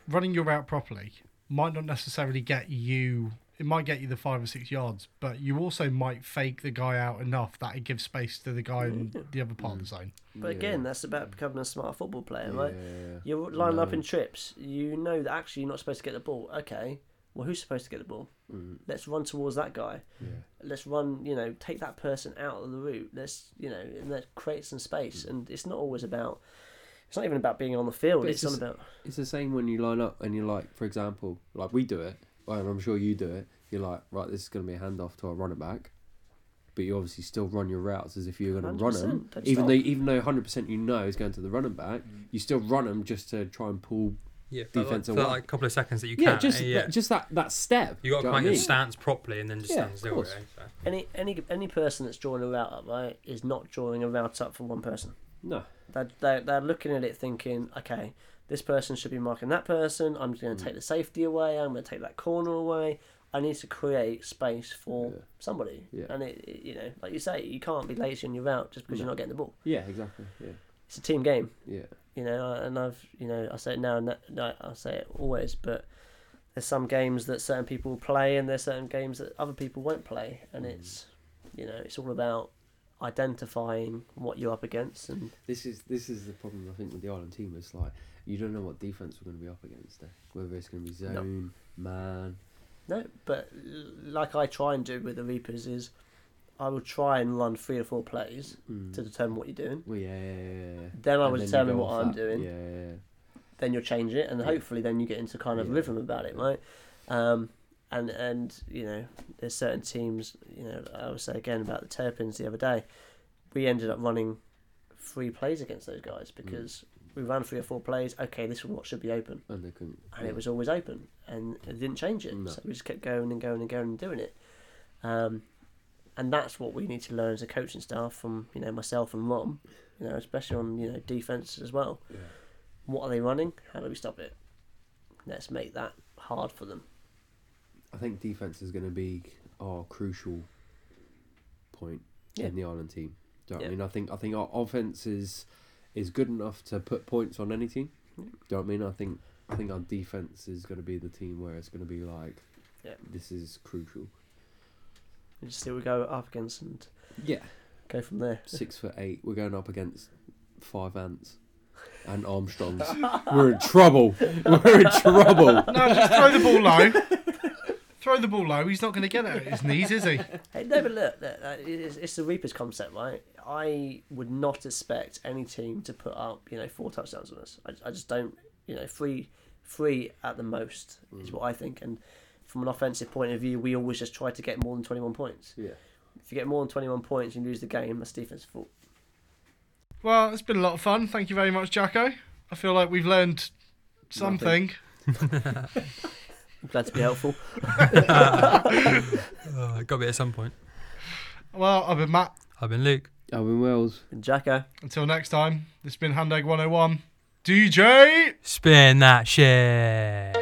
Speaker 1: running your route properly might not necessarily get you. It might get you the five or six yards, but you also might fake the guy out enough that it gives space to the guy in
Speaker 3: Mm.
Speaker 1: the other part of the zone.
Speaker 4: But
Speaker 3: yeah,
Speaker 4: again, that's about becoming a smart football player, right?
Speaker 3: yeah.
Speaker 4: You're lining up
Speaker 3: No.
Speaker 4: in trips. You know that actually you're not supposed to get the ball. Okay, well, who's supposed to get the ball?
Speaker 3: Mm,
Speaker 4: Let's run towards that guy.
Speaker 3: yeah.
Speaker 4: Let's run, you know, take that person out of the route. Let's, you know, and let's create some space. And it's not always about, it's not even about being on the field.
Speaker 3: Mm. But
Speaker 4: It's,
Speaker 3: it's
Speaker 4: not
Speaker 3: just-
Speaker 4: about,
Speaker 3: It's the same when you line up and you're like, for example, like we do it, right, and I'm sure you do it. You're like, right, this is going to be a handoff to a runner back, but you obviously still run your routes as if you were going to run them,
Speaker 4: 100%, don't
Speaker 3: even
Speaker 4: stop.
Speaker 3: though even though 100 percent you know is going to the running back, you still run them just to try and pull.
Speaker 2: yeah, for like,
Speaker 3: defense
Speaker 2: for
Speaker 3: away.
Speaker 2: like a couple of seconds that you
Speaker 3: yeah,
Speaker 2: can.
Speaker 3: just
Speaker 2: eh, yeah.
Speaker 3: That, just that that step.
Speaker 2: you got to
Speaker 3: do you know what
Speaker 2: find
Speaker 3: I
Speaker 2: your
Speaker 3: mean?
Speaker 2: stance properly and then just
Speaker 3: Yeah,
Speaker 2: stand
Speaker 3: of
Speaker 2: still.
Speaker 3: course.
Speaker 2: eh? So-
Speaker 4: any, any, any person that's drawing a route up, right, is not drawing a route up for one person.
Speaker 3: No,
Speaker 4: They're, they're, they're looking at it thinking, okay, this person should be marking that person. I'm going
Speaker 3: Mm.
Speaker 4: to take the safety away. I'm going to take that corner away. I need to create space for
Speaker 3: Yeah.
Speaker 4: somebody.
Speaker 3: Yeah.
Speaker 4: And, it, it- you know, like you say, you can't be lazy on your route just because you're
Speaker 3: No.
Speaker 4: not getting the ball.
Speaker 3: yeah, exactly. Yeah,
Speaker 4: It's a team game,
Speaker 3: yeah,
Speaker 4: you know, uh, and I've, you know, I say it now and that, no, I say it always, but there's some games that certain people play and there's certain games that other people won't play. And
Speaker 3: Mm.
Speaker 4: it's, you know, it's all about identifying what you're up against and
Speaker 3: This is this is the problem I think with the Ireland team. It's like you don't know what defense we're going to be up against. Eh? Whether it's going to be
Speaker 4: No.
Speaker 3: zone, man.
Speaker 4: No, but l- like I try and do with the Reapers is I will try and run three or four plays
Speaker 3: Mm.
Speaker 4: to determine what you're doing.
Speaker 3: Well, yeah, yeah, yeah, yeah.
Speaker 4: Then I
Speaker 3: And
Speaker 4: will
Speaker 3: you
Speaker 4: determine
Speaker 3: go
Speaker 4: what
Speaker 3: off
Speaker 4: I'm
Speaker 3: that.
Speaker 4: doing.
Speaker 3: Yeah, yeah,
Speaker 4: Then you'll change it, and
Speaker 3: Yeah.
Speaker 4: hopefully then you get into kind of
Speaker 3: Yeah.
Speaker 4: rhythm about it,
Speaker 3: Yeah.
Speaker 4: right? Um, and and you know, there's certain teams. You know, I would say again about the Terrapins the other day. We ended up running three plays against those guys
Speaker 3: Mm.
Speaker 4: because we ran three or four plays. Okay, this is what should be open.
Speaker 3: yeah. and they couldn't.
Speaker 4: and
Speaker 3: yeah.
Speaker 4: it was always open, and it didn't change it.
Speaker 3: Mm. No.
Speaker 4: So we just kept going and going and going and doing it. Um, and that's what we need to learn as a coaching staff from you know myself and Rom, you know, especially on you know defense as well.
Speaker 3: Yeah.
Speaker 4: What are they running? How do we stop it? Let's make that hard for them.
Speaker 3: I think defense is going to be our crucial point
Speaker 4: Yeah.
Speaker 3: in the Ireland team. Do you know what
Speaker 4: Yeah.
Speaker 3: I mean? I think I think our offense is is good enough to put points on any team.
Speaker 4: Yeah.
Speaker 3: Do you know what I mean? I think I think our defense is going to be the team where it's going to be like,
Speaker 4: Yeah.
Speaker 3: this is crucial.
Speaker 4: And just see what we go up against and
Speaker 3: Yeah,
Speaker 4: Go from there.
Speaker 3: Six foot eight. We're going up against five ants and Armstrongs. We're in trouble. We're in trouble.
Speaker 1: No, just throw the ball low. throw the ball low. He's not going to get it at his knees, is he?
Speaker 4: Hey, no, but look, look, uh, it's, it's the Reapers concept, right? I would not expect any team to put up, you know, four touchdowns on us. I, I just don't, you know, three, three at the most is what I think. And from an offensive point of view, we always just try to get more than twenty-one points.
Speaker 3: Yeah.
Speaker 4: If you get more than twenty-one points, you lose the game. That's defensive fault.
Speaker 1: Well, it's been a lot of fun. Thank you very much, Jacko. I feel like we've learned something.
Speaker 4: I'm glad to be helpful.
Speaker 2: Uh, got to be at some point.
Speaker 1: Well, I've been Matt.
Speaker 2: I've been Luke.
Speaker 3: I'm in Wales.
Speaker 4: And Jacko,
Speaker 1: Until next oh time, this has been Handeg 101. DJ!
Speaker 2: Spin that shit.